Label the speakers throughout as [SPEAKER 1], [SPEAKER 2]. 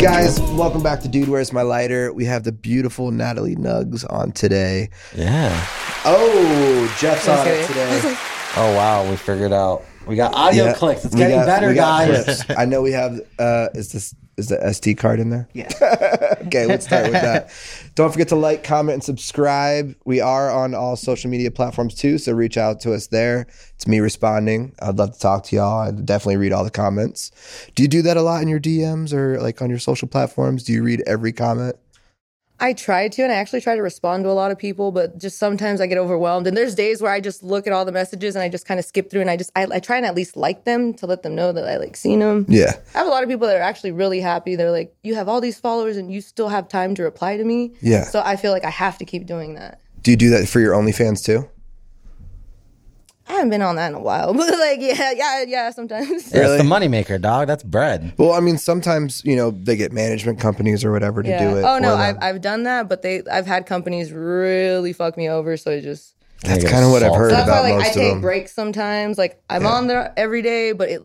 [SPEAKER 1] Guys, welcome back to Dude Where's My Lighter. We have the beautiful Natalie Nuggs on today.
[SPEAKER 2] Yeah.
[SPEAKER 1] Oh, Jeff's on it today.
[SPEAKER 2] Oh wow, we figured out. We got audio
[SPEAKER 1] Yeah.
[SPEAKER 2] clicks. It's
[SPEAKER 1] We
[SPEAKER 2] getting
[SPEAKER 1] got-
[SPEAKER 2] better,
[SPEAKER 1] we got
[SPEAKER 2] guys.
[SPEAKER 1] clips. I know we have. Uh, is this is the SD card in there?
[SPEAKER 3] Yeah.
[SPEAKER 1] okay, let's start with that. Don't forget to like, comment, and subscribe. We are on all social media platforms too, so reach out to us there. It's me responding. I'd love to talk to y'all. I definitely read all the comments. Do you do that a lot in your DMs or like on your social platforms? Do you read every comment?
[SPEAKER 3] I try to, and I actually try to respond to a lot of people, but just sometimes I get overwhelmed. And there's days where I just look at all the messages and I just kind of skip through, and I just I, I try and at least like them to let them know that I like seen them.
[SPEAKER 1] Yeah.
[SPEAKER 3] I have a lot of people that are actually really happy. They're like, "You have all these followers, and you still have time to reply to me."
[SPEAKER 1] Yeah.
[SPEAKER 3] So I feel like I have to keep doing that.
[SPEAKER 1] Do you do that for your OnlyFans too?
[SPEAKER 3] I haven't been on that in a while, but like, yeah, yeah, yeah. Sometimes,
[SPEAKER 2] That's
[SPEAKER 1] Really?
[SPEAKER 2] the moneymaker, dog. That's bread.
[SPEAKER 1] Well, I mean, sometimes you know they get management companies or whatever to
[SPEAKER 3] yeah.
[SPEAKER 1] do it.
[SPEAKER 3] oh no,
[SPEAKER 1] or
[SPEAKER 3] I've
[SPEAKER 1] that-
[SPEAKER 3] I've done that, but they I've had companies really fuck me over, so it just
[SPEAKER 1] that's
[SPEAKER 2] Nigga,
[SPEAKER 1] kind of what I've
[SPEAKER 2] salt.
[SPEAKER 1] heard
[SPEAKER 3] So that's
[SPEAKER 1] about
[SPEAKER 3] why like
[SPEAKER 1] most
[SPEAKER 3] I
[SPEAKER 1] of
[SPEAKER 3] take
[SPEAKER 1] them.
[SPEAKER 3] breaks sometimes. Like I'm
[SPEAKER 1] Yeah.
[SPEAKER 3] on there every day, but it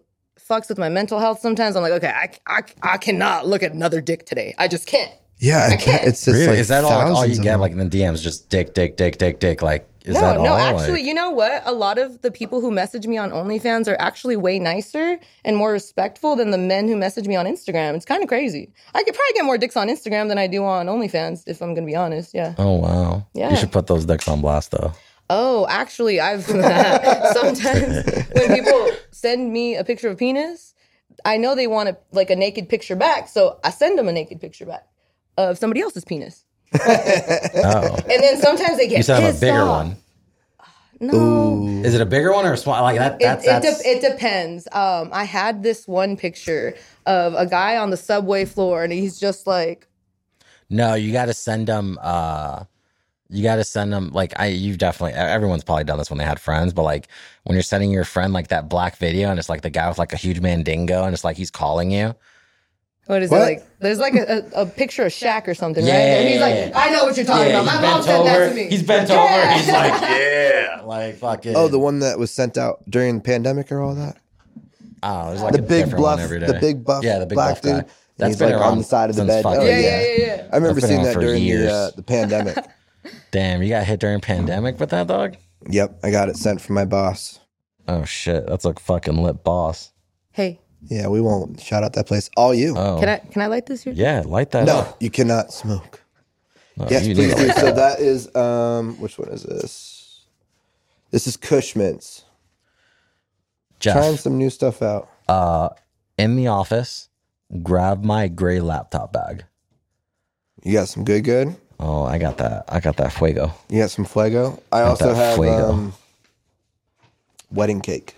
[SPEAKER 3] fucks with my mental health sometimes. I'm like, okay, I, I, I cannot look at another dick today. I just can't.
[SPEAKER 1] yeah, I can't,
[SPEAKER 3] can't.
[SPEAKER 1] it's just like
[SPEAKER 2] is that all, all
[SPEAKER 1] thousands
[SPEAKER 2] you
[SPEAKER 1] of
[SPEAKER 2] get?
[SPEAKER 1] them.
[SPEAKER 2] Like in the DMs, just dick, dick, dick, dick, dick. Like, is
[SPEAKER 3] no,
[SPEAKER 2] that
[SPEAKER 3] no,
[SPEAKER 2] all?
[SPEAKER 3] actually,
[SPEAKER 2] Like,
[SPEAKER 3] you know what? A lot of the people who message me on OnlyFans are actually way nicer and more respectful than the men who message me on Instagram. It's kind of crazy. I could probably get more dicks on Instagram than I do on OnlyFans, if I'm gonna be honest. Yeah.
[SPEAKER 2] oh wow.
[SPEAKER 3] Yeah.
[SPEAKER 2] You should put those dicks on blast though.
[SPEAKER 3] Oh, actually, I've sometimes when people send me a picture of penis, I know they want a, like a naked picture back, so I send them a naked picture back of somebody else's penis,
[SPEAKER 2] Oh.
[SPEAKER 3] and then sometimes they get
[SPEAKER 2] You should have a
[SPEAKER 3] pissed
[SPEAKER 2] bigger
[SPEAKER 3] off.
[SPEAKER 2] one.
[SPEAKER 3] No,
[SPEAKER 2] Is it a bigger one or a small? Like that.
[SPEAKER 3] it
[SPEAKER 2] That's
[SPEAKER 3] it,
[SPEAKER 2] that's.
[SPEAKER 3] de- it depends. Um, I had this one picture of a guy on the subway floor, and he's just like,
[SPEAKER 2] no, you got to send them. uh you got to send them like I. You've definitely e, everyone's probably done this when they had friends, but like when you're sending your friend like that black video and it's like the guy with like a huge mandingo and it's like he's calling you.
[SPEAKER 3] what is
[SPEAKER 1] What?
[SPEAKER 3] it like? There's like a, a, a picture of Shaq or something, right?
[SPEAKER 2] Yeah,
[SPEAKER 3] And he's
[SPEAKER 2] yeah,
[SPEAKER 3] like,
[SPEAKER 2] yeah.
[SPEAKER 3] I know what you're talking
[SPEAKER 2] Yeah,
[SPEAKER 3] about.
[SPEAKER 2] he's
[SPEAKER 3] Oh, My mom
[SPEAKER 2] bent
[SPEAKER 3] said that to
[SPEAKER 2] over.
[SPEAKER 3] me.
[SPEAKER 2] He's bent over. He's like, yeah, like fucking.
[SPEAKER 1] Oh, the one that was sent out during the pandemic or all that.
[SPEAKER 2] oh, there's like
[SPEAKER 1] the
[SPEAKER 2] a
[SPEAKER 1] big
[SPEAKER 2] different
[SPEAKER 1] bluff-
[SPEAKER 2] one every
[SPEAKER 1] the
[SPEAKER 2] day.
[SPEAKER 1] big buff
[SPEAKER 2] yeah, the big
[SPEAKER 1] black
[SPEAKER 2] buff guy.
[SPEAKER 1] dude.
[SPEAKER 2] That's
[SPEAKER 1] He's,
[SPEAKER 2] been
[SPEAKER 1] like, on
[SPEAKER 2] around
[SPEAKER 1] the side of the
[SPEAKER 2] since
[SPEAKER 1] bed. Oh,
[SPEAKER 2] fucking-
[SPEAKER 3] yeah, yeah, yeah, yeah.
[SPEAKER 1] I remember
[SPEAKER 2] been
[SPEAKER 1] seeing
[SPEAKER 2] on
[SPEAKER 1] that
[SPEAKER 2] for
[SPEAKER 1] during the, uh,
[SPEAKER 2] years.
[SPEAKER 1] the pandemic.
[SPEAKER 2] Damn, you got hit during pandemic with that dog.
[SPEAKER 1] yep, I got it sent from my boss.
[SPEAKER 2] Oh shit, that's a fucking lit boss.
[SPEAKER 3] Hey,
[SPEAKER 1] Yeah, we won't shout out that place. All you.
[SPEAKER 2] Oh,
[SPEAKER 3] can I can I light this here?
[SPEAKER 2] yeah, light that
[SPEAKER 1] no,
[SPEAKER 2] up.
[SPEAKER 1] you cannot smoke.
[SPEAKER 2] No,
[SPEAKER 1] Yes,
[SPEAKER 2] Oh, you
[SPEAKER 1] please
[SPEAKER 2] need to
[SPEAKER 1] do.
[SPEAKER 2] light that
[SPEAKER 1] So
[SPEAKER 2] up.
[SPEAKER 1] that is um, which one is this? This is Cushman's. Trying
[SPEAKER 2] Jeff,
[SPEAKER 1] some new stuff out.
[SPEAKER 2] uh, in the office, grab my gray laptop bag.
[SPEAKER 1] You got some good, good.
[SPEAKER 2] Oh, I got that. I got that fuego.
[SPEAKER 1] You got some fuego. I also
[SPEAKER 2] that
[SPEAKER 1] have
[SPEAKER 2] fuego.
[SPEAKER 1] um, wedding cake.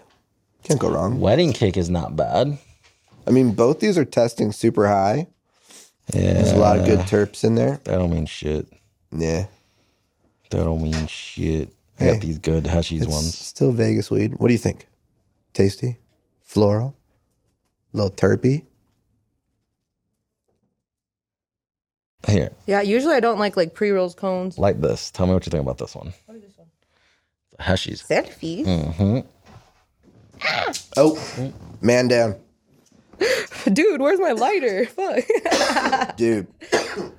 [SPEAKER 1] Can't go wrong.
[SPEAKER 2] Wedding cake is not bad.
[SPEAKER 1] I mean, both these are testing super high. There's
[SPEAKER 2] Yeah,
[SPEAKER 1] a lot of good terps in there.
[SPEAKER 2] that don't mean shit.
[SPEAKER 1] Yeah,
[SPEAKER 2] That don't mean shit. I
[SPEAKER 1] Hey,
[SPEAKER 2] got these good Hushies ones.
[SPEAKER 1] still Vegas weed. What do you think? Tasty, floral, little terpy.
[SPEAKER 2] Here,
[SPEAKER 3] Yeah, usually I don't like like pre rolls cones.
[SPEAKER 2] like this. Tell me what you think about this one.
[SPEAKER 3] Oh,
[SPEAKER 2] What is this one? Hushies.
[SPEAKER 3] Selfie.
[SPEAKER 1] Mm. Oh, man down,
[SPEAKER 3] Dude, where's my lighter? Fuck.
[SPEAKER 1] dude.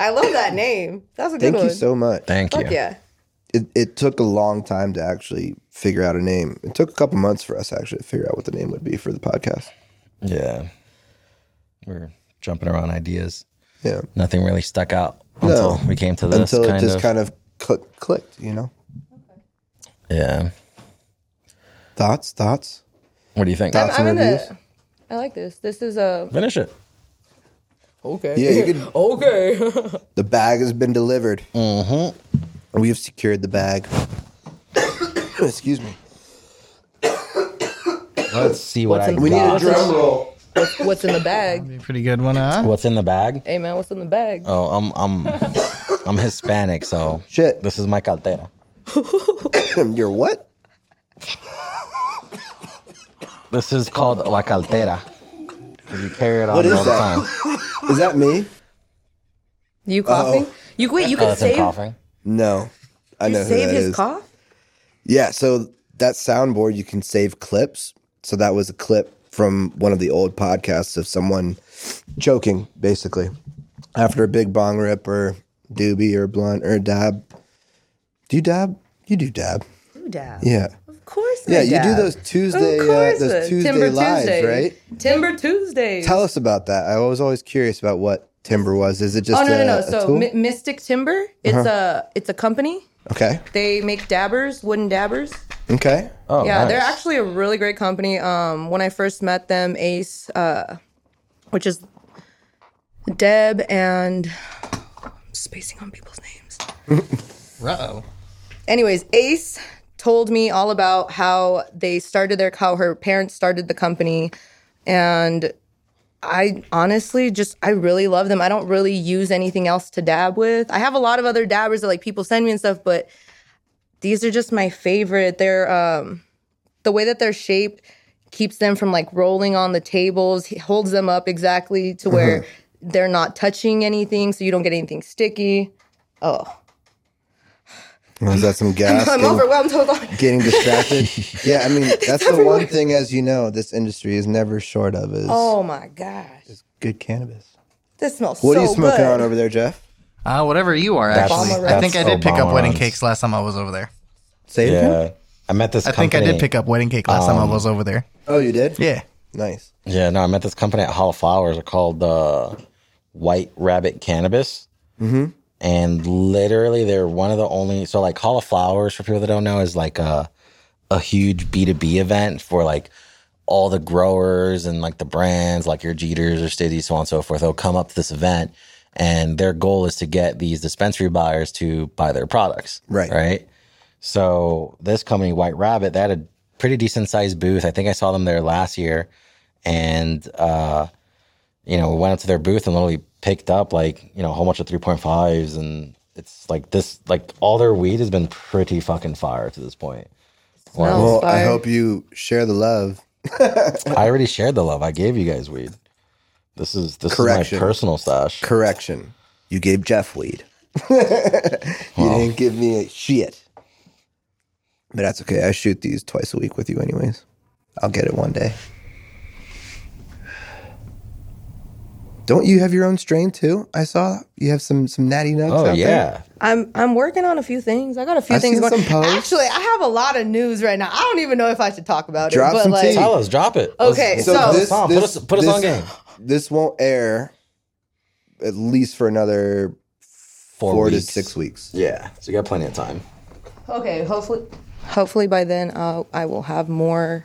[SPEAKER 3] I love that name. That's a good
[SPEAKER 1] Thank
[SPEAKER 3] one.
[SPEAKER 1] you so much.
[SPEAKER 2] Thank you.
[SPEAKER 3] Fuck yeah.
[SPEAKER 1] It, it took a long time to actually figure out a name. It took a couple months for us to actually figure out what the name would be for the podcast.
[SPEAKER 2] Yeah. We're jumping around ideas.
[SPEAKER 1] Yeah,
[SPEAKER 2] Nothing really stuck out until we came to this
[SPEAKER 1] until it
[SPEAKER 2] kind
[SPEAKER 1] just
[SPEAKER 2] of.
[SPEAKER 1] kind of cl- clicked. You know,
[SPEAKER 2] yeah.
[SPEAKER 1] thoughts, thoughts.
[SPEAKER 2] What do you think?
[SPEAKER 1] Thoughts
[SPEAKER 3] I'm
[SPEAKER 1] and
[SPEAKER 3] in
[SPEAKER 1] reviews.
[SPEAKER 3] the. I like this. This is uh, a
[SPEAKER 2] Finish it.
[SPEAKER 3] okay.
[SPEAKER 1] Yeah, you could.
[SPEAKER 3] Okay.
[SPEAKER 1] The bag has been delivered. Mm-hmm. We have secured the bag. Excuse me.
[SPEAKER 2] Let's see what
[SPEAKER 3] What's
[SPEAKER 2] I
[SPEAKER 3] in-
[SPEAKER 1] We need a
[SPEAKER 2] got.
[SPEAKER 1] drum roll.
[SPEAKER 3] what's in the bag?
[SPEAKER 4] Be a pretty good one, huh?
[SPEAKER 2] What's in the bag?
[SPEAKER 3] Hey man, what's in the bag?
[SPEAKER 2] Oh, I'm I'm I'm Hispanic, so
[SPEAKER 1] Shit.
[SPEAKER 2] This is my cartera.
[SPEAKER 1] You're what?
[SPEAKER 2] This is called la cartera. 'Cause You carry it on
[SPEAKER 1] What is
[SPEAKER 2] all the Oh,
[SPEAKER 1] that?
[SPEAKER 2] time.
[SPEAKER 1] Is that me?
[SPEAKER 3] You coughing? You wait. You
[SPEAKER 2] Oh,
[SPEAKER 3] can
[SPEAKER 2] that's him
[SPEAKER 3] save.
[SPEAKER 2] coughing.
[SPEAKER 1] No, I
[SPEAKER 3] You
[SPEAKER 1] know who
[SPEAKER 3] save
[SPEAKER 1] that
[SPEAKER 3] his
[SPEAKER 1] is.
[SPEAKER 3] cough.
[SPEAKER 1] Yeah, so that soundboard you can save clips. So that was a clip from one of the old podcasts of someone choking, basically, after a big bong rip or doobie or blunt or dab. Do you dab? You do dab.
[SPEAKER 3] You dab.
[SPEAKER 1] Yeah.
[SPEAKER 3] Of course. I
[SPEAKER 1] Yeah, you do
[SPEAKER 3] dab.
[SPEAKER 1] those
[SPEAKER 3] Of
[SPEAKER 1] Tuesday uh,
[SPEAKER 3] course.
[SPEAKER 1] those Tuesday
[SPEAKER 3] Timber
[SPEAKER 1] lives,
[SPEAKER 3] Tuesdays.
[SPEAKER 1] right?
[SPEAKER 3] Timber Tuesdays.
[SPEAKER 1] Tell us about that. I was always curious about what timber was. Is it just
[SPEAKER 3] oh no
[SPEAKER 1] a,
[SPEAKER 3] no no.
[SPEAKER 1] a
[SPEAKER 3] So
[SPEAKER 1] tool?
[SPEAKER 3] Mi- Mystic Timber. It's
[SPEAKER 1] Uh-huh.
[SPEAKER 3] a it's a company.
[SPEAKER 1] okay.
[SPEAKER 3] They make dabbers, wooden dabbers.
[SPEAKER 1] Okay.
[SPEAKER 2] Oh,
[SPEAKER 3] yeah,
[SPEAKER 2] nice.
[SPEAKER 3] they're actually a really great company. Um, when I first met them, Ace, uh, which is Deb and I'm spacing on people's names.
[SPEAKER 4] Uh-oh.
[SPEAKER 3] Anyways, Ace told me all about how they started their how her parents started the company and I honestly just I really love them. I don't really use anything else to dab with. I have a lot of other dabbers that like people send me and stuff, but these are just my favorite. They're um the way that they're shaped keeps them from like rolling on the tables, He holds them up exactly to where
[SPEAKER 1] Mm-hmm.
[SPEAKER 3] they're not touching anything so you don't get anything sticky. Oh,
[SPEAKER 1] Is that some gas?
[SPEAKER 3] I'm
[SPEAKER 1] getting-
[SPEAKER 3] overwhelmed. Hold on.
[SPEAKER 1] getting distracted. yeah, I mean that's the one thing, as you know, this industry is never short of is
[SPEAKER 3] Oh my gosh.
[SPEAKER 1] good cannabis.
[SPEAKER 3] This smells
[SPEAKER 1] What
[SPEAKER 3] so
[SPEAKER 1] are you smoking
[SPEAKER 3] good.
[SPEAKER 1] on over there, Jeff?
[SPEAKER 4] Uh, whatever you are,
[SPEAKER 2] That's-
[SPEAKER 4] actually.
[SPEAKER 3] that's
[SPEAKER 4] I think I did pick up
[SPEAKER 2] Obama
[SPEAKER 4] wedding
[SPEAKER 2] ones.
[SPEAKER 4] cakes last time I was over there.
[SPEAKER 1] Say it again.
[SPEAKER 2] Yeah. I met this
[SPEAKER 4] I
[SPEAKER 2] company.
[SPEAKER 4] think I did pick up wedding cake last time I was over there.
[SPEAKER 1] Oh, you did?
[SPEAKER 4] Yeah.
[SPEAKER 1] Nice.
[SPEAKER 2] Yeah, no, I met this company at Hall of Flowers called uh, White Rabbit Cannabis. Mm-hmm. And literally, they're one of the only. So, like, Hall of Flowers, for people that don't know, is like a, a huge B2B event for like all the growers and like the brands, like your Jeters or Stiddy, so on and so forth. They'll come up to this event, and their goal is to get these dispensary buyers to buy their products.
[SPEAKER 1] Right.
[SPEAKER 2] Right. So this company, White Rabbit, they had a pretty decent sized booth. I think I saw them there last year, and uh, you know, we went up to their booth and literally picked up like you know a whole bunch of three point fives, and it's like this, like all their weed has been pretty fucking fire to this point.
[SPEAKER 3] Smells
[SPEAKER 1] Well, I
[SPEAKER 3] fire.
[SPEAKER 1] hope you share the love.
[SPEAKER 2] I already shared the love. I gave you guys weed. This is this
[SPEAKER 1] Correction.
[SPEAKER 2] is my personal stash.
[SPEAKER 1] Correction. You gave Jeff weed. you didn't give me a shit. But that's okay. I shoot these twice a week with you, anyways. I'll get it one day. Don't you have your own strain too? I saw you have some some natty nugs.
[SPEAKER 2] oh
[SPEAKER 1] out there.
[SPEAKER 2] yeah,
[SPEAKER 3] I'm I'm working on a few things. I got a few
[SPEAKER 1] I've
[SPEAKER 3] things
[SPEAKER 1] seen
[SPEAKER 3] going.
[SPEAKER 1] some posts.
[SPEAKER 3] Actually, I have a lot of news right now. I don't even know if I should talk about
[SPEAKER 1] Drop
[SPEAKER 3] it. But
[SPEAKER 1] some
[SPEAKER 3] like,
[SPEAKER 1] tea.
[SPEAKER 2] tell us, drop it.
[SPEAKER 3] Okay,
[SPEAKER 2] Let's-
[SPEAKER 3] so-
[SPEAKER 2] let's-
[SPEAKER 3] this-
[SPEAKER 2] put us put us on game.
[SPEAKER 1] This won't air at least for another four, to
[SPEAKER 2] weeks.
[SPEAKER 1] six weeks.
[SPEAKER 2] Yeah, so you got plenty of time.
[SPEAKER 3] okay, hopefully, hopefully by then uh, I will have more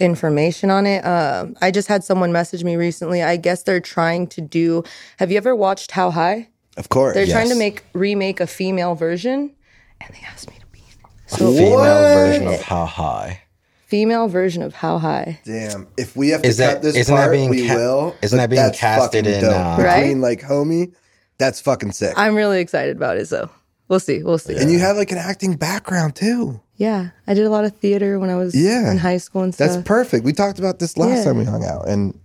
[SPEAKER 3] information on it. Um, I just had someone message me recently. I guess they're trying to do. Have you ever watched How High?
[SPEAKER 1] Of course.
[SPEAKER 3] They're trying to
[SPEAKER 2] Yes.
[SPEAKER 3] make remake a female version, and they asked me to be in it. So
[SPEAKER 2] Female
[SPEAKER 1] What?
[SPEAKER 2] version of how high.
[SPEAKER 3] female version of How High.
[SPEAKER 1] Damn! If we have to
[SPEAKER 2] Is
[SPEAKER 1] cut
[SPEAKER 2] that-
[SPEAKER 1] this
[SPEAKER 2] isn't that
[SPEAKER 1] part,
[SPEAKER 2] being
[SPEAKER 1] we
[SPEAKER 2] ca-
[SPEAKER 1] will.
[SPEAKER 2] isn't
[SPEAKER 1] but
[SPEAKER 2] that being
[SPEAKER 1] that's
[SPEAKER 2] casted
[SPEAKER 1] fucking
[SPEAKER 2] in,
[SPEAKER 1] dope.
[SPEAKER 2] uh,
[SPEAKER 1] between
[SPEAKER 3] Right?
[SPEAKER 1] like homie? That's fucking sick.
[SPEAKER 3] I'm really excited about it, so we'll see. We'll see.
[SPEAKER 1] and you have like an acting background too.
[SPEAKER 3] Yeah, I did a lot of theater when I was
[SPEAKER 1] Yeah.
[SPEAKER 3] in high school and stuff.
[SPEAKER 1] That's perfect. We talked about this last
[SPEAKER 3] Yeah.
[SPEAKER 1] time we hung out, and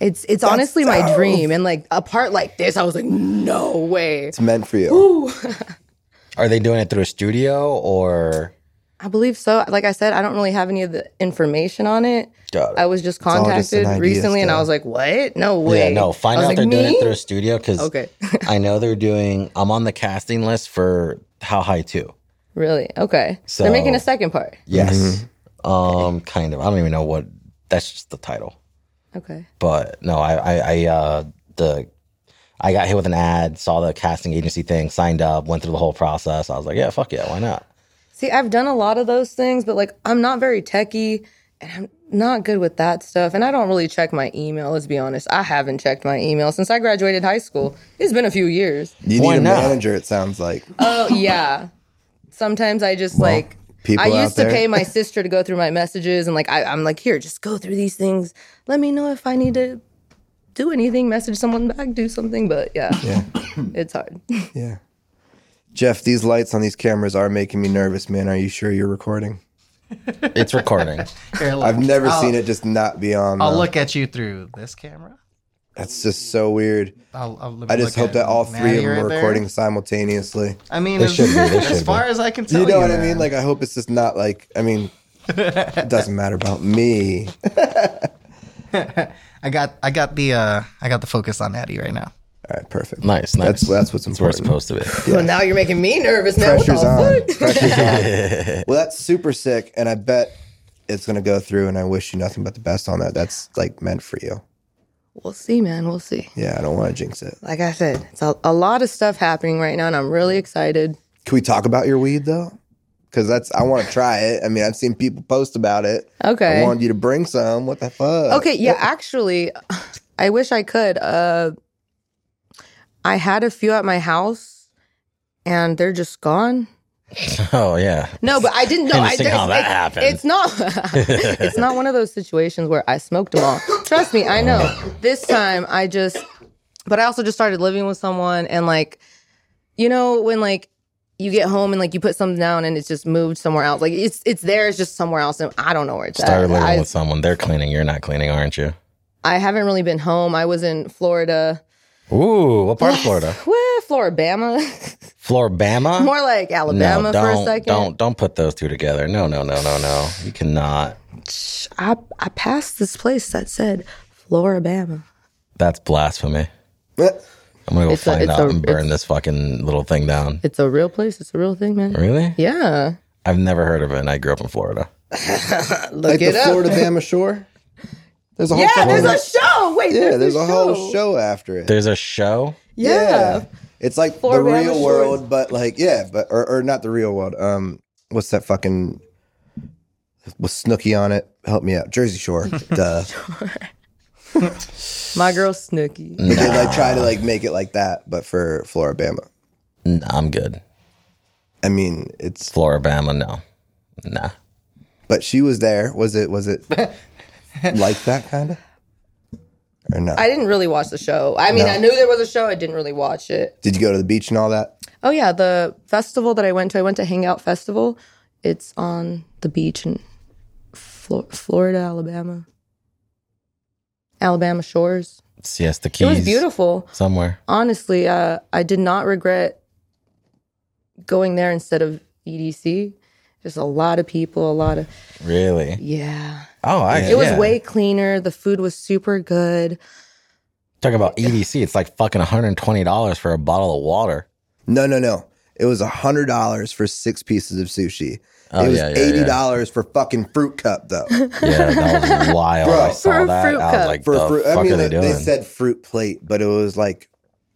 [SPEAKER 3] it's it's honestly my dream. And like a part like this, I was like, no way.
[SPEAKER 1] it's meant for you.
[SPEAKER 2] Are they doing it through a studio or
[SPEAKER 3] I believe so. Like I said, I don't really have any of the information on it.
[SPEAKER 2] Got it.
[SPEAKER 3] I was just
[SPEAKER 1] all just an
[SPEAKER 3] contacted
[SPEAKER 1] idea
[SPEAKER 3] recently, and I
[SPEAKER 1] still.
[SPEAKER 3] was like, what? No way.
[SPEAKER 2] Yeah, no. Find
[SPEAKER 3] I
[SPEAKER 2] out
[SPEAKER 3] was
[SPEAKER 2] if they're
[SPEAKER 3] like,
[SPEAKER 2] doing
[SPEAKER 3] me?
[SPEAKER 2] it through a studio because
[SPEAKER 3] Okay.
[SPEAKER 2] I know they're doing. I'm on the casting list for How High Two.
[SPEAKER 3] Really? Okay.
[SPEAKER 2] So-
[SPEAKER 3] they're making a second part.
[SPEAKER 2] Yes, um, kind of. I don't even know what. That's just the title.
[SPEAKER 3] Okay.
[SPEAKER 2] But no, I, I, I uh, the, I got hit with an ad. Saw the casting agency thing. Signed up. Went through the whole process. I was like, yeah, fuck yeah, why not?
[SPEAKER 3] See, I've done a lot of those things, but like I'm not very techie and I'm not good with that stuff. And I don't really check my email, let's be honest. I haven't checked my email since I graduated high school. It's been a few years.
[SPEAKER 1] You
[SPEAKER 2] Why
[SPEAKER 1] need a
[SPEAKER 2] not?
[SPEAKER 1] manager. It sounds like
[SPEAKER 3] Oh, yeah. Sometimes I just like
[SPEAKER 1] people
[SPEAKER 3] I
[SPEAKER 1] out
[SPEAKER 3] used to
[SPEAKER 1] there-
[SPEAKER 3] pay my sister to go through my messages and like I, I'm like, here, just go through these things. Let me know if I need to do anything, message someone back, do something. But yeah,
[SPEAKER 1] Yeah.
[SPEAKER 3] it's hard.
[SPEAKER 1] yeah. Jeff, these lights on these cameras are making me nervous, man. Are you sure you're recording?
[SPEAKER 2] It's recording.
[SPEAKER 4] Here, look.
[SPEAKER 1] I've never
[SPEAKER 4] I'll-
[SPEAKER 1] seen it just not be on.
[SPEAKER 4] I'll
[SPEAKER 1] though.
[SPEAKER 4] look at you through this camera.
[SPEAKER 1] That's just so weird.
[SPEAKER 4] I'll, I'll
[SPEAKER 1] I just hope that all three of them are recording simultaneously.
[SPEAKER 4] I mean,
[SPEAKER 2] They
[SPEAKER 4] as,
[SPEAKER 2] should be, they
[SPEAKER 4] as
[SPEAKER 2] should be.
[SPEAKER 4] far as I can tell,
[SPEAKER 1] You know what I
[SPEAKER 4] man.
[SPEAKER 1] mean? Like, I hope it's just not like, I mean, it doesn't matter about me.
[SPEAKER 4] I got, I got the, uh, I got the focus on Natty right now.
[SPEAKER 1] All right, perfect.
[SPEAKER 2] Nice, nice.
[SPEAKER 1] That's, that's what's
[SPEAKER 2] That's where it's
[SPEAKER 1] important.
[SPEAKER 2] supposed to be.
[SPEAKER 3] Well, now you're making me nervous. Now what the
[SPEAKER 1] Pressure's on.
[SPEAKER 3] fuck?
[SPEAKER 1] Pressure's on. Well, that's super sick, and I bet it's gonna go through. And I wish you nothing but the best on that. That's like meant for you.
[SPEAKER 3] We'll see, man. We'll see.
[SPEAKER 1] Yeah, I don't want to jinx it.
[SPEAKER 3] Like I said, it's a, a lot of stuff happening right now, and I'm really excited.
[SPEAKER 1] Can we talk about your weed though? Because that's I want to try it. I mean, I've seen people post about it. I
[SPEAKER 3] Okay.
[SPEAKER 1] wanted you to bring some. What the fuck?
[SPEAKER 3] Okay, yeah, actually, I wish I could. Uh, I had a few at my house, and they're just gone.
[SPEAKER 2] Oh yeah.
[SPEAKER 3] No, but I didn't know. I,
[SPEAKER 2] Interesting how
[SPEAKER 3] it's-
[SPEAKER 2] that happened.
[SPEAKER 3] it's- It's not. it's not one of those situations where I smoked them all. Trust me, I know. This time, I just. But I also just started living with someone, and like, you know, when like you get home and like you put something down, and it's just moved somewhere else. Like it's it's there, it's just somewhere else, and I don't know where it's
[SPEAKER 2] Started
[SPEAKER 3] at.
[SPEAKER 2] living
[SPEAKER 3] I,
[SPEAKER 2] with someone. They're cleaning. You're not cleaning, aren't you?
[SPEAKER 3] I haven't really been home. I was in Florida.
[SPEAKER 2] Ooh, what part of Florida?
[SPEAKER 3] Well, Floribama.
[SPEAKER 2] Floribama.
[SPEAKER 3] More like Alabama
[SPEAKER 2] no, don't,
[SPEAKER 3] for a second.
[SPEAKER 2] Don't don't put those two together. No, no, no, no, no. You cannot.
[SPEAKER 3] I, I passed this place that said Floribama.
[SPEAKER 2] That's blasphemy. I'm gonna go
[SPEAKER 3] It's a-
[SPEAKER 2] find
[SPEAKER 3] it's
[SPEAKER 2] out
[SPEAKER 3] a-
[SPEAKER 2] and burn this fucking little thing down.
[SPEAKER 3] It's a real place. It's a real thing, man.
[SPEAKER 2] Really?
[SPEAKER 3] Yeah.
[SPEAKER 2] I've never heard of it. and I grew up in Florida.
[SPEAKER 3] Look
[SPEAKER 1] like the
[SPEAKER 3] it up.
[SPEAKER 1] Florida Bama Shore. There's a whole
[SPEAKER 3] yeah,
[SPEAKER 1] fucking-
[SPEAKER 3] there's a show. Wait,
[SPEAKER 1] yeah,
[SPEAKER 3] there's,
[SPEAKER 1] there's a
[SPEAKER 3] show.
[SPEAKER 1] whole show after it.
[SPEAKER 2] There's a show.
[SPEAKER 3] Yeah.
[SPEAKER 1] It's like
[SPEAKER 3] Florida
[SPEAKER 1] the
[SPEAKER 3] Bama
[SPEAKER 1] real
[SPEAKER 3] Shores.
[SPEAKER 1] world, but like yeah, but or, or not the real world. Um, what's that fucking with Snooki on it? Help me out, Jersey Shore. Duh.
[SPEAKER 3] My girl Snooki.
[SPEAKER 1] But they like try to like make it like that, but for Floribama.
[SPEAKER 2] Nah, I'm good.
[SPEAKER 1] I mean, it's
[SPEAKER 2] Floribama, no, nah.
[SPEAKER 1] but she was there. Was it was it like that kind of or no?
[SPEAKER 3] I didn't really watch the show. I mean, I knew there was a show. I didn't really watch it.
[SPEAKER 1] Did you go to the beach and all that?
[SPEAKER 3] Oh yeah, the festival that I went to. I went to Hangout Festival. It's on the beach in Flor- Florida, Alabama, Alabama shores.
[SPEAKER 2] Siesta
[SPEAKER 3] It
[SPEAKER 2] Keys.
[SPEAKER 3] was beautiful.
[SPEAKER 2] Somewhere.
[SPEAKER 3] honestly, uh, I did not regret going there instead of EDC. Just a lot of people, a lot of
[SPEAKER 2] Really?
[SPEAKER 3] yeah.
[SPEAKER 2] Oh, I.
[SPEAKER 3] It was
[SPEAKER 2] yeah.
[SPEAKER 3] way cleaner. The food was super good.
[SPEAKER 2] Talk about EDC. It's like fucking 120 dollars for a bottle of water.
[SPEAKER 1] No, no, no. It was hundred dollars for six pieces of sushi.
[SPEAKER 2] Oh,
[SPEAKER 1] it was
[SPEAKER 2] yeah, yeah, yeah.
[SPEAKER 1] eighty dollars for fucking fruit cup though.
[SPEAKER 2] Yeah, that was wild. I
[SPEAKER 1] Bro.
[SPEAKER 2] saw
[SPEAKER 3] For a
[SPEAKER 2] that.
[SPEAKER 3] fruit
[SPEAKER 2] I was
[SPEAKER 3] cup.
[SPEAKER 2] like,
[SPEAKER 1] For
[SPEAKER 2] the
[SPEAKER 1] fruit,
[SPEAKER 2] fuck
[SPEAKER 1] I mean,
[SPEAKER 2] are they
[SPEAKER 1] they,
[SPEAKER 2] doing?
[SPEAKER 1] they said fruit plate, but it was like,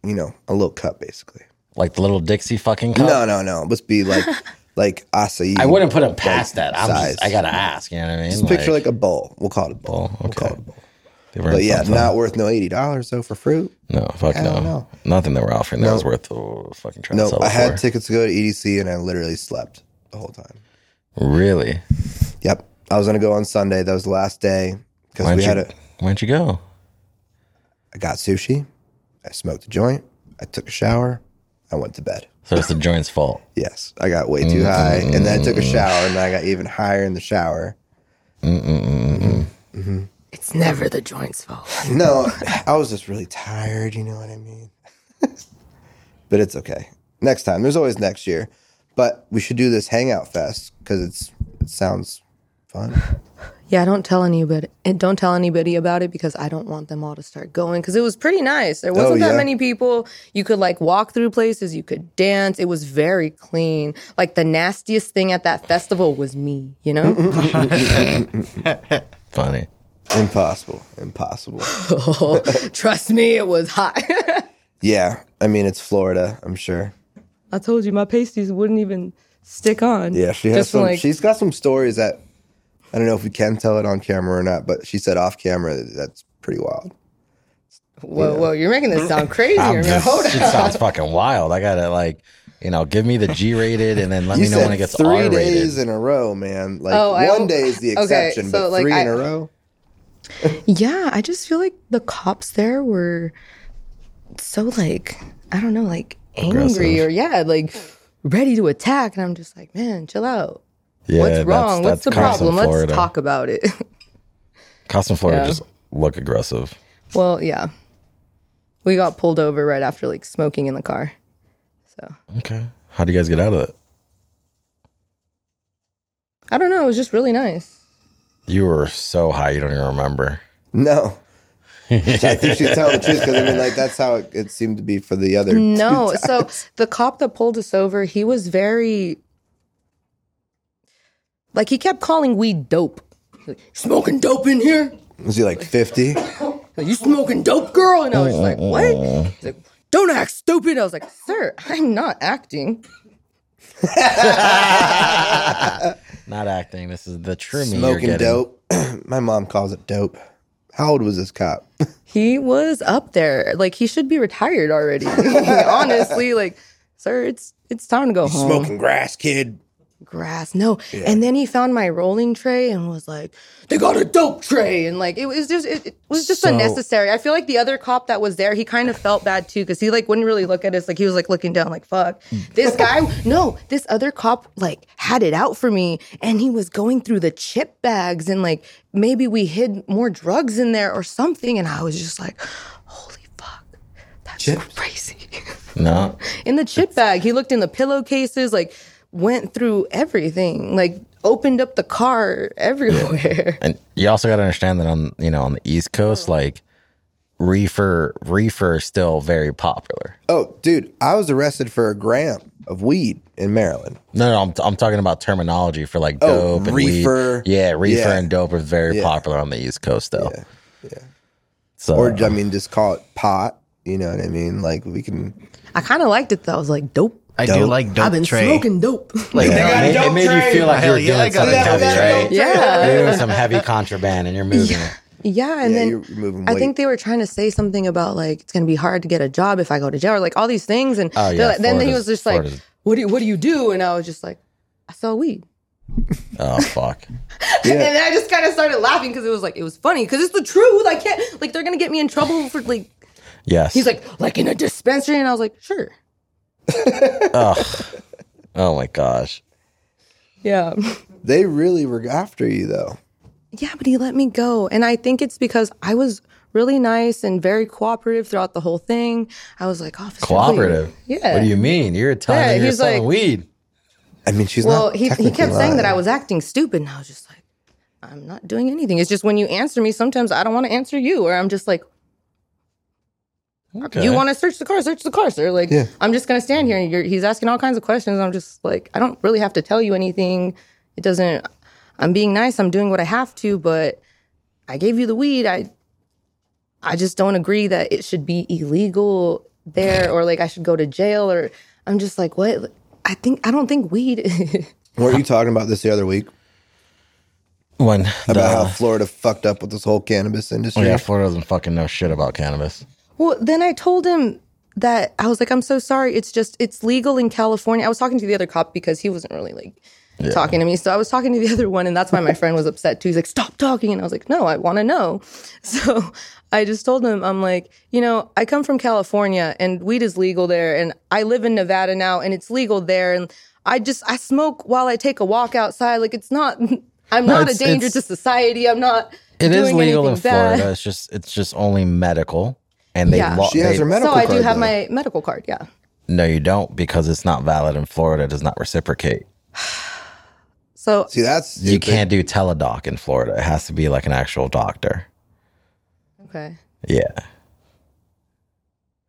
[SPEAKER 1] you know, a little cup basically.
[SPEAKER 2] like the little Dixie fucking cup.
[SPEAKER 1] No, no, no. It must be like like acai.
[SPEAKER 2] Oh. I wouldn't put it past that. I'm
[SPEAKER 1] Mm. size.
[SPEAKER 2] just, I gotta ask. You know what I mean?
[SPEAKER 1] Just picture like a bowl. We'll call it a bowl.
[SPEAKER 2] Bowl,
[SPEAKER 1] We'll
[SPEAKER 2] okay.
[SPEAKER 1] call it a bowl.
[SPEAKER 2] they were in
[SPEAKER 1] But yeah,
[SPEAKER 2] something.
[SPEAKER 1] not worth no eighty dollars though for fruit.
[SPEAKER 2] No, fuck no.
[SPEAKER 1] don't know.
[SPEAKER 2] Nothing they were offering that was worth oh, fucking trying
[SPEAKER 1] No,
[SPEAKER 2] to sell.
[SPEAKER 1] I had
[SPEAKER 2] for.
[SPEAKER 1] tickets to go to EDC and I literally slept the whole time.
[SPEAKER 2] Really?
[SPEAKER 1] Yep, I was gonna go on Sunday. That was the last day because
[SPEAKER 2] Why'd
[SPEAKER 1] we
[SPEAKER 2] you,
[SPEAKER 1] had a.
[SPEAKER 2] why'd you go?
[SPEAKER 1] I got sushi. I smoked a joint. I took a shower. I went to bed.
[SPEAKER 2] So it's the joint's fault.
[SPEAKER 1] Yes, I got way
[SPEAKER 2] Mm,
[SPEAKER 1] too high, and then I took a shower, and I got even higher in the shower.
[SPEAKER 3] It's never the joint's fault.
[SPEAKER 1] No, I was just really tired. You know what I mean? but it's okay. Next time, there's always next year. But we should do this hangout fest because it's it sounds fun.
[SPEAKER 3] Yeah, don't tell anybody. And don't tell anybody about it because I don't want them all to start going. Because it was pretty nice.
[SPEAKER 2] Oh,
[SPEAKER 3] There wasn't
[SPEAKER 1] yeah.
[SPEAKER 3] that many people. You could like walk through places. You could dance. It was very clean. Like the nastiest thing at that festival was me. You know,
[SPEAKER 2] Funny.
[SPEAKER 1] Impossible, impossible.
[SPEAKER 3] trust me, it was hot.
[SPEAKER 1] Yeah, I mean it's Florida. I'm sure.
[SPEAKER 3] I told you my pasties wouldn't even stick on.
[SPEAKER 1] Yeah, she has
[SPEAKER 3] Just
[SPEAKER 1] some.
[SPEAKER 3] like-
[SPEAKER 1] she's got some stories that I don't know if we can tell it on camera or not, but she said off camera that that's pretty wild.
[SPEAKER 3] Whoa, whoa, you're making this sound crazy.
[SPEAKER 2] I'm
[SPEAKER 3] man.
[SPEAKER 2] just,
[SPEAKER 3] Hold
[SPEAKER 2] it sounds fucking wild. I gotta like, you know, give me the G rated and then let me know when it gets
[SPEAKER 1] three
[SPEAKER 2] R
[SPEAKER 1] days
[SPEAKER 2] rated.
[SPEAKER 1] in a row, man. Like
[SPEAKER 3] Oh, I
[SPEAKER 1] one
[SPEAKER 3] don't-
[SPEAKER 1] day is the
[SPEAKER 3] okay,
[SPEAKER 1] exception,
[SPEAKER 3] so,
[SPEAKER 1] but
[SPEAKER 3] like,
[SPEAKER 1] three
[SPEAKER 3] I-
[SPEAKER 1] in a row.
[SPEAKER 3] Yeah, I just feel like the cops there were so like I don't know, like angry
[SPEAKER 2] Aggressive.
[SPEAKER 3] or yeah, like ready to attack, and I'm just like, man, chill out.
[SPEAKER 2] Yeah,
[SPEAKER 3] What's wrong? What's the
[SPEAKER 2] cops in
[SPEAKER 3] problem? Let's
[SPEAKER 2] Florida.
[SPEAKER 3] talk about it.
[SPEAKER 2] Cops in Florida
[SPEAKER 3] Yeah.
[SPEAKER 2] just look aggressive.
[SPEAKER 3] well, yeah, We got pulled over right after like smoking in the car.
[SPEAKER 2] Okay. How do you guys get out of it?
[SPEAKER 3] I don't know. It was just really nice.
[SPEAKER 2] You were so high, you don't even remember.
[SPEAKER 1] No. I think she's telling the truth because I mean, like that's how it, it seemed to be for the other.
[SPEAKER 3] No, so the cop that pulled us over, he was very like he kept calling weed dope. He's like, smoking dope in here?
[SPEAKER 1] Was he like fifty?
[SPEAKER 3] Like, you smoking dope, girl? And I was like, what? He's like, don't act stupid. I was like, sir, I'm not acting.
[SPEAKER 2] Not acting. This is the true me. you're
[SPEAKER 1] Smoking
[SPEAKER 2] getting.
[SPEAKER 1] dope. My mom calls it dope. How old was this cop?
[SPEAKER 3] He was up there. Like he should be retired already. Honestly, like, sir, it's it's time to go home.
[SPEAKER 1] Smoking grass, kid.
[SPEAKER 3] grass. No. And then he found my rolling tray and was like, "They got a dope tray." And like it was just it, it was just
[SPEAKER 2] So-
[SPEAKER 3] unnecessary. I feel like the other cop that was there, he kind of felt bad too cuz he like wouldn't really look at us like he was like looking down like, "Fuck." This guy, no, this other cop like had it out for me and he was going through the chip bags and like maybe we hid more drugs in there or something and I was just like, "Holy fuck. That's crazy."
[SPEAKER 2] No.
[SPEAKER 3] in the chip bag. He looked in the pillowcases, like went through everything, like opened up the car everywhere.
[SPEAKER 2] And you also got to understand that on you know on the East Coast, like reefer reefer is still very popular.
[SPEAKER 1] Oh, dude, I was arrested for a gram of weed in Maryland.
[SPEAKER 2] No, no, I'm, I'm talking about terminology for like
[SPEAKER 1] Oh,
[SPEAKER 2] dope and weed.
[SPEAKER 1] reefer.
[SPEAKER 2] Yeah, reefer
[SPEAKER 1] Yeah.
[SPEAKER 2] and dope are very
[SPEAKER 1] Yeah.
[SPEAKER 2] popular on the East Coast, though. Yeah. So,
[SPEAKER 1] Or I mean, just call it pot. You know what I mean? Like we can.
[SPEAKER 3] I kind of liked it though. I was like, dope.
[SPEAKER 4] I do
[SPEAKER 1] Dope.
[SPEAKER 4] like dope
[SPEAKER 3] I've been
[SPEAKER 4] tray.
[SPEAKER 3] smoking dope.
[SPEAKER 4] Like
[SPEAKER 2] Yeah,
[SPEAKER 4] they
[SPEAKER 2] it, made- it
[SPEAKER 4] got a dope
[SPEAKER 2] made you
[SPEAKER 4] tray.
[SPEAKER 2] feel like you
[SPEAKER 4] Hell
[SPEAKER 2] were
[SPEAKER 4] yeah,
[SPEAKER 2] doing
[SPEAKER 4] I got a
[SPEAKER 2] something
[SPEAKER 4] dope
[SPEAKER 2] heavy,
[SPEAKER 4] tray.
[SPEAKER 2] right?
[SPEAKER 3] yeah.
[SPEAKER 2] You're doing some heavy contraband and you're moving it.
[SPEAKER 3] Yeah. And
[SPEAKER 1] Yeah,
[SPEAKER 3] then
[SPEAKER 1] you're moving
[SPEAKER 3] I
[SPEAKER 1] weight.
[SPEAKER 3] think they were trying to say something about like, it's going to be hard to get a job if I go to jail or like all these things. And
[SPEAKER 2] Oh,
[SPEAKER 3] they're
[SPEAKER 2] yeah,
[SPEAKER 3] like- then he
[SPEAKER 2] Florida's-
[SPEAKER 3] was just like,
[SPEAKER 2] Florida's-
[SPEAKER 3] what do, you, what do you do? And I was just like, I sell weed.
[SPEAKER 2] Oh fuck!
[SPEAKER 3] And then I just kind of started laughing because it was like, it was funny because it's the truth. I can't, like, they're going to get me in trouble for like,
[SPEAKER 2] Yes.
[SPEAKER 3] he's like, like in a dispensary. And I was like, sure.
[SPEAKER 2] oh, oh my gosh.
[SPEAKER 3] Yeah.
[SPEAKER 1] They really were after you though.
[SPEAKER 3] Yeah, but he let me go. And I think it's because I was really nice and very cooperative throughout the whole thing. I was like, officer. please."
[SPEAKER 2] Cooperative.
[SPEAKER 3] Yeah.
[SPEAKER 2] What do you mean? You're Italian.
[SPEAKER 3] Yeah,
[SPEAKER 2] you're
[SPEAKER 3] he's
[SPEAKER 2] selling
[SPEAKER 3] like-
[SPEAKER 2] weed.
[SPEAKER 1] I mean, she's
[SPEAKER 3] Well,
[SPEAKER 1] not.
[SPEAKER 3] he, he
[SPEAKER 1] technically
[SPEAKER 3] kept saying that I
[SPEAKER 1] lying.
[SPEAKER 3] was acting stupid. And I was just like, I'm not doing anything. It's just when you answer me, sometimes I don't want to answer you. Or I'm just like,
[SPEAKER 2] Okay.
[SPEAKER 3] you want to search the car, search the car, sir. Like,
[SPEAKER 1] Yeah.
[SPEAKER 3] I'm just going to stand here. And you're, he's asking all kinds of questions. I'm just like, I don't really have to tell you anything. It doesn't, I'm being nice. I'm doing what I have to, but I gave you the weed. I, I just don't agree that it should be illegal there or like I should go to jail or I'm just like, what? I think, I don't think weed.
[SPEAKER 1] Weren't you talking about this the other week
[SPEAKER 2] When
[SPEAKER 1] about how
[SPEAKER 2] the,
[SPEAKER 1] Florida fucked up with this whole cannabis industry?
[SPEAKER 2] yeah, Florida doesn't fucking know shit about cannabis.
[SPEAKER 3] Well, then I told him that I was like, I'm so sorry. It's just, it's legal in California. I was talking to the other cop because he wasn't really like talking to me. So I was talking to the other one, and that's why my friend was upset too. He's like, stop talking. And I was like, no, I want to know. So I just told him, I'm like, you know, I come from California and weed is legal there. And I live in Nevada now and it's legal there. And I just, I smoke while I take a walk outside. Like, it's not, I'm not a
[SPEAKER 2] it's-
[SPEAKER 3] danger
[SPEAKER 2] it's-
[SPEAKER 3] to society. I'm not.
[SPEAKER 2] It is
[SPEAKER 3] doing
[SPEAKER 2] legal in
[SPEAKER 3] anything bad.
[SPEAKER 2] Florida. It's just it's just only medical, and they
[SPEAKER 3] Yeah.
[SPEAKER 2] lo-
[SPEAKER 1] She has
[SPEAKER 2] they-
[SPEAKER 1] her medical
[SPEAKER 3] So I
[SPEAKER 1] card,
[SPEAKER 3] do have
[SPEAKER 1] though.
[SPEAKER 3] my medical card. Yeah.
[SPEAKER 2] no, you don't because it's not valid in Florida. It does not reciprocate.
[SPEAKER 3] So
[SPEAKER 1] See, that's
[SPEAKER 2] You
[SPEAKER 1] stupid.
[SPEAKER 2] can't do teledoc in Florida. It has to be like an actual doctor.
[SPEAKER 3] Okay.
[SPEAKER 2] Yeah,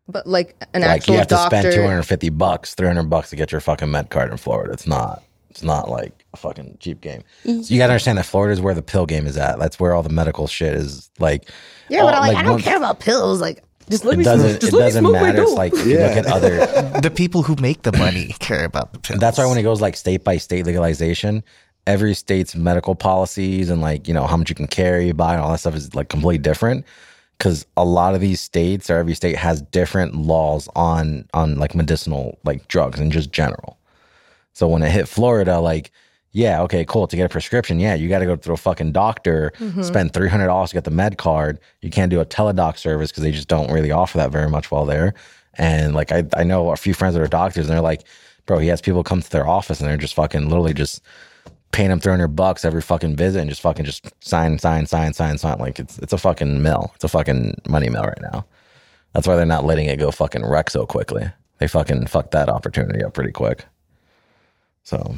[SPEAKER 3] But like an
[SPEAKER 2] like
[SPEAKER 3] actual
[SPEAKER 2] you have
[SPEAKER 3] doctor.
[SPEAKER 2] to spend two hundred fifty bucks, three hundred bucks to get your fucking med card in Florida. It's not. It's not like a fucking cheap game. So you gotta understand that Florida is where the pill game is at. That's where all the medical shit is. Like,
[SPEAKER 3] yeah, but
[SPEAKER 2] all-
[SPEAKER 3] I'm like, I don't
[SPEAKER 2] one-
[SPEAKER 3] care about pills. Like, just let
[SPEAKER 2] It
[SPEAKER 3] me.
[SPEAKER 2] doesn't. It
[SPEAKER 3] just let me
[SPEAKER 2] doesn't
[SPEAKER 3] smoke my
[SPEAKER 2] matter. It's
[SPEAKER 3] dope.
[SPEAKER 2] like if you
[SPEAKER 1] Yeah.
[SPEAKER 2] look at other.
[SPEAKER 4] The people who make the money care about the pills.
[SPEAKER 2] That's why when it goes like state by state legalization, every state's medical policies and like, you know, how much you can carry, buy, and all that stuff is like completely different. Cause a lot of these states or every state has different laws on on like medicinal like drugs and just general. So when it hit Florida, like, yeah, okay, cool. To get a prescription, yeah, you got to go through a fucking doctor, spend three hundred dollars to get the med card. You can't do a teledoc service because they just don't really offer that very much while there. And like, I I know a few friends that are doctors, and they're like, bro, he has people come to their office, and they're just fucking literally just paying them three hundred bucks every fucking visit, and just fucking just sign, sign, sign, sign, sign. Like it's it's a fucking mill. It's a fucking money mill right now. That's why they're not letting it go fucking wreck so quickly. They fucking fucked that opportunity up pretty quick. So,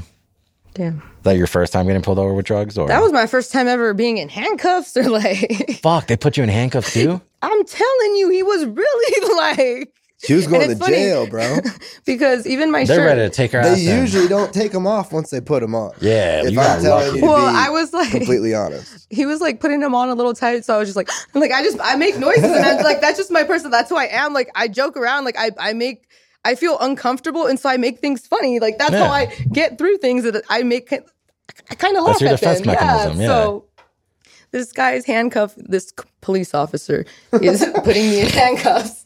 [SPEAKER 3] Damn.
[SPEAKER 2] is that your first time getting pulled over with drugs, or
[SPEAKER 3] That was my first time ever being in handcuffs or like
[SPEAKER 2] fuck? They put you in handcuffs too.
[SPEAKER 3] I'm telling you, he was really like
[SPEAKER 1] She was going
[SPEAKER 3] it's
[SPEAKER 1] to
[SPEAKER 3] funny.
[SPEAKER 1] jail, bro.
[SPEAKER 3] because even my
[SPEAKER 2] They're
[SPEAKER 3] shirt
[SPEAKER 2] ready to take her out.
[SPEAKER 1] they usually don't take them off once they put them on.
[SPEAKER 2] Yeah,
[SPEAKER 1] if
[SPEAKER 2] you
[SPEAKER 1] I'm
[SPEAKER 2] got
[SPEAKER 1] telling
[SPEAKER 2] lucky.
[SPEAKER 1] you, to
[SPEAKER 3] Well,
[SPEAKER 1] be
[SPEAKER 3] I was like
[SPEAKER 1] completely honest.
[SPEAKER 3] he was like putting them on a little tight, so I was just like, I'm like I just I make noises and I'm like that's just my person. That's who I am. Like I joke around. Like I I make I feel uncomfortable, and so I make things funny. Like that's
[SPEAKER 2] Yeah.
[SPEAKER 3] how I get through things. That I make I kind of laugh
[SPEAKER 2] your
[SPEAKER 3] at
[SPEAKER 2] defense
[SPEAKER 3] them.
[SPEAKER 2] mechanism, yeah.
[SPEAKER 3] So this guy is handcuffed. This c- police officer is putting me in handcuffs,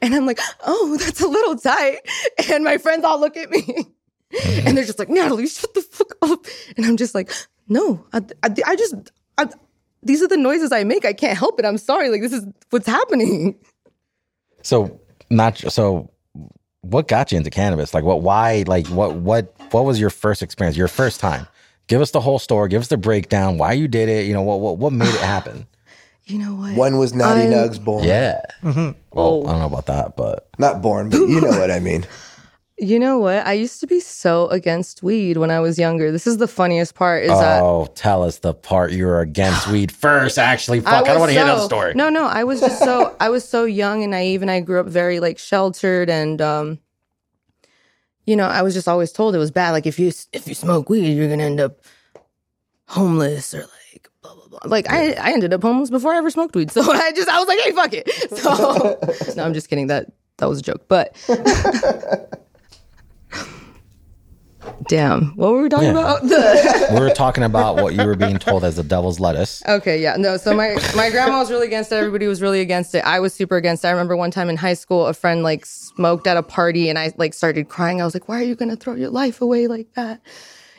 [SPEAKER 3] and I'm like, oh, that's a little tight. And my friends all look at me. And they're just like, Natalie, shut the fuck up. And I'm just like, no, I, I, I just, I, these are the noises I make. I can't help it. I'm sorry. Like, this is what's happening.
[SPEAKER 2] So not so. What got you into cannabis? Like what? Why? Like what? What? What was your first experience? Your first time? Give us the whole story. Give us the breakdown. Why you did it? You know what? What? What made it happen?
[SPEAKER 3] You know what?
[SPEAKER 1] When was Naughty
[SPEAKER 3] I-
[SPEAKER 1] Nugs born?
[SPEAKER 2] Yeah. Well,
[SPEAKER 3] Oh.
[SPEAKER 2] I don't know about that, but
[SPEAKER 1] Not born, but you know what I mean.
[SPEAKER 3] You know what? I used to be so against weed when I was younger. This is the funniest part is that
[SPEAKER 2] oh, tell us the part you were against weed first. Actually, fuck, I,
[SPEAKER 3] was
[SPEAKER 2] don't want to hear that
[SPEAKER 3] so-
[SPEAKER 2] story.
[SPEAKER 3] No, no, I was just so I was so young and naive, and I grew up very like sheltered, and um, you know, I was just always told it was bad. Like if you if you smoke weed, you're gonna end up homeless or like blah blah blah. Like I I ended up homeless before I ever smoked weed, so I just I was like, hey, fuck it. So no, I'm just kidding. That that was a joke, but. Damn, what were we talking
[SPEAKER 2] Yeah.
[SPEAKER 3] about? The
[SPEAKER 2] We were talking about what you were being told as the devil's lettuce.
[SPEAKER 3] Okay, yeah. No, so my my grandma was really against it. Everybody was really against it. I was super against it. I remember one time in high school, a friend like smoked at a party and I like started crying. I was like, "Why are you going to throw your life away like that?"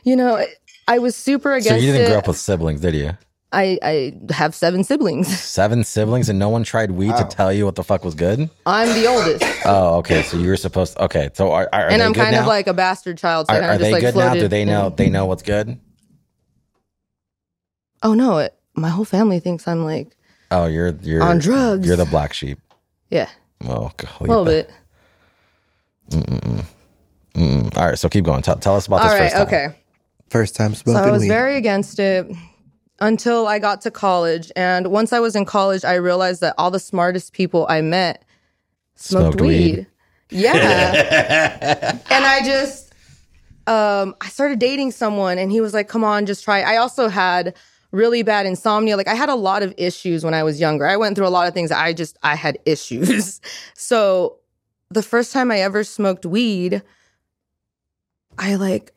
[SPEAKER 3] You know, I, I was super against
[SPEAKER 2] So you didn't
[SPEAKER 3] it.
[SPEAKER 2] grow up with siblings, did you?
[SPEAKER 3] I I have 7 siblings.
[SPEAKER 2] Seven siblings, and no one tried weed to tell you what the fuck was good.
[SPEAKER 3] I'm the oldest.
[SPEAKER 2] Oh, okay. So you were supposed. okay, so are, are, are
[SPEAKER 3] and
[SPEAKER 2] they
[SPEAKER 3] I'm
[SPEAKER 2] good
[SPEAKER 3] kind
[SPEAKER 2] now?
[SPEAKER 3] of like a bastard child, so I
[SPEAKER 2] Are,
[SPEAKER 3] kind
[SPEAKER 2] are
[SPEAKER 3] of just
[SPEAKER 2] they
[SPEAKER 3] like
[SPEAKER 2] good
[SPEAKER 3] floated.
[SPEAKER 2] now? Do they know? They know what's good.
[SPEAKER 3] Oh no, it, my whole family thinks I'm like
[SPEAKER 2] Oh, you're you're
[SPEAKER 3] On drugs.
[SPEAKER 2] You're the black sheep.
[SPEAKER 3] yeah,
[SPEAKER 2] Oh, God,
[SPEAKER 3] a little bit.
[SPEAKER 2] All right, so keep going. Tell, tell us about this
[SPEAKER 3] All right,
[SPEAKER 2] first time.
[SPEAKER 3] okay.
[SPEAKER 1] First time
[SPEAKER 3] So
[SPEAKER 1] smoking
[SPEAKER 3] I was
[SPEAKER 1] weed.
[SPEAKER 3] very against it until I got to college. And once I was in college, I realized that all the smartest people I met smoked,
[SPEAKER 2] Smoked
[SPEAKER 3] weed.
[SPEAKER 2] weed.
[SPEAKER 3] Yeah. and I just, um, I started dating someone and he was like, come on, just try. it." I also had really bad insomnia. Like I had a lot of issues when I was younger. I went through a lot of things. I just, I had issues. so the first time I ever smoked weed, I like,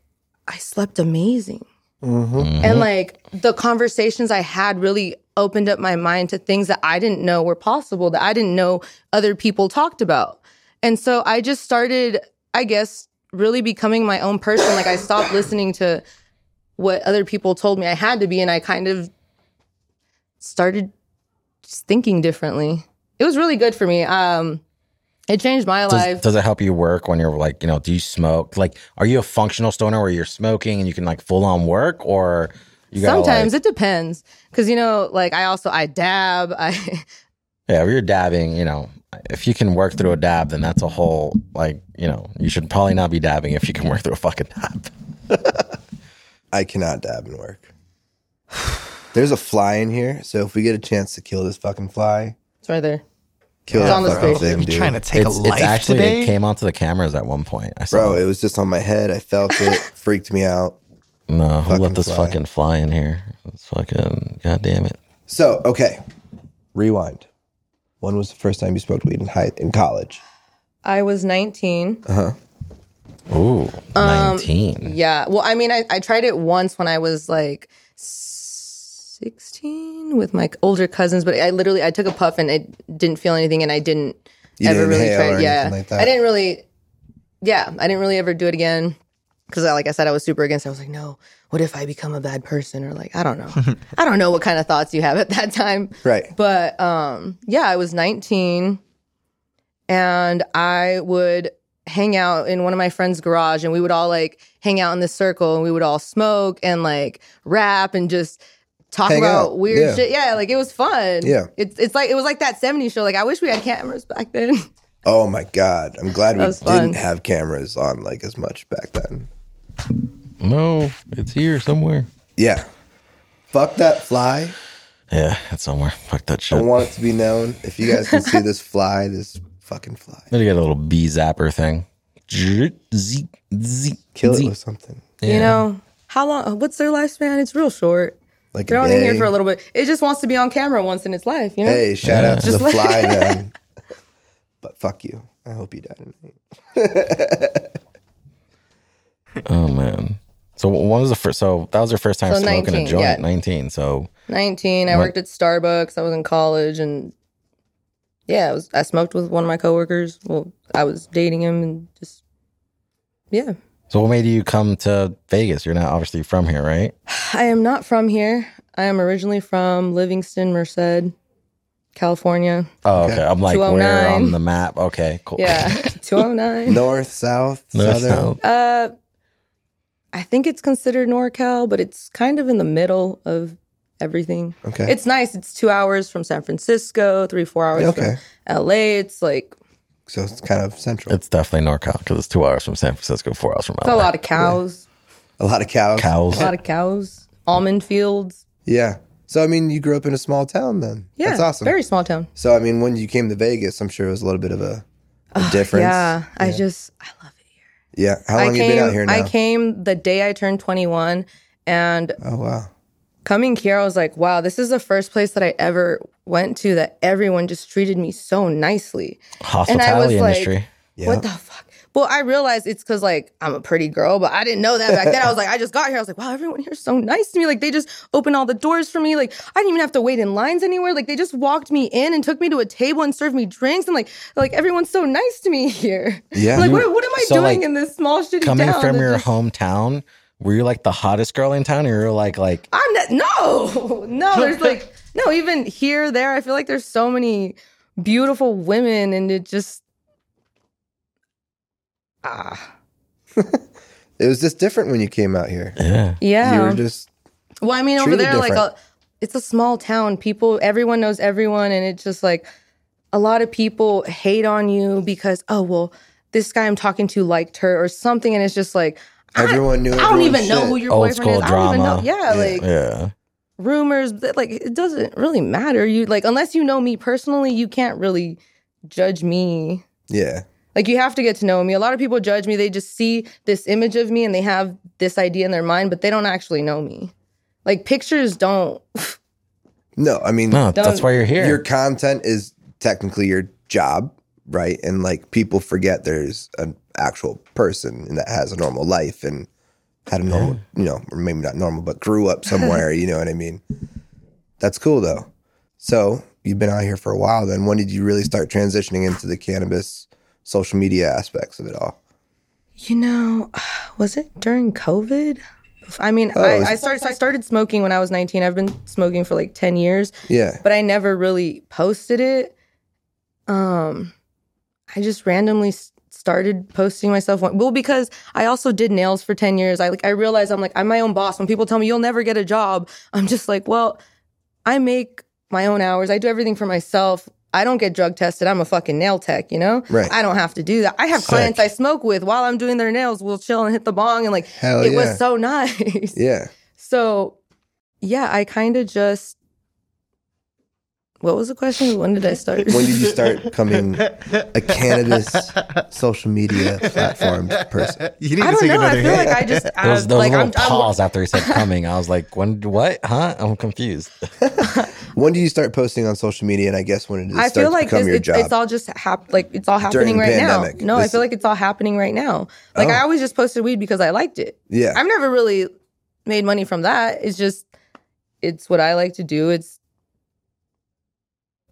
[SPEAKER 3] I slept amazing.
[SPEAKER 1] Mm-hmm.
[SPEAKER 3] And like the conversations I had really opened up my mind to things that I didn't know were possible, that I didn't know other people talked about. And so I just started, I guess, really becoming my own person. Like I stopped listening to what other people told me I had to be, and I kind of started just thinking differently. It was really good for me. Um, it changed my
[SPEAKER 2] Does,
[SPEAKER 3] life.
[SPEAKER 2] does it help you work when you're like, you know, do you smoke? Like, are you a functional stoner where you're smoking and you can like full on work, or you gotta,
[SPEAKER 3] Sometimes
[SPEAKER 2] like,
[SPEAKER 3] it depends, because you know, like I also I dab. I
[SPEAKER 2] yeah, if you're dabbing, you know, if you can work through a dab, then that's a whole like, you know, you should probably not be dabbing if you can work through a fucking dab.
[SPEAKER 1] I cannot dab and work. There's a fly in here, so if we get a chance to kill this fucking fly,
[SPEAKER 3] it's right there.
[SPEAKER 1] kill
[SPEAKER 3] It's
[SPEAKER 1] that
[SPEAKER 3] on this
[SPEAKER 1] fucking
[SPEAKER 3] picture.
[SPEAKER 1] thing,
[SPEAKER 4] I'm
[SPEAKER 1] dude.
[SPEAKER 4] trying to take
[SPEAKER 2] it's,
[SPEAKER 4] a
[SPEAKER 2] it's
[SPEAKER 4] life
[SPEAKER 2] actually
[SPEAKER 4] today.
[SPEAKER 2] it came onto the cameras at one point. I saw.
[SPEAKER 1] Bro, it was just on my head. I felt it, freaked me out.
[SPEAKER 2] no, who let this
[SPEAKER 1] fly.
[SPEAKER 2] fucking fly in here? It's fucking god damn it.
[SPEAKER 1] So, okay, rewind. When was the first time you smoked weed in high in college?
[SPEAKER 3] I was 19.
[SPEAKER 1] Uh.
[SPEAKER 2] Ooh, nineteen.
[SPEAKER 3] Yeah. Well, I mean, I, I tried it once when I was like 16 with my older cousins, but I literally, I took a puff and it didn't feel anything and I didn't
[SPEAKER 1] You
[SPEAKER 3] ever
[SPEAKER 1] didn't
[SPEAKER 3] really
[SPEAKER 1] inhale
[SPEAKER 3] try
[SPEAKER 1] or
[SPEAKER 3] it. Yeah.
[SPEAKER 1] anything like that?
[SPEAKER 3] I didn't really, yeah, I didn't really ever do it again. Cause I, like I said, I was super against it. I was like, no, what if I become a bad person? Or like, I don't know. I don't know what kind of thoughts you have at that time.
[SPEAKER 1] Right.
[SPEAKER 3] But um, yeah, I was 19 and I would hang out in one of my friend's garage and we would all like hang out in this circle and we would all smoke and like rap and just talk
[SPEAKER 1] Hang
[SPEAKER 3] about
[SPEAKER 1] out.
[SPEAKER 3] weird
[SPEAKER 1] Yeah.
[SPEAKER 3] shit. Yeah, like it was fun.
[SPEAKER 1] Yeah.
[SPEAKER 3] It's it's like it was like that 70s show. Like I wish we had cameras back then.
[SPEAKER 1] Oh my god! I'm glad we
[SPEAKER 3] That was fun.
[SPEAKER 1] didn't have cameras on like as much back then.
[SPEAKER 2] No, it's here somewhere.
[SPEAKER 1] Yeah. Fuck that fly.
[SPEAKER 2] Yeah, it's somewhere. Fuck that
[SPEAKER 1] I
[SPEAKER 2] shit.
[SPEAKER 1] want it to be known. If you guys can see this fly, this fucking fly,
[SPEAKER 2] Then you get a little bee zapper thing. Zzzz, zzz,
[SPEAKER 1] kill it
[SPEAKER 2] zzz.
[SPEAKER 1] with something.
[SPEAKER 3] You know? How long what's their lifespan? It's real short.
[SPEAKER 1] Like
[SPEAKER 3] They're
[SPEAKER 1] a
[SPEAKER 3] only here
[SPEAKER 1] day.
[SPEAKER 3] for a little bit. It just wants to be on camera once in its life, you know?
[SPEAKER 1] Hey, shout out to
[SPEAKER 3] Just
[SPEAKER 1] the
[SPEAKER 3] like-
[SPEAKER 1] fly then. But fuck you. I hope you die tonight.
[SPEAKER 2] Oh man. So when was the first? So that was her first time
[SPEAKER 3] So
[SPEAKER 2] smoking
[SPEAKER 3] 19,
[SPEAKER 2] a joint.
[SPEAKER 3] yeah.
[SPEAKER 2] Nineteen. So
[SPEAKER 3] 19. I
[SPEAKER 2] What-
[SPEAKER 3] worked at Starbucks. I was in college and yeah, I was I smoked with one of my coworkers. Well, I was dating him and just yeah.
[SPEAKER 2] so what made you come to Vegas? You're not obviously from here, right?
[SPEAKER 3] I am not from here. I am originally from Livingston, Merced, California.
[SPEAKER 2] Oh, okay. I'm like, where
[SPEAKER 3] 209.
[SPEAKER 2] on the map? Okay, cool.
[SPEAKER 3] Yeah, 209.
[SPEAKER 1] North, south,
[SPEAKER 2] North,
[SPEAKER 1] southern.
[SPEAKER 2] south.
[SPEAKER 3] Uh, I think it's considered NorCal, but it's kind of in the middle of everything.
[SPEAKER 1] Okay.
[SPEAKER 3] It's nice. It's two hours from San Francisco, three, four hours
[SPEAKER 1] Okay.
[SPEAKER 3] from LA. It's like,
[SPEAKER 1] so it's kind of central.
[SPEAKER 2] It's definitely NorCal because it's two hours from San Francisco, four hours from
[SPEAKER 3] it's a
[SPEAKER 2] LA.
[SPEAKER 3] lot of cows,
[SPEAKER 1] a lot of cows.
[SPEAKER 2] Cows.
[SPEAKER 3] a lot of cows, almond fields.
[SPEAKER 1] Yeah. So I mean, you grew up in a small town then.
[SPEAKER 3] Yeah,
[SPEAKER 1] That's awesome.
[SPEAKER 3] Very small town.
[SPEAKER 1] so I mean, when you came to Vegas, I'm sure it was a little bit of a, a difference.
[SPEAKER 3] Yeah, I just, I love it.
[SPEAKER 1] Yeah. How
[SPEAKER 3] I
[SPEAKER 1] long
[SPEAKER 3] came,
[SPEAKER 1] you been out here now?
[SPEAKER 3] I came the day I turned 21 and
[SPEAKER 1] Oh wow.
[SPEAKER 3] coming here, I was like, wow, this is the first place that I ever went to that everyone just treated me so nicely.
[SPEAKER 2] Hospitality
[SPEAKER 3] like,
[SPEAKER 2] industry.
[SPEAKER 1] Yeah.
[SPEAKER 3] What the fuck? Well, I realized it's because like I'm a pretty girl, but I didn't know that back then. I was like, I just got here. I was like, wow, everyone here's so nice to me. Like they just opened all the doors for me. Like I didn't even have to wait in lines anywhere. Like they just walked me in and took me to a table and served me drinks and like like everyone's so nice to me here.
[SPEAKER 1] Yeah.
[SPEAKER 3] like what, what am I
[SPEAKER 2] So,
[SPEAKER 3] doing
[SPEAKER 2] like,
[SPEAKER 3] in this small shitty
[SPEAKER 2] Coming
[SPEAKER 3] town
[SPEAKER 2] from
[SPEAKER 3] that
[SPEAKER 2] your
[SPEAKER 3] just-
[SPEAKER 2] hometown, were you like the hottest girl in town, or you were like like
[SPEAKER 3] I'm not. No, no. There's like no. Even here, there. I feel like there's so many beautiful women, and it just ah
[SPEAKER 1] It was just different when you came out here.
[SPEAKER 2] yeah.
[SPEAKER 1] You
[SPEAKER 3] yeah.
[SPEAKER 1] were just
[SPEAKER 3] well, I mean, over
[SPEAKER 1] treated
[SPEAKER 3] there, like
[SPEAKER 1] different.
[SPEAKER 3] a, it's a small town. People, everyone knows everyone, and it's just like a lot of people hate on you because oh well, this guy I'm talking to liked her or something, and it's just like.
[SPEAKER 1] everyone knew.
[SPEAKER 3] I don't even
[SPEAKER 1] everyone's
[SPEAKER 3] know
[SPEAKER 1] shit.
[SPEAKER 3] who your
[SPEAKER 2] Old
[SPEAKER 3] boyfriend is.
[SPEAKER 2] school
[SPEAKER 3] I don't even
[SPEAKER 2] drama.
[SPEAKER 3] know. Yeah, like
[SPEAKER 2] Yeah.
[SPEAKER 3] rumors that like it doesn't really matter you like unless you know me personally you can't really judge me
[SPEAKER 1] Yeah.
[SPEAKER 3] like you have to get to know me a lot of people judge me they just see this image of me and they have this idea in their mind but they don't actually know me like pictures don't
[SPEAKER 1] No, I mean,
[SPEAKER 2] No, that's
[SPEAKER 3] Don't-
[SPEAKER 2] why you're here.
[SPEAKER 1] your content is technically your job, right? And like people forget there's an actual person that has a normal life and had a normal, you know, or maybe not normal, but grew up somewhere. you know what I mean? That's cool though. So you've been out here for a while. Then when did you really start transitioning into the cannabis social media aspects of it all?
[SPEAKER 3] you know was it during covid i mean
[SPEAKER 1] Oh, it was-
[SPEAKER 3] I, I started i started smoking when i was 19 i've been smoking for like 10 years
[SPEAKER 1] Yeah.
[SPEAKER 3] but I never really posted it. Um, I just randomly s- started posting myself. One, well, because I also did nails for ten years. I like I realized I'm like I'm my own boss. When people tell me you'll never get a job, I'm just like, well, I make my own hours. I do everything for myself. I don't get drug tested. I'm a fucking nail tech, you know?
[SPEAKER 1] Right.
[SPEAKER 3] I don't have to do that. I have
[SPEAKER 2] Sick.
[SPEAKER 3] clients I smoke with while I'm doing their nails. We'll chill and hit the bong and like
[SPEAKER 1] Hell
[SPEAKER 3] it
[SPEAKER 1] yeah.
[SPEAKER 3] was so nice.
[SPEAKER 1] yeah.
[SPEAKER 3] So, yeah, I kind of just. What was the question? When did I start?
[SPEAKER 1] When did you start becoming a cannabis social media platform person?
[SPEAKER 4] You need
[SPEAKER 3] I
[SPEAKER 4] to
[SPEAKER 3] don't
[SPEAKER 4] take
[SPEAKER 3] know. I
[SPEAKER 4] another
[SPEAKER 3] feel
[SPEAKER 4] hit.
[SPEAKER 3] like I just. I
[SPEAKER 2] there was, there was
[SPEAKER 3] like,
[SPEAKER 2] a little
[SPEAKER 3] I'm,
[SPEAKER 2] pause after he said coming. I was like, when? What? Huh? I'm confused.
[SPEAKER 1] When do you start posting on social media? And I guess when it
[SPEAKER 3] I'm, I
[SPEAKER 1] starts
[SPEAKER 3] feel like
[SPEAKER 1] to become
[SPEAKER 3] it's,
[SPEAKER 1] your
[SPEAKER 3] it's,
[SPEAKER 1] job.
[SPEAKER 3] it's all just hap- like it's all
[SPEAKER 1] During
[SPEAKER 3] happening
[SPEAKER 1] the
[SPEAKER 3] right
[SPEAKER 1] pandemic.
[SPEAKER 3] now. No, I
[SPEAKER 1] This- Oh.
[SPEAKER 3] feel like it's all happening right now. Like I always just posted weed because I liked it.
[SPEAKER 1] yeah.
[SPEAKER 3] I've never really made money from that. It's just, it's what I like to do. It's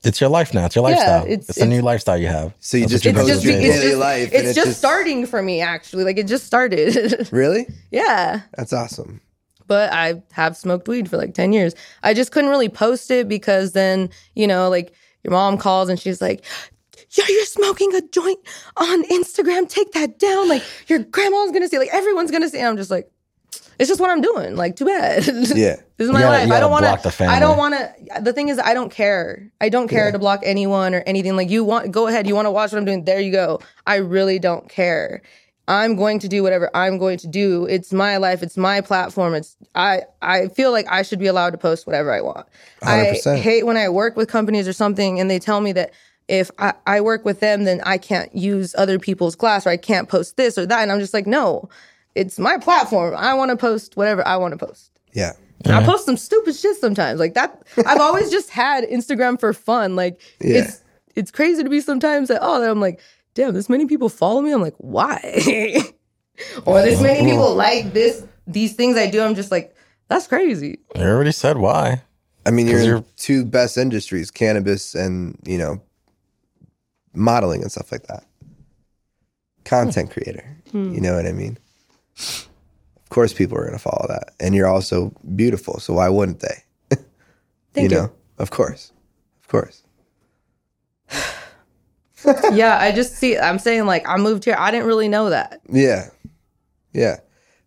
[SPEAKER 2] It's your life now. It's your
[SPEAKER 3] Yeah,
[SPEAKER 2] lifestyle.
[SPEAKER 3] it's-
[SPEAKER 2] it's, a new
[SPEAKER 3] it's-
[SPEAKER 2] lifestyle you have.
[SPEAKER 1] So you
[SPEAKER 2] That's
[SPEAKER 1] just
[SPEAKER 2] what
[SPEAKER 3] it's
[SPEAKER 2] you're
[SPEAKER 1] post
[SPEAKER 3] just,
[SPEAKER 2] posting.
[SPEAKER 1] your
[SPEAKER 3] it's
[SPEAKER 1] daily
[SPEAKER 3] just
[SPEAKER 1] life and
[SPEAKER 3] it's,
[SPEAKER 1] it's
[SPEAKER 3] just
[SPEAKER 1] just-
[SPEAKER 3] starting for me actually. Like it just started.
[SPEAKER 1] Really?
[SPEAKER 3] yeah.
[SPEAKER 1] That's awesome.
[SPEAKER 3] but I have smoked weed for like 10 years. I just couldn't really post it because then, you know, like your mom calls and she's like, yeah, you're smoking a joint on Instagram. Take that down. Like your grandma's gonna see, like everyone's gonna see. And I'm just like, It's just what I'm doing. Like, too bad.
[SPEAKER 1] Yeah.
[SPEAKER 3] This is my
[SPEAKER 2] You gotta-
[SPEAKER 3] life.
[SPEAKER 2] you
[SPEAKER 3] I
[SPEAKER 2] gotta
[SPEAKER 3] don't want
[SPEAKER 2] block the
[SPEAKER 3] to.
[SPEAKER 2] family.
[SPEAKER 3] I don't want to. The thing is, I don't care. I don't care to block anyone or anything. Like you want, go ahead. You want to watch what I'm doing? There you go. I really don't care. I'm going to do whatever I'm going to do. It's my life. It's my platform. It's I. I feel like I should be allowed to post whatever I want. I
[SPEAKER 1] 100%.
[SPEAKER 3] hate when I work with companies or something and they tell me that if I, I work with them, then I can't use other people's glass or I can't post this or that. And I'm just like, no, it's my platform. I want to post whatever I want to post.
[SPEAKER 1] Yeah.
[SPEAKER 3] I
[SPEAKER 1] Uh-huh.
[SPEAKER 3] post some stupid shit sometimes. Like that I've always just had Instagram for fun. Like
[SPEAKER 1] Yeah.
[SPEAKER 3] it's it's crazy to me sometimes that oh that I'm like, damn, this many people follow me. I'm like, why? or this many people like this these things I do. I'm just like, that's crazy.
[SPEAKER 2] You already said why.
[SPEAKER 1] I mean, you're
[SPEAKER 2] 'Cause
[SPEAKER 1] in
[SPEAKER 2] you're-
[SPEAKER 1] two best industries, cannabis and, you know, modeling and stuff like that.
[SPEAKER 3] Hmm.
[SPEAKER 1] Content creator. You know what I mean? Of course people are going to follow that. And you're also beautiful, so why wouldn't they?
[SPEAKER 3] Thank
[SPEAKER 1] you
[SPEAKER 3] you.
[SPEAKER 1] know, of course. Of course.
[SPEAKER 3] yeah, I just see I'm saying like I moved here. I didn't really know that.
[SPEAKER 1] Yeah. Yeah.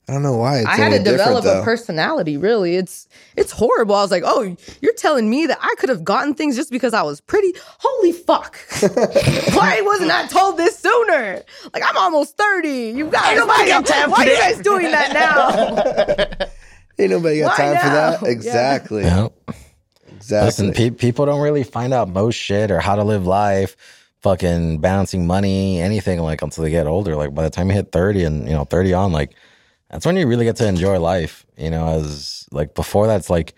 [SPEAKER 1] I don't know why it's
[SPEAKER 3] I had
[SPEAKER 1] any
[SPEAKER 3] to develop
[SPEAKER 1] different, though.
[SPEAKER 3] a personality, really. It's it's horrible. I was like, oh, you're telling me that I could have gotten things just because I was pretty? Holy fuck. Why wasn't I told this sooner? Like I'm almost 30. You guys nobody got time Why are you guys doing that now?
[SPEAKER 1] Ain't nobody got
[SPEAKER 3] Why
[SPEAKER 1] time for
[SPEAKER 3] now?
[SPEAKER 1] that.
[SPEAKER 3] Yeah.
[SPEAKER 1] Exactly.
[SPEAKER 2] Yep.
[SPEAKER 1] Exactly.
[SPEAKER 2] Listen, pe- people don't really find out most shit or how to live life, fucking balancing money, anything like until they get older. Like by the time you hit 30 and, you know, 30 on, like that's when you really get to enjoy life, you know, as like before that's like,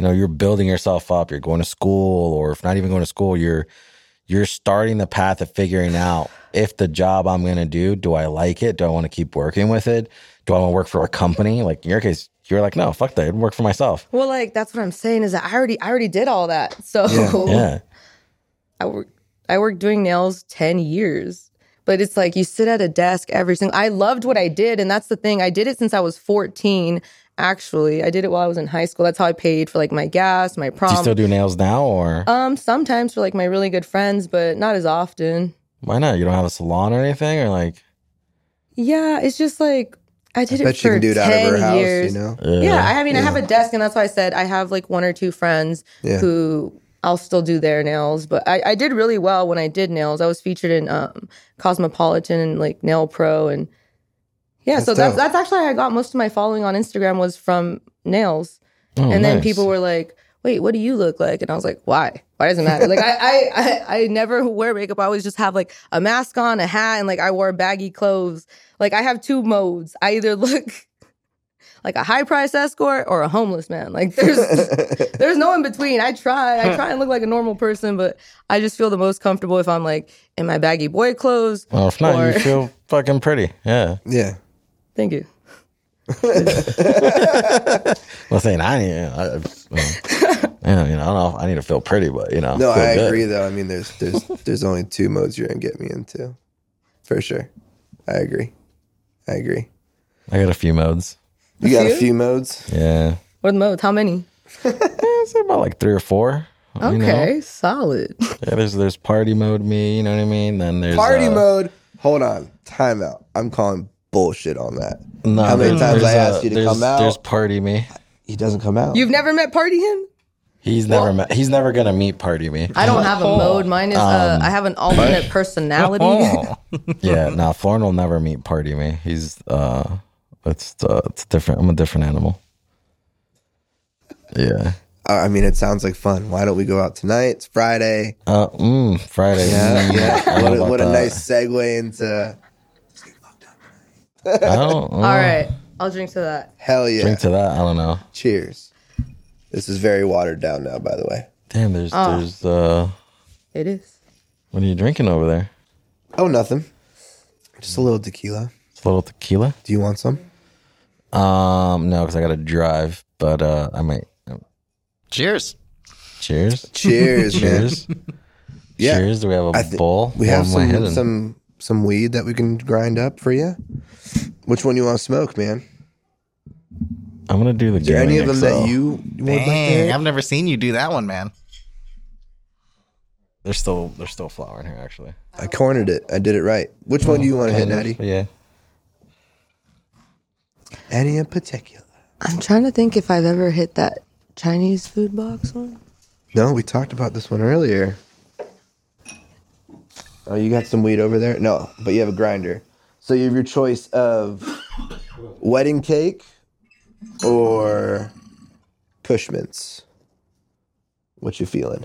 [SPEAKER 2] you know, you're building yourself up, you're going to school or if not even going to school, you're you're starting the path of figuring out if the job I'm going to do, do I like it? Do I want to keep working with it? Do I want to work for a company? Like in your case, you're like, no, fuck that. I'd work for myself.
[SPEAKER 3] well, like that's what I'm saying is that I already I already did all that. So
[SPEAKER 2] Yeah.
[SPEAKER 3] I work I worked doing nails 10 years. But it's like you sit at a desk every single I loved what I did and that's the thing. I did it since I was 14 actually. I did it while I was in high school. That's how I paid for like my gas, my
[SPEAKER 2] Do you
[SPEAKER 3] prom.
[SPEAKER 2] still do nails now or?
[SPEAKER 3] um sometimes for like my really good friends, but not as often.
[SPEAKER 2] Why not? You don't have a salon or anything, or like,
[SPEAKER 3] Yeah, it's just like I did
[SPEAKER 1] I
[SPEAKER 3] it
[SPEAKER 1] bet
[SPEAKER 3] for
[SPEAKER 1] you can do it
[SPEAKER 3] 10
[SPEAKER 1] out of her house,
[SPEAKER 3] years.
[SPEAKER 1] you
[SPEAKER 2] uh,
[SPEAKER 1] know?
[SPEAKER 3] Yeah, I mean, I have a desk, and that's why I said I have like one or two friends
[SPEAKER 1] Yeah.
[SPEAKER 3] who I'll still do their nails. But I, I did really well when I did nails. I was featured in um, Cosmopolitan and like Nail Pro, and yeah, so
[SPEAKER 1] That's dope.
[SPEAKER 3] that's that's actually how I got most of my following on Instagram was from nails.
[SPEAKER 2] Oh,
[SPEAKER 3] and then
[SPEAKER 2] nice.
[SPEAKER 3] people were like, "Wait, what do you look like?" And I was like, "Why? Why does it matter?" like I, I, I, I never wear makeup. I always just have like a mask on, a hat, and like I wore baggy clothes. Like I have two modes. I either look like a high price escort or a homeless man. Like there's there's no in between. I try. I try and look like a normal person, but I just feel the most comfortable if I'm like in my baggy boy clothes.
[SPEAKER 2] Well, if not,
[SPEAKER 3] or,
[SPEAKER 2] you feel fucking pretty. Yeah.
[SPEAKER 1] yeah.
[SPEAKER 3] thank you.
[SPEAKER 2] Well, saying I need, you know, I, well, yeah, you know, I don't know if I need to feel pretty, but you know,
[SPEAKER 1] No,
[SPEAKER 2] feel
[SPEAKER 1] I
[SPEAKER 2] good.
[SPEAKER 1] agree though. I mean, there's there's there's only two modes you're gonna get me into, for sure. I agree. I agree.
[SPEAKER 2] I got a few modes.
[SPEAKER 1] You got a
[SPEAKER 3] few?
[SPEAKER 1] few modes.
[SPEAKER 2] Yeah,
[SPEAKER 3] What modes? How many?
[SPEAKER 2] yeah say about like three or four.
[SPEAKER 3] Okay,
[SPEAKER 2] You know?
[SPEAKER 3] solid.
[SPEAKER 2] Yeah, there's there's party mode me. You know what I mean? Then there's
[SPEAKER 1] Party
[SPEAKER 2] uh,
[SPEAKER 1] mode. Hold on. Timeout. I'm calling bullshit on that.
[SPEAKER 2] No,
[SPEAKER 1] How many
[SPEAKER 2] there's-
[SPEAKER 1] times
[SPEAKER 2] there's,
[SPEAKER 1] I asked
[SPEAKER 2] uh,
[SPEAKER 1] you to
[SPEAKER 2] there's-
[SPEAKER 1] come out?
[SPEAKER 2] There's party me.
[SPEAKER 1] He doesn't come out.
[SPEAKER 3] You've never met Party Him?
[SPEAKER 2] He's never met. He's never gonna meet party me.
[SPEAKER 3] I don't have a mode. Mine is uh, I have an alternate personality.
[SPEAKER 2] yeah, no, Florin will never meet party me. He's uh, it's uh, it's different. I'm a different animal. Yeah.
[SPEAKER 1] I I mean, it sounds like fun. Why don't we go out tonight? It's Friday.
[SPEAKER 2] Uh, mm, Friday.
[SPEAKER 1] Yeah.
[SPEAKER 2] Mm, I don't know
[SPEAKER 1] What a,
[SPEAKER 2] about
[SPEAKER 1] what a
[SPEAKER 2] that.
[SPEAKER 1] nice segue into
[SPEAKER 2] I don't. All
[SPEAKER 3] All
[SPEAKER 2] right.
[SPEAKER 3] right, I'll drink to that.
[SPEAKER 1] hell yeah.
[SPEAKER 2] Drink to that. I don't know.
[SPEAKER 1] Cheers. This is very watered down now, by the way.
[SPEAKER 2] Damn. There's there's uh.
[SPEAKER 3] It is.
[SPEAKER 2] What are you drinking over there?
[SPEAKER 1] Oh, nothing. Just a little tequila.
[SPEAKER 2] It's a little tequila.
[SPEAKER 1] Do you want some?
[SPEAKER 2] Um, no, because I gotta drive. But uh, I might.
[SPEAKER 4] Cheers.
[SPEAKER 2] Cheers.
[SPEAKER 1] Cheers, man.
[SPEAKER 2] Cheers.
[SPEAKER 1] Yeah.
[SPEAKER 2] Cheers. Do we have a
[SPEAKER 1] I thi-
[SPEAKER 2] bowl?
[SPEAKER 1] We
[SPEAKER 2] Where
[SPEAKER 1] have
[SPEAKER 2] am I
[SPEAKER 1] some
[SPEAKER 2] heading?
[SPEAKER 1] some some weed that we can grind up for you. Which one you want to smoke, man?
[SPEAKER 2] I'm gonna do the.
[SPEAKER 1] Is there any of them that
[SPEAKER 2] XL.
[SPEAKER 1] you would like to
[SPEAKER 4] Dang,
[SPEAKER 1] hit?
[SPEAKER 4] I've never seen you do that one, man.
[SPEAKER 2] There's still there's still flour in here actually.
[SPEAKER 1] I cornered it. I did it right. Which one do you want to hit, Natty?
[SPEAKER 2] Yeah.
[SPEAKER 1] Any in particular?
[SPEAKER 3] I'm trying to think if I've ever hit that Chinese food box one.
[SPEAKER 1] No, we talked about this one earlier. Oh, you got some weed over there? No, but you have a grinder. So you have your choice of wedding cake or Cushman's. What you feeling?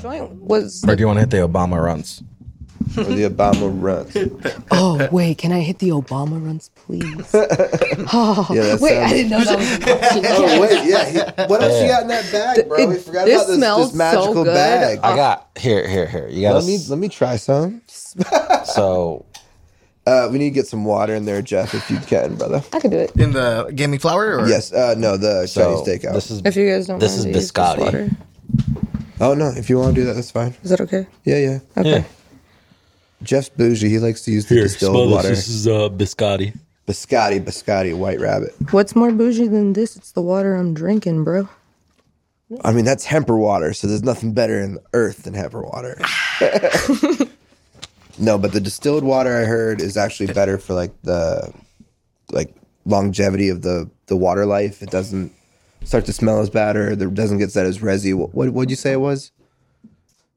[SPEAKER 3] Joint was.
[SPEAKER 2] Or do you want to hit the Obama runs?
[SPEAKER 1] Or the Obama runs?
[SPEAKER 3] Oh wait, can I hit the Obama runs, please?
[SPEAKER 1] Yeah, that
[SPEAKER 3] Wait,
[SPEAKER 1] sounds-
[SPEAKER 3] I didn't know that was a question.
[SPEAKER 1] Oh, wait, yeah. he- what else you got in that bag, bro? we
[SPEAKER 3] It-
[SPEAKER 1] forgot
[SPEAKER 3] this
[SPEAKER 1] about this,
[SPEAKER 3] smells
[SPEAKER 1] this
[SPEAKER 3] so
[SPEAKER 1] magical
[SPEAKER 3] good. Ah.
[SPEAKER 1] bag.
[SPEAKER 2] I got here, here, here. You got
[SPEAKER 1] let me
[SPEAKER 2] to
[SPEAKER 1] let me try some.
[SPEAKER 2] so
[SPEAKER 1] Uh, we need to get some water in there, Jeff, if you can, brother.
[SPEAKER 3] I could do it
[SPEAKER 4] In the Gimme Flour? Or?
[SPEAKER 1] Yes. Uh, no, the
[SPEAKER 2] so
[SPEAKER 1] Chinese takeout.
[SPEAKER 2] this is
[SPEAKER 3] if you guys don't.
[SPEAKER 2] This
[SPEAKER 3] mind,
[SPEAKER 2] is
[SPEAKER 3] I use
[SPEAKER 2] biscotti.
[SPEAKER 3] water.
[SPEAKER 1] oh no, if you want to do that, that's fine.
[SPEAKER 3] Is that okay?
[SPEAKER 1] Yeah, yeah.
[SPEAKER 3] Okay.
[SPEAKER 2] yeah.
[SPEAKER 1] Jeff's bougie. He likes to use the distilled water.
[SPEAKER 2] is uh, biscotti.
[SPEAKER 1] Biscotti, biscotti, white rabbit.
[SPEAKER 3] What's more bougie than this? It's the water I'm drinking, bro.
[SPEAKER 1] I mean, that's hemper water, so there's nothing better in the earth than hemper water. no, but the distilled water I heard is actually better for like the like longevity of the the water life. It doesn't start to smell as bad or it doesn't get that as resy. What what would you say it was?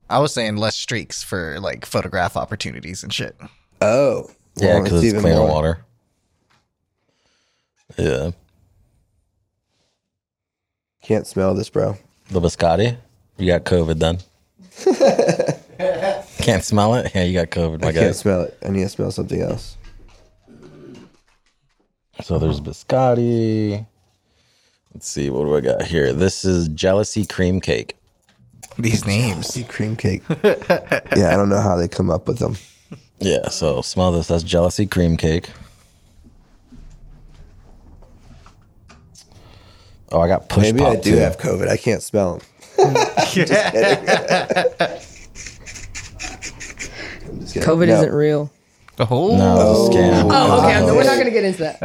[SPEAKER 4] I was saying less streaks for like photograph opportunities and shit.
[SPEAKER 1] Oh,
[SPEAKER 2] Yeah,
[SPEAKER 1] well,
[SPEAKER 2] because it's,
[SPEAKER 1] even
[SPEAKER 2] cleaner
[SPEAKER 1] more-
[SPEAKER 2] water. Yeah,
[SPEAKER 1] Can't smell this, bro.
[SPEAKER 2] the biscotti. You got COVID then. Can't smell it. Yeah, you got COVID, my
[SPEAKER 1] I can't
[SPEAKER 2] guys.
[SPEAKER 1] smell it. I need to smell something else.
[SPEAKER 2] So there's biscotti. Let's see, what do I got here? This is jealousy cream cake.
[SPEAKER 4] These names.
[SPEAKER 1] Cream cake. yeah, I don't know how they come up with them.
[SPEAKER 2] Yeah, so smell this. That's jealousy cream cake. Oh, I got push
[SPEAKER 1] Maybe
[SPEAKER 2] pop
[SPEAKER 1] I do
[SPEAKER 2] too.
[SPEAKER 1] have COVID. I can't smell them.
[SPEAKER 3] COVID
[SPEAKER 1] No.
[SPEAKER 3] isn't real.
[SPEAKER 4] Oh,
[SPEAKER 2] no, it's a scam.
[SPEAKER 3] Oh, okay. we're not gonna get into that.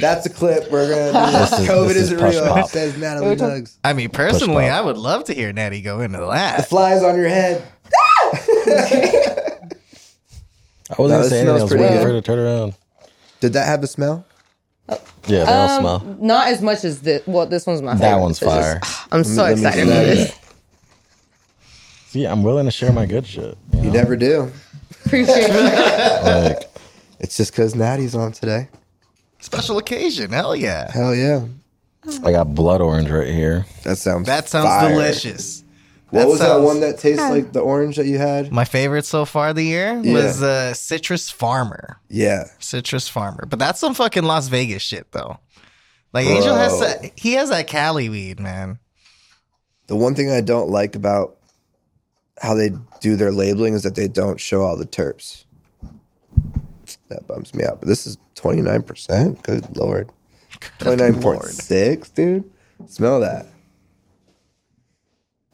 [SPEAKER 1] That's a clip. We're gonna. Do
[SPEAKER 2] This is-
[SPEAKER 1] COVID
[SPEAKER 2] this is
[SPEAKER 1] isn't
[SPEAKER 2] push
[SPEAKER 1] real.
[SPEAKER 2] pop.
[SPEAKER 1] Says Natalie Nugs.
[SPEAKER 4] I mean, personally,
[SPEAKER 2] Push
[SPEAKER 4] I would love to hear Natty go into that.
[SPEAKER 1] Flies on your head.
[SPEAKER 2] I
[SPEAKER 1] this
[SPEAKER 2] wasn't gonna say anything.
[SPEAKER 1] smells
[SPEAKER 2] I was
[SPEAKER 1] pretty
[SPEAKER 2] waiting for
[SPEAKER 1] good.
[SPEAKER 2] it to turn around.
[SPEAKER 1] Did that have a smell?
[SPEAKER 2] Yeah, they
[SPEAKER 3] Um,
[SPEAKER 2] all smell.
[SPEAKER 3] Not as much as this. Well, this one's my favorite.
[SPEAKER 2] That one's
[SPEAKER 3] It's just-
[SPEAKER 2] fire.
[SPEAKER 3] I'm so
[SPEAKER 1] Let me
[SPEAKER 3] excited for
[SPEAKER 1] smell
[SPEAKER 3] this.
[SPEAKER 1] that.
[SPEAKER 2] See, I'm willing to share my good shit. You
[SPEAKER 1] You
[SPEAKER 2] know?
[SPEAKER 1] never do.
[SPEAKER 3] Appreciate it.
[SPEAKER 2] like,
[SPEAKER 1] It's just because Natty's on today.
[SPEAKER 4] Special occasion. Hell yeah.
[SPEAKER 1] Hell yeah.
[SPEAKER 2] I got blood orange right here.
[SPEAKER 1] That sounds.
[SPEAKER 4] That sounds
[SPEAKER 1] fire.
[SPEAKER 4] delicious.
[SPEAKER 1] What
[SPEAKER 4] That
[SPEAKER 1] was that
[SPEAKER 4] sounds-
[SPEAKER 1] one that tastes like the orange that you had?
[SPEAKER 4] My favorite so far of the year
[SPEAKER 1] Yeah.
[SPEAKER 4] was uh, Citrus Farmer.
[SPEAKER 1] Yeah.
[SPEAKER 4] Citrus Farmer. But that's some fucking Las Vegas shit, though. Like, Angel has
[SPEAKER 1] Bro.
[SPEAKER 4] that, he has that Cali weed, man.
[SPEAKER 1] The one thing I don't like about how they do their labeling is that they don't show all the terps. That bums me out. But this is 29%. Good lord. 29.6, dude. Smell that.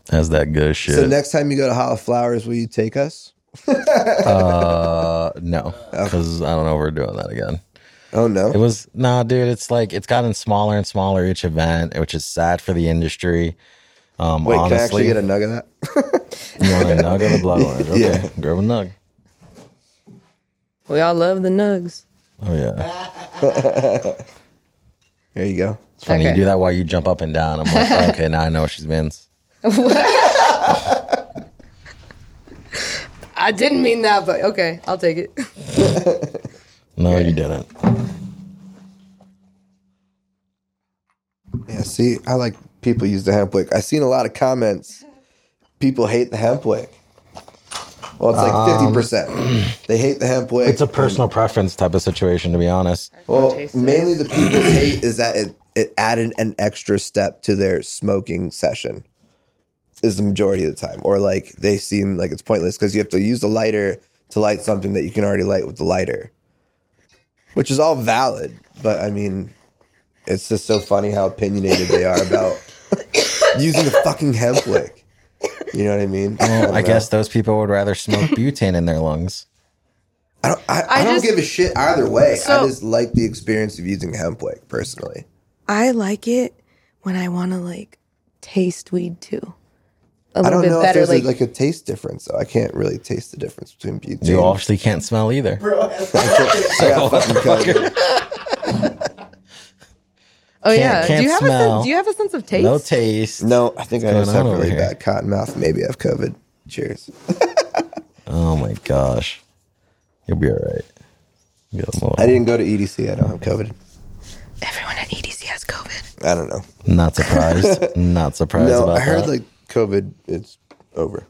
[SPEAKER 2] That's that good shit.
[SPEAKER 1] So next time you go to Hollow Flowers, will you take us?
[SPEAKER 2] uh, no, because I don't know if we're doing that again.
[SPEAKER 1] Oh no.
[SPEAKER 2] It was nah, dude. It's like it's gotten smaller and smaller each event, which is sad for the industry. Um,
[SPEAKER 1] Wait, can I actually
[SPEAKER 2] honestly,
[SPEAKER 1] get a nug of that?
[SPEAKER 2] you want a nug of the blood orange? Okay,
[SPEAKER 1] Yeah.
[SPEAKER 2] grab a nug.
[SPEAKER 3] We all love the nugs.
[SPEAKER 2] Oh
[SPEAKER 3] Uh,
[SPEAKER 2] yeah,
[SPEAKER 1] There you go.
[SPEAKER 2] it's funny. You
[SPEAKER 3] Okay.
[SPEAKER 2] do that while you jump up and down. I'm like, okay, now I know what she's means.
[SPEAKER 3] I didn't mean that, but okay, I'll take it.
[SPEAKER 2] No, you didn't.
[SPEAKER 1] Yeah, see, I like people use the hemp wick. I've seen a lot of comments. People hate the hemp wick. Well, it's
[SPEAKER 2] Um,
[SPEAKER 1] like fifty percent. They hate the hemp wick.
[SPEAKER 2] It's a personal preference type of situation, to be honest.
[SPEAKER 1] well,
[SPEAKER 3] taste it.
[SPEAKER 1] mainly the people hate is that it, it added an extra step to their smoking session. Is the majority of the time, or like they seem like it's pointless because you have to use the lighter to light something that you can already light with the lighter, which is all valid. But I mean, it's just so funny how opinionated they are about using a fucking hemp lick. You know what I mean?
[SPEAKER 2] Well,
[SPEAKER 1] don't
[SPEAKER 2] Oh, I
[SPEAKER 1] know.
[SPEAKER 2] guess those people would rather smoke butane in their lungs.
[SPEAKER 1] I don't. I, I,
[SPEAKER 3] I
[SPEAKER 1] don't
[SPEAKER 3] just-
[SPEAKER 1] give a shit either way. I
[SPEAKER 3] So-
[SPEAKER 1] just like the experience of using hemp wick personally.
[SPEAKER 5] I like it when I want to like taste weed too.
[SPEAKER 3] a
[SPEAKER 1] I
[SPEAKER 3] little
[SPEAKER 1] don't
[SPEAKER 3] bit
[SPEAKER 1] know
[SPEAKER 3] better.
[SPEAKER 1] if there's
[SPEAKER 3] Like,
[SPEAKER 1] a, like a taste difference. though. I can't really taste the difference between you two.
[SPEAKER 2] You obviously can't smell either.
[SPEAKER 1] I got fucking COVID.
[SPEAKER 3] oh
[SPEAKER 2] can't-
[SPEAKER 3] yeah.
[SPEAKER 2] can't
[SPEAKER 3] do you have a
[SPEAKER 2] smell.
[SPEAKER 3] sense, do you have a sense of taste?
[SPEAKER 2] No taste.
[SPEAKER 1] No, I think I
[SPEAKER 2] going
[SPEAKER 1] just have
[SPEAKER 2] on over
[SPEAKER 1] really
[SPEAKER 2] here?
[SPEAKER 1] bad cotton mouth. Maybe I have COVID. Cheers.
[SPEAKER 2] Oh my gosh. You'll be all right. You'll be all
[SPEAKER 1] I didn't go to EDC. I don't have COVID.
[SPEAKER 3] Everyone at EDC has COVID.
[SPEAKER 1] I don't know.
[SPEAKER 2] Not surprised. Not surprised
[SPEAKER 1] No,
[SPEAKER 2] about
[SPEAKER 1] I heard
[SPEAKER 2] that.
[SPEAKER 1] like COVID. It's over.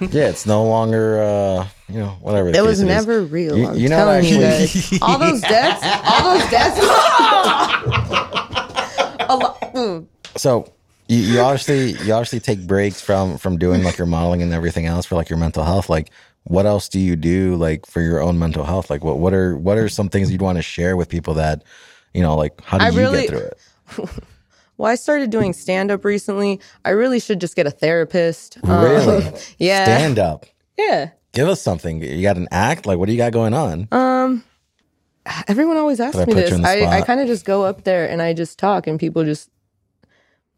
[SPEAKER 2] yeah, it's no longer, uh, you know, whatever. the
[SPEAKER 3] It
[SPEAKER 2] case
[SPEAKER 3] was
[SPEAKER 2] is.
[SPEAKER 3] never real.
[SPEAKER 2] You-
[SPEAKER 3] I'm
[SPEAKER 2] you know
[SPEAKER 3] telling you
[SPEAKER 2] actually-
[SPEAKER 3] guys. All those deaths. All those deaths. A lot- mm.
[SPEAKER 2] So you, you obviously you obviously take breaks from from doing like your modeling and everything else for like your mental health. Like, what else do you do like for your own mental health? Like, what what are what are some things you'd want to share with people that, you know, like how did
[SPEAKER 3] I
[SPEAKER 2] you
[SPEAKER 3] really-
[SPEAKER 2] get through it?
[SPEAKER 3] Well, I started doing stand up recently. I really should just get a therapist. Um,
[SPEAKER 2] Really?
[SPEAKER 3] yeah.
[SPEAKER 2] Stand up.
[SPEAKER 3] yeah.
[SPEAKER 2] Give us something. You got an act? Like, what do you got going on?
[SPEAKER 3] Um, Everyone always asks
[SPEAKER 2] I put
[SPEAKER 3] me
[SPEAKER 2] you
[SPEAKER 3] this.
[SPEAKER 2] on the
[SPEAKER 3] I, I
[SPEAKER 2] spot?
[SPEAKER 3] kind of just go up there and I just talk, and people just.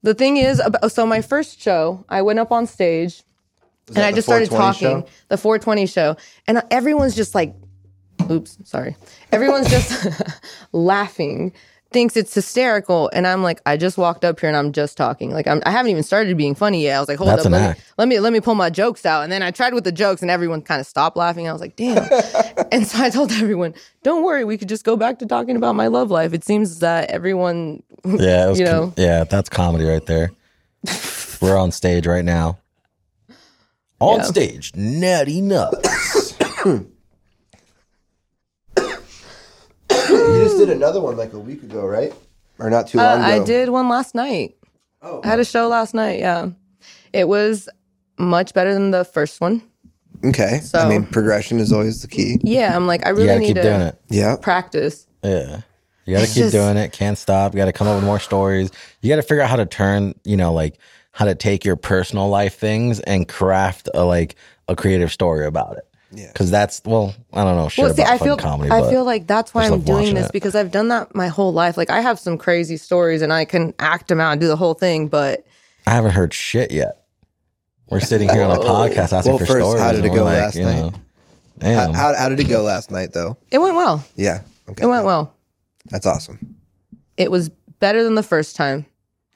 [SPEAKER 3] The thing is, about, so my first show, I went up on stage and I
[SPEAKER 1] the
[SPEAKER 3] just started
[SPEAKER 1] 420
[SPEAKER 3] talking. The 420 show. And everyone's just like, oops, sorry. Everyone's just laughing, thinks it's hysterical. And I'm like, I just walked up here and I'm just talking. Like, I'm, I haven't even started being funny yet. I was like, hold
[SPEAKER 2] That's
[SPEAKER 3] up.
[SPEAKER 2] an
[SPEAKER 3] Let me,
[SPEAKER 2] act.
[SPEAKER 3] let me let me pull my jokes out. And then I tried with the jokes and everyone kind of stopped laughing. I was like, damn. and so I told everyone, don't worry, we could just go back to talking about my love life. It seems that everyone
[SPEAKER 2] Yeah, it was
[SPEAKER 3] you
[SPEAKER 2] com-
[SPEAKER 3] know.
[SPEAKER 2] yeah, that's comedy right there. We're on stage right now. On stage, nutty nuts.
[SPEAKER 1] You just did another one like a week ago, right? Or not too long ago.
[SPEAKER 3] Uh, I did one last night. I had a show last night. Yeah, it was much better than the first one.
[SPEAKER 1] Okay.
[SPEAKER 3] So-
[SPEAKER 1] I mean, progression is always the key.
[SPEAKER 3] Yeah, I'm like, I
[SPEAKER 2] you
[SPEAKER 3] really
[SPEAKER 2] gotta
[SPEAKER 3] need
[SPEAKER 2] keep
[SPEAKER 3] to
[SPEAKER 2] doing it.
[SPEAKER 1] Yeah.
[SPEAKER 3] practice.
[SPEAKER 2] Yeah. You gotta
[SPEAKER 3] It's
[SPEAKER 2] keep
[SPEAKER 3] just-
[SPEAKER 2] doing it. Can't stop. You gotta come up with more stories. You gotta figure out how to turn, you know, like how to take your personal life things and craft a like a creative story about it.
[SPEAKER 1] Yeah.
[SPEAKER 2] Cause that's well, I don't know shit
[SPEAKER 3] well, see,
[SPEAKER 2] about
[SPEAKER 3] I
[SPEAKER 2] fun
[SPEAKER 3] feel
[SPEAKER 2] comedy.
[SPEAKER 3] I
[SPEAKER 2] but
[SPEAKER 3] feel like that's why
[SPEAKER 2] just
[SPEAKER 3] I'm
[SPEAKER 2] love watching
[SPEAKER 3] doing this
[SPEAKER 2] it.
[SPEAKER 3] because I've done that my whole life. Like I have some crazy stories and I can act them out and do the whole thing, but
[SPEAKER 2] I haven't heard shit yet. We're sitting here on a podcast asking
[SPEAKER 1] Oh, Well,
[SPEAKER 2] for
[SPEAKER 1] first,
[SPEAKER 2] stories.
[SPEAKER 1] how did
[SPEAKER 2] and
[SPEAKER 1] it
[SPEAKER 2] we're
[SPEAKER 1] go
[SPEAKER 2] like,
[SPEAKER 1] last
[SPEAKER 2] you
[SPEAKER 1] night?
[SPEAKER 2] know, Damn.
[SPEAKER 1] How, how did it go last night, though?
[SPEAKER 3] it went well.
[SPEAKER 1] Yeah. Okay.
[SPEAKER 3] It went well.
[SPEAKER 1] That's awesome.
[SPEAKER 3] It was better than the first time.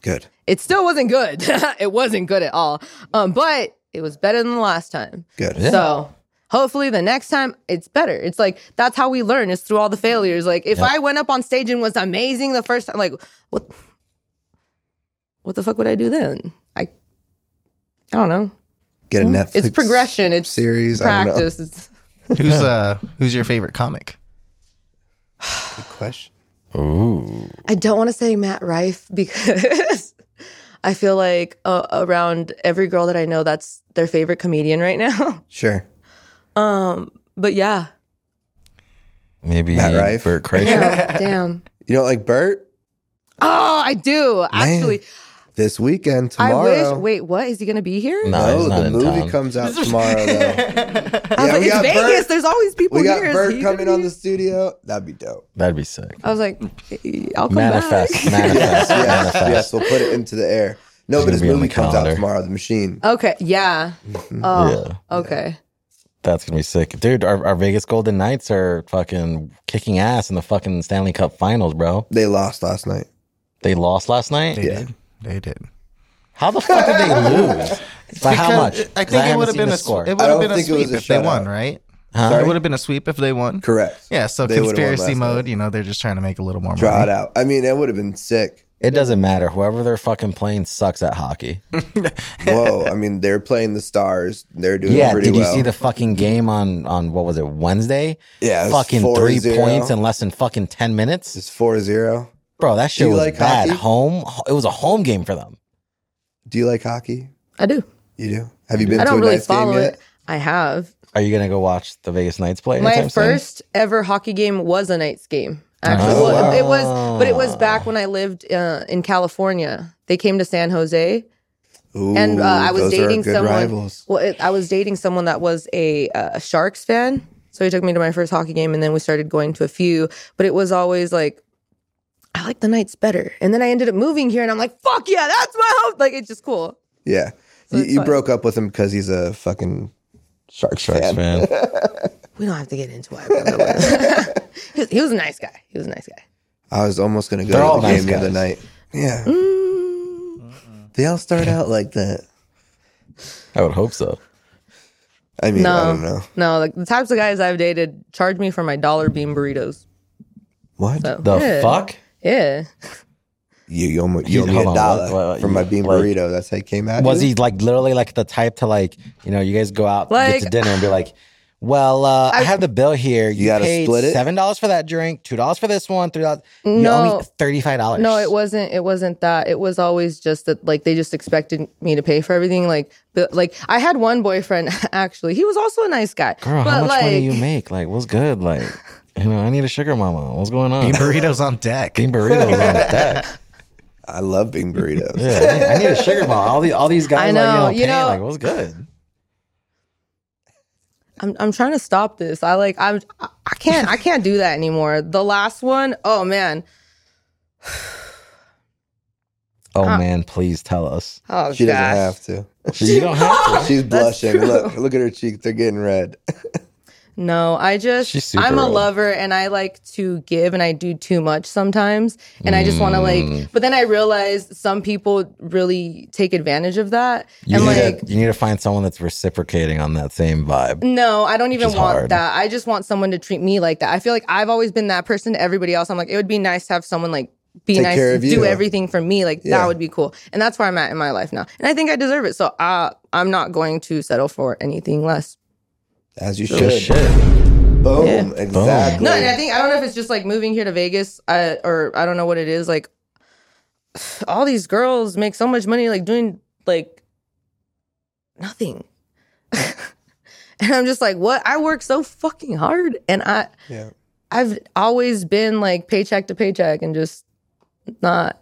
[SPEAKER 1] Good.
[SPEAKER 3] It still wasn't good. it wasn't good at all. Um, but it was better than the last time.
[SPEAKER 1] Good.
[SPEAKER 3] So hopefully the next time it's better. It's like that's how we learn is through all the failures. Like if I went up on stage and was amazing the first time, like what what the fuck would I do then? I I don't know.
[SPEAKER 1] Get a Netflix.
[SPEAKER 3] It's progression. It's
[SPEAKER 1] series, I don't know.
[SPEAKER 3] practice. It's
[SPEAKER 4] Who's uh who's your favorite comic?
[SPEAKER 1] Good question.
[SPEAKER 2] Ooh.
[SPEAKER 3] I don't want to say Matt Rife because I feel like uh, around every girl that I know, that's their favorite comedian right now.
[SPEAKER 1] Sure.
[SPEAKER 3] But yeah,
[SPEAKER 2] Maybe
[SPEAKER 1] Matt Rife.
[SPEAKER 2] Bert Kreischer.
[SPEAKER 3] damn. damn.
[SPEAKER 1] You don't like Bert?
[SPEAKER 3] Oh, I do actually.
[SPEAKER 1] This weekend,
[SPEAKER 3] I
[SPEAKER 1] tomorrow.
[SPEAKER 3] wish. Wait, what is he gonna be here?
[SPEAKER 2] No,
[SPEAKER 1] No,
[SPEAKER 2] he's not
[SPEAKER 1] the
[SPEAKER 2] in
[SPEAKER 1] movie
[SPEAKER 2] town.
[SPEAKER 1] comes out tomorrow, though. yeah,
[SPEAKER 3] I was like,
[SPEAKER 1] we
[SPEAKER 3] it's
[SPEAKER 1] got
[SPEAKER 3] Vegas.
[SPEAKER 1] Bert.
[SPEAKER 3] There's always people
[SPEAKER 1] We got
[SPEAKER 3] here. Is
[SPEAKER 1] Bert
[SPEAKER 3] he
[SPEAKER 1] coming
[SPEAKER 3] gonna
[SPEAKER 1] on
[SPEAKER 3] be
[SPEAKER 1] the studio. That'd be dope.
[SPEAKER 2] That'd be sick.
[SPEAKER 3] here? I was like, "Hey, I'll come
[SPEAKER 2] Manifest.
[SPEAKER 3] back.
[SPEAKER 2] Manifest.
[SPEAKER 1] Yes,
[SPEAKER 2] Manifest.
[SPEAKER 1] yes, we'll put it into the air. No, but
[SPEAKER 2] gonna
[SPEAKER 1] his
[SPEAKER 2] be on
[SPEAKER 1] movie
[SPEAKER 2] the
[SPEAKER 1] comes
[SPEAKER 2] calendar.
[SPEAKER 1] out tomorrow. The Machine.
[SPEAKER 3] Okay. Yeah.
[SPEAKER 1] Mm-hmm.
[SPEAKER 3] Oh.
[SPEAKER 2] Yeah.
[SPEAKER 3] Okay.
[SPEAKER 2] That's gonna be sick, dude. Our, our Vegas Golden Knights are fucking kicking ass in the fucking Stanley Cup Finals, bro.
[SPEAKER 1] They lost last night.
[SPEAKER 2] They lost last night.
[SPEAKER 4] They did. They did.
[SPEAKER 2] How the fuck did they lose? By how much?
[SPEAKER 4] Because
[SPEAKER 2] 'Cause
[SPEAKER 4] I think it
[SPEAKER 2] haven't
[SPEAKER 4] would have
[SPEAKER 2] seen
[SPEAKER 4] been
[SPEAKER 2] the
[SPEAKER 4] a
[SPEAKER 2] score.
[SPEAKER 4] sw- it
[SPEAKER 1] I
[SPEAKER 4] would have
[SPEAKER 1] don't
[SPEAKER 4] been a
[SPEAKER 1] think it was
[SPEAKER 4] sweep
[SPEAKER 1] a
[SPEAKER 4] if they
[SPEAKER 1] shutout.
[SPEAKER 4] won, right?
[SPEAKER 2] Huh?
[SPEAKER 4] It would have been a sweep if they won.
[SPEAKER 1] Correct.
[SPEAKER 4] Yeah, so
[SPEAKER 1] They would've won
[SPEAKER 4] conspiracy
[SPEAKER 1] last night.
[SPEAKER 4] mode, you know, they're just trying to make a little more money.
[SPEAKER 1] Draw it out. I mean, that would have been sick.
[SPEAKER 2] It doesn't matter. Whoever they're fucking playing sucks at hockey.
[SPEAKER 1] Whoa. I mean, they're playing the stars. They're doing
[SPEAKER 2] Yeah.
[SPEAKER 1] pretty
[SPEAKER 2] Did you
[SPEAKER 1] well.
[SPEAKER 2] see the fucking game on on what was it Wednesday?
[SPEAKER 1] Yeah, it was
[SPEAKER 2] Fucking three
[SPEAKER 1] 4-0.
[SPEAKER 2] points in less than fucking ten minutes,
[SPEAKER 1] It's 4 0.
[SPEAKER 2] bro. That shit
[SPEAKER 1] you
[SPEAKER 2] was
[SPEAKER 1] like
[SPEAKER 2] bad.
[SPEAKER 1] hockey?
[SPEAKER 2] Home. It was a home game for them.
[SPEAKER 1] Do you like hockey?
[SPEAKER 3] I do.
[SPEAKER 1] You do? Have you been
[SPEAKER 3] I
[SPEAKER 1] to a
[SPEAKER 3] don't really
[SPEAKER 1] nice game
[SPEAKER 3] follow
[SPEAKER 1] yet?
[SPEAKER 3] it. I have.
[SPEAKER 2] Are you gonna go watch the Vegas Knights play?
[SPEAKER 3] My
[SPEAKER 2] anytime soon?
[SPEAKER 3] first ever hockey game was a night's game. Actually,
[SPEAKER 1] Oh,
[SPEAKER 3] Well,
[SPEAKER 1] wow.
[SPEAKER 3] it was, but it was back when I lived uh, in California. They came to San Jose,
[SPEAKER 1] Ooh,
[SPEAKER 3] and uh, I was
[SPEAKER 1] those are
[SPEAKER 3] dating
[SPEAKER 1] good
[SPEAKER 3] someone.
[SPEAKER 1] Rivals.
[SPEAKER 3] Well, it, I was dating someone that was a, uh, a Sharks fan, so he took me to my first hockey game, and then we started going to a few. But it was always like, I like the nights better, and then I ended up moving here, and I'm like, fuck yeah, that's my home. Like it's just cool.
[SPEAKER 1] Yeah.
[SPEAKER 3] So
[SPEAKER 1] you
[SPEAKER 3] it's
[SPEAKER 1] you
[SPEAKER 3] fine.
[SPEAKER 1] broke up with him because he's a fucking shark fan.
[SPEAKER 2] man.
[SPEAKER 3] We don't have to get into why. I broke up with him. he, was, he was a nice guy. He was a nice guy.
[SPEAKER 1] I was almost gonna go
[SPEAKER 2] They're all
[SPEAKER 1] to the game
[SPEAKER 2] nice
[SPEAKER 1] the other
[SPEAKER 2] guys.
[SPEAKER 1] night. Yeah,
[SPEAKER 3] Mm,
[SPEAKER 1] they all start out like that.
[SPEAKER 2] I would hope so.
[SPEAKER 1] I mean, I don't
[SPEAKER 3] no,
[SPEAKER 1] know
[SPEAKER 3] no. Like the types of guys I've dated charge me for my dollar bean burritos.
[SPEAKER 1] what
[SPEAKER 3] So,
[SPEAKER 2] The
[SPEAKER 3] yeah.
[SPEAKER 2] fuck?
[SPEAKER 3] Yeah.
[SPEAKER 1] you you owe, me- you owe me
[SPEAKER 2] Hold
[SPEAKER 1] a
[SPEAKER 2] on,
[SPEAKER 1] dollar
[SPEAKER 2] what- what-
[SPEAKER 1] for my bean
[SPEAKER 2] like-
[SPEAKER 1] burrito. That's how he came at
[SPEAKER 2] Was
[SPEAKER 1] you?
[SPEAKER 2] he like literally like the type to like, you know, you guys go out
[SPEAKER 3] Like-
[SPEAKER 2] get to dinner and be like, well, uh, I,
[SPEAKER 3] I-
[SPEAKER 2] have the bill here. You,
[SPEAKER 1] gotta
[SPEAKER 2] paid
[SPEAKER 1] split it?
[SPEAKER 2] Seven dollars for that drink, two dollars for this one, three dollars. You owe
[SPEAKER 3] No.
[SPEAKER 2] me thirty-five dollars.
[SPEAKER 3] No, it wasn't. It wasn't that. It was always just that. Like they just expected me to pay for everything. Like, but, like I had one boyfriend actually. He was also a nice guy.
[SPEAKER 2] Girl,
[SPEAKER 3] but
[SPEAKER 2] how much
[SPEAKER 3] like,
[SPEAKER 2] money you make? Like, what's good? Like, you know, I need a sugar mama. What's going on?
[SPEAKER 4] Bean burritos on deck.
[SPEAKER 2] Bean burritos on deck.
[SPEAKER 1] I love bean burritos.
[SPEAKER 2] Yeah, I need, I need a sugar mama. All the all these guys,
[SPEAKER 3] I know,
[SPEAKER 2] like, you
[SPEAKER 3] you
[SPEAKER 2] know, paying,
[SPEAKER 3] know-
[SPEAKER 2] like, what's good?
[SPEAKER 3] I'm I'm trying to stop this. I like I'm I I can't I can't do that anymore. The last one, oh man.
[SPEAKER 2] Oh
[SPEAKER 3] Uh,
[SPEAKER 2] man, please tell us.
[SPEAKER 3] Oh
[SPEAKER 1] She doesn't
[SPEAKER 3] gosh.
[SPEAKER 1] have to.
[SPEAKER 2] You don't have to.
[SPEAKER 1] She's
[SPEAKER 3] That's
[SPEAKER 1] blushing.
[SPEAKER 3] true.
[SPEAKER 1] Look, look at her cheeks. They're getting red.
[SPEAKER 3] No, I just
[SPEAKER 2] She's super
[SPEAKER 3] I'm a
[SPEAKER 2] old.
[SPEAKER 3] lover and I like to give and I do too much sometimes and I just want to
[SPEAKER 2] Mm.
[SPEAKER 3] like but then I realize some people really take advantage of that
[SPEAKER 2] You
[SPEAKER 3] and
[SPEAKER 2] need,
[SPEAKER 3] like
[SPEAKER 2] to, you need to find someone that's reciprocating on that same vibe.
[SPEAKER 3] No, I don't even
[SPEAKER 2] is
[SPEAKER 3] want
[SPEAKER 2] hard.
[SPEAKER 3] that. I just want someone to treat me like that. I feel like I've always been that person to everybody else. I'm like, it would be nice to have someone like be
[SPEAKER 1] Take
[SPEAKER 3] nice
[SPEAKER 1] care
[SPEAKER 3] to
[SPEAKER 1] of
[SPEAKER 3] do
[SPEAKER 1] you.
[SPEAKER 3] everything for me. Like
[SPEAKER 1] Yeah.
[SPEAKER 3] that would be cool. And that's where I'm at in my life now. And I think I deserve it. So uh, I'm not going to settle for anything less.
[SPEAKER 1] As you
[SPEAKER 2] Oh,
[SPEAKER 1] should.
[SPEAKER 2] shit.
[SPEAKER 1] Boom.
[SPEAKER 3] Yeah. Boom.
[SPEAKER 1] Exactly.
[SPEAKER 3] No, and I think I don't know if it's just like moving here to Vegas uh, or I don't know what it is. Like all these girls make so much money, like doing like nothing. and I'm just like, what? I work so fucking hard, and I
[SPEAKER 1] Yeah.
[SPEAKER 3] I've always been like paycheck to paycheck and just not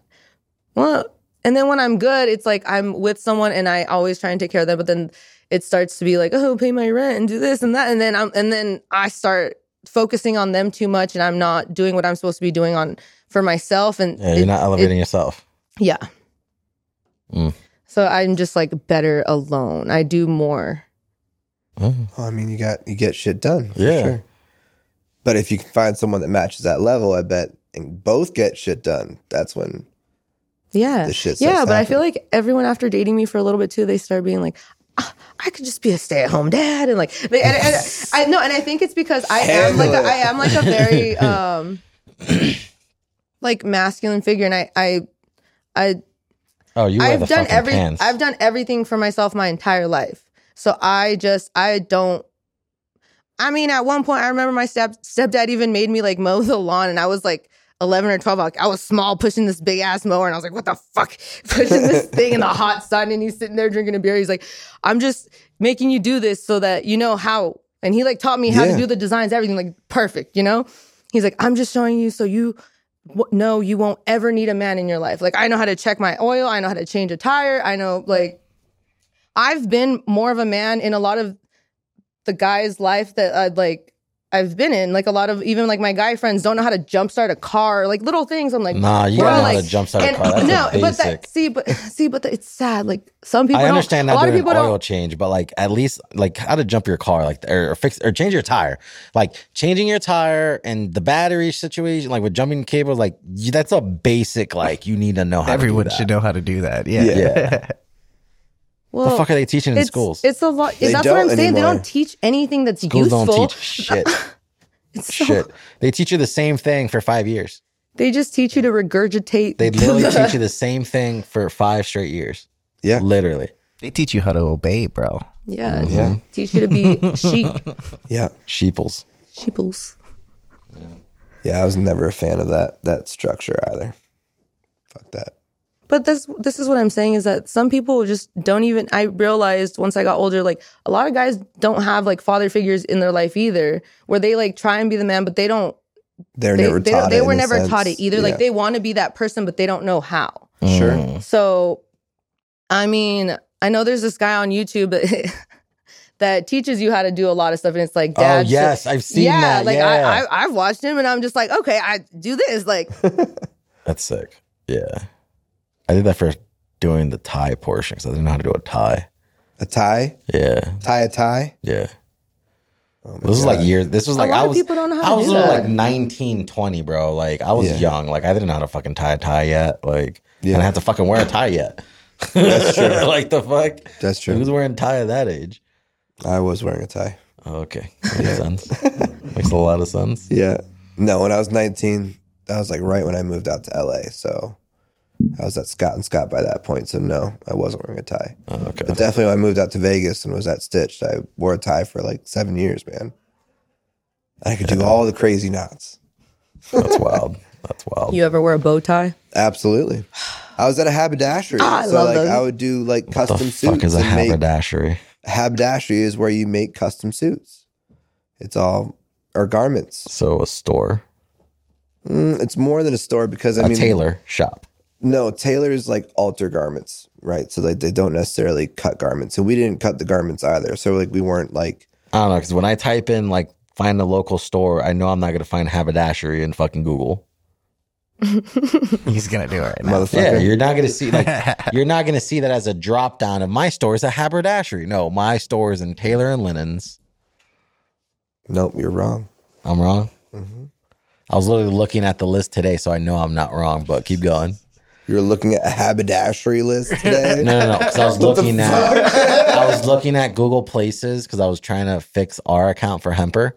[SPEAKER 3] well. And then when I'm good, it's like I'm with someone and I always try and take care of them. But then it starts to be like, oh, pay my rent and do this and that. And then I'm and then I start focusing on them too much and I'm not doing what I'm supposed to be doing on for myself. And
[SPEAKER 2] Yeah, you're
[SPEAKER 3] it-
[SPEAKER 2] not elevating yourself.
[SPEAKER 3] it- yeah.
[SPEAKER 2] Mm.
[SPEAKER 3] So I'm just like better alone. I do more.
[SPEAKER 2] Mm.
[SPEAKER 1] Well, I mean, you got you get shit done. For
[SPEAKER 2] Yeah.
[SPEAKER 1] Sure. But if you can find someone that matches that level, I bet, and both get shit done, that's when
[SPEAKER 3] Yeah.
[SPEAKER 1] the shit.
[SPEAKER 3] Yeah,
[SPEAKER 1] starts
[SPEAKER 3] but I feel
[SPEAKER 1] happening.
[SPEAKER 3] like everyone after dating me for a little bit too, they start being like, "Ah, I could just be a stay-at-home dad, and like, they, and, and I know, and I think it's because I am like a, I am like a very um, like masculine figure, and I I I
[SPEAKER 2] Oh, you wear
[SPEAKER 3] I've
[SPEAKER 2] the
[SPEAKER 3] done
[SPEAKER 2] fucking
[SPEAKER 3] every
[SPEAKER 2] pants.
[SPEAKER 3] I've done everything for myself my entire life. So I just I don't I mean at one point I remember my step stepdad even made me like mow the lawn and I was like 11 or 12 like, I was small pushing this big ass mower and I was like what the fuck pushing this thing in the hot sun and he's sitting there drinking a beer he's like I'm just making you do this so that you know how and he like taught me how
[SPEAKER 1] Yeah.
[SPEAKER 3] to do the designs everything like perfect you know he's like I'm just showing you so you w- no, you won't ever need a man in your life. Like, I know how to check my oil. I know how to change a tire. I know, like, I've been more of a man in a lot of the guys' life that I'd like. I've been in like a lot of even like my guy friends don't know how to jumpstart a car, like little things. I'm like,
[SPEAKER 2] Nah, you
[SPEAKER 3] bro,
[SPEAKER 2] gotta know
[SPEAKER 3] like-
[SPEAKER 2] how to jumpstart a car. That's
[SPEAKER 3] no,
[SPEAKER 2] a basic.
[SPEAKER 3] but that see, but see, but that, it's sad. Like some people,
[SPEAKER 2] I
[SPEAKER 3] don't-
[SPEAKER 2] understand
[SPEAKER 3] a
[SPEAKER 2] not
[SPEAKER 3] lot of
[SPEAKER 2] doing an
[SPEAKER 3] people
[SPEAKER 2] oil
[SPEAKER 3] don't.
[SPEAKER 2] change, but like at least like how to jump your car, like or, or fix or change your tire, like changing your tire and the battery situation, like with jumping cables, like you, that's a basic like you need to know how.
[SPEAKER 4] Everyone
[SPEAKER 2] to do that.
[SPEAKER 4] should know how to do that. Yeah.
[SPEAKER 2] Yeah.
[SPEAKER 3] Well,
[SPEAKER 2] the fuck are they teaching in
[SPEAKER 3] it's,
[SPEAKER 2] schools?
[SPEAKER 3] It's a lot.
[SPEAKER 1] They
[SPEAKER 3] that's what I'm
[SPEAKER 1] don't
[SPEAKER 3] saying. They
[SPEAKER 1] anymore.
[SPEAKER 3] don't teach anything that's
[SPEAKER 2] schools
[SPEAKER 3] useful.
[SPEAKER 2] don't teach shit.
[SPEAKER 3] It's so-
[SPEAKER 2] shit. They teach you the same thing for five years.
[SPEAKER 3] They just teach you to regurgitate.
[SPEAKER 2] They literally teach you the same thing for five straight years.
[SPEAKER 1] Yeah.
[SPEAKER 2] Literally.
[SPEAKER 4] They teach you how to obey, bro.
[SPEAKER 3] Yeah.
[SPEAKER 2] Mm-hmm.
[SPEAKER 1] Yeah.
[SPEAKER 3] Teach you to be sheep,
[SPEAKER 1] Yeah.
[SPEAKER 2] Sheeples.
[SPEAKER 3] sheeples.
[SPEAKER 1] Yeah. I was never a fan of that that structure either. Fuck that.
[SPEAKER 3] But this this is what I'm saying is that some people just don't even I realized once I got older, like a lot of guys don't have like father figures in their life either, where they like try and be the man, but they don't
[SPEAKER 1] They're
[SPEAKER 3] they
[SPEAKER 1] never
[SPEAKER 3] they,
[SPEAKER 1] taught.
[SPEAKER 3] don't, they
[SPEAKER 1] it
[SPEAKER 3] were
[SPEAKER 1] in a
[SPEAKER 3] never
[SPEAKER 1] sense.
[SPEAKER 3] taught it either.
[SPEAKER 1] Yeah.
[SPEAKER 3] Like they want to be that person, but they don't know how.
[SPEAKER 1] Sure.
[SPEAKER 2] Mm.
[SPEAKER 3] So, I mean, I know there's this guy on YouTube that, that teaches you how to do a lot of stuff, and it's like, Dad,
[SPEAKER 2] oh
[SPEAKER 3] so-
[SPEAKER 2] yes, I've seen
[SPEAKER 3] yeah,
[SPEAKER 2] that.
[SPEAKER 3] like
[SPEAKER 2] yeah.
[SPEAKER 3] I, I I've watched him, and I'm just like, okay, I do this, like,
[SPEAKER 2] That's sick. Yeah. I did that for doing the tie portion because I didn't know how to do a tie.
[SPEAKER 1] A tie?
[SPEAKER 2] Yeah.
[SPEAKER 1] Tie a tie? Oh
[SPEAKER 2] Yeah. this was like years. This was like
[SPEAKER 3] lot
[SPEAKER 2] I
[SPEAKER 3] of
[SPEAKER 2] was.
[SPEAKER 3] people don't know how
[SPEAKER 2] I
[SPEAKER 3] to
[SPEAKER 2] was
[SPEAKER 3] do
[SPEAKER 2] little,
[SPEAKER 3] that.
[SPEAKER 2] like 19, 20, bro. Like I was
[SPEAKER 1] Yeah.
[SPEAKER 2] young. Like I didn't know how to fucking tie a tie yet. Like and I didn't have to fucking wear a tie yet. That's true. like the fuck.
[SPEAKER 1] That's true.
[SPEAKER 2] Who's wearing tie at that age?
[SPEAKER 1] I was wearing a tie.
[SPEAKER 2] Oh, okay, makes sense. makes a lot of sense.
[SPEAKER 1] Yeah. No, when I was 19, that was like right when I moved out to LA. So I was at Scott and Scott by that point. So no, I wasn't wearing a tie.
[SPEAKER 2] Oh, okay.
[SPEAKER 1] But definitely when I moved out to Vegas and was at Stitched, I wore a tie for like seven years, man. I could do all the crazy knots.
[SPEAKER 2] That's wild. That's wild.
[SPEAKER 3] You ever wear a bow tie?
[SPEAKER 1] Absolutely. I was at a haberdashery.
[SPEAKER 3] Ah, I
[SPEAKER 1] so
[SPEAKER 3] love
[SPEAKER 1] like
[SPEAKER 3] those.
[SPEAKER 1] I would do like
[SPEAKER 2] the
[SPEAKER 1] custom suits.
[SPEAKER 2] fuck is a
[SPEAKER 1] and make-
[SPEAKER 2] haberdashery?
[SPEAKER 1] haberdashery is where you make custom suits. It's all or garments.
[SPEAKER 2] So a store,
[SPEAKER 1] Mm, it's more than a store because I
[SPEAKER 2] a
[SPEAKER 1] mean
[SPEAKER 2] tailor shop.
[SPEAKER 1] No, tailors like alter garments, right? So like they don't necessarily cut garments, and we didn't cut the garments either. So like we weren't like
[SPEAKER 2] I don't know because when I type in like find a local store, I know I'm not gonna find haberdashery in fucking Google.
[SPEAKER 4] He's gonna do it right now.
[SPEAKER 2] Yeah,
[SPEAKER 1] motherfucker.
[SPEAKER 2] you're not gonna see like you're not gonna see that as a drop down of my store is a haberdashery. No, my store is in Taylor and Linens.
[SPEAKER 1] Nope, you're wrong.
[SPEAKER 2] I'm wrong.
[SPEAKER 1] Mm-hmm.
[SPEAKER 2] I was literally looking at the list today, so I know I'm not wrong. But keep going.
[SPEAKER 1] You're looking at a haberdashery list today.
[SPEAKER 2] No, no, no. Because I was
[SPEAKER 1] What the
[SPEAKER 2] looking at I was looking at Google Places because I was trying to fix our account for Hemper,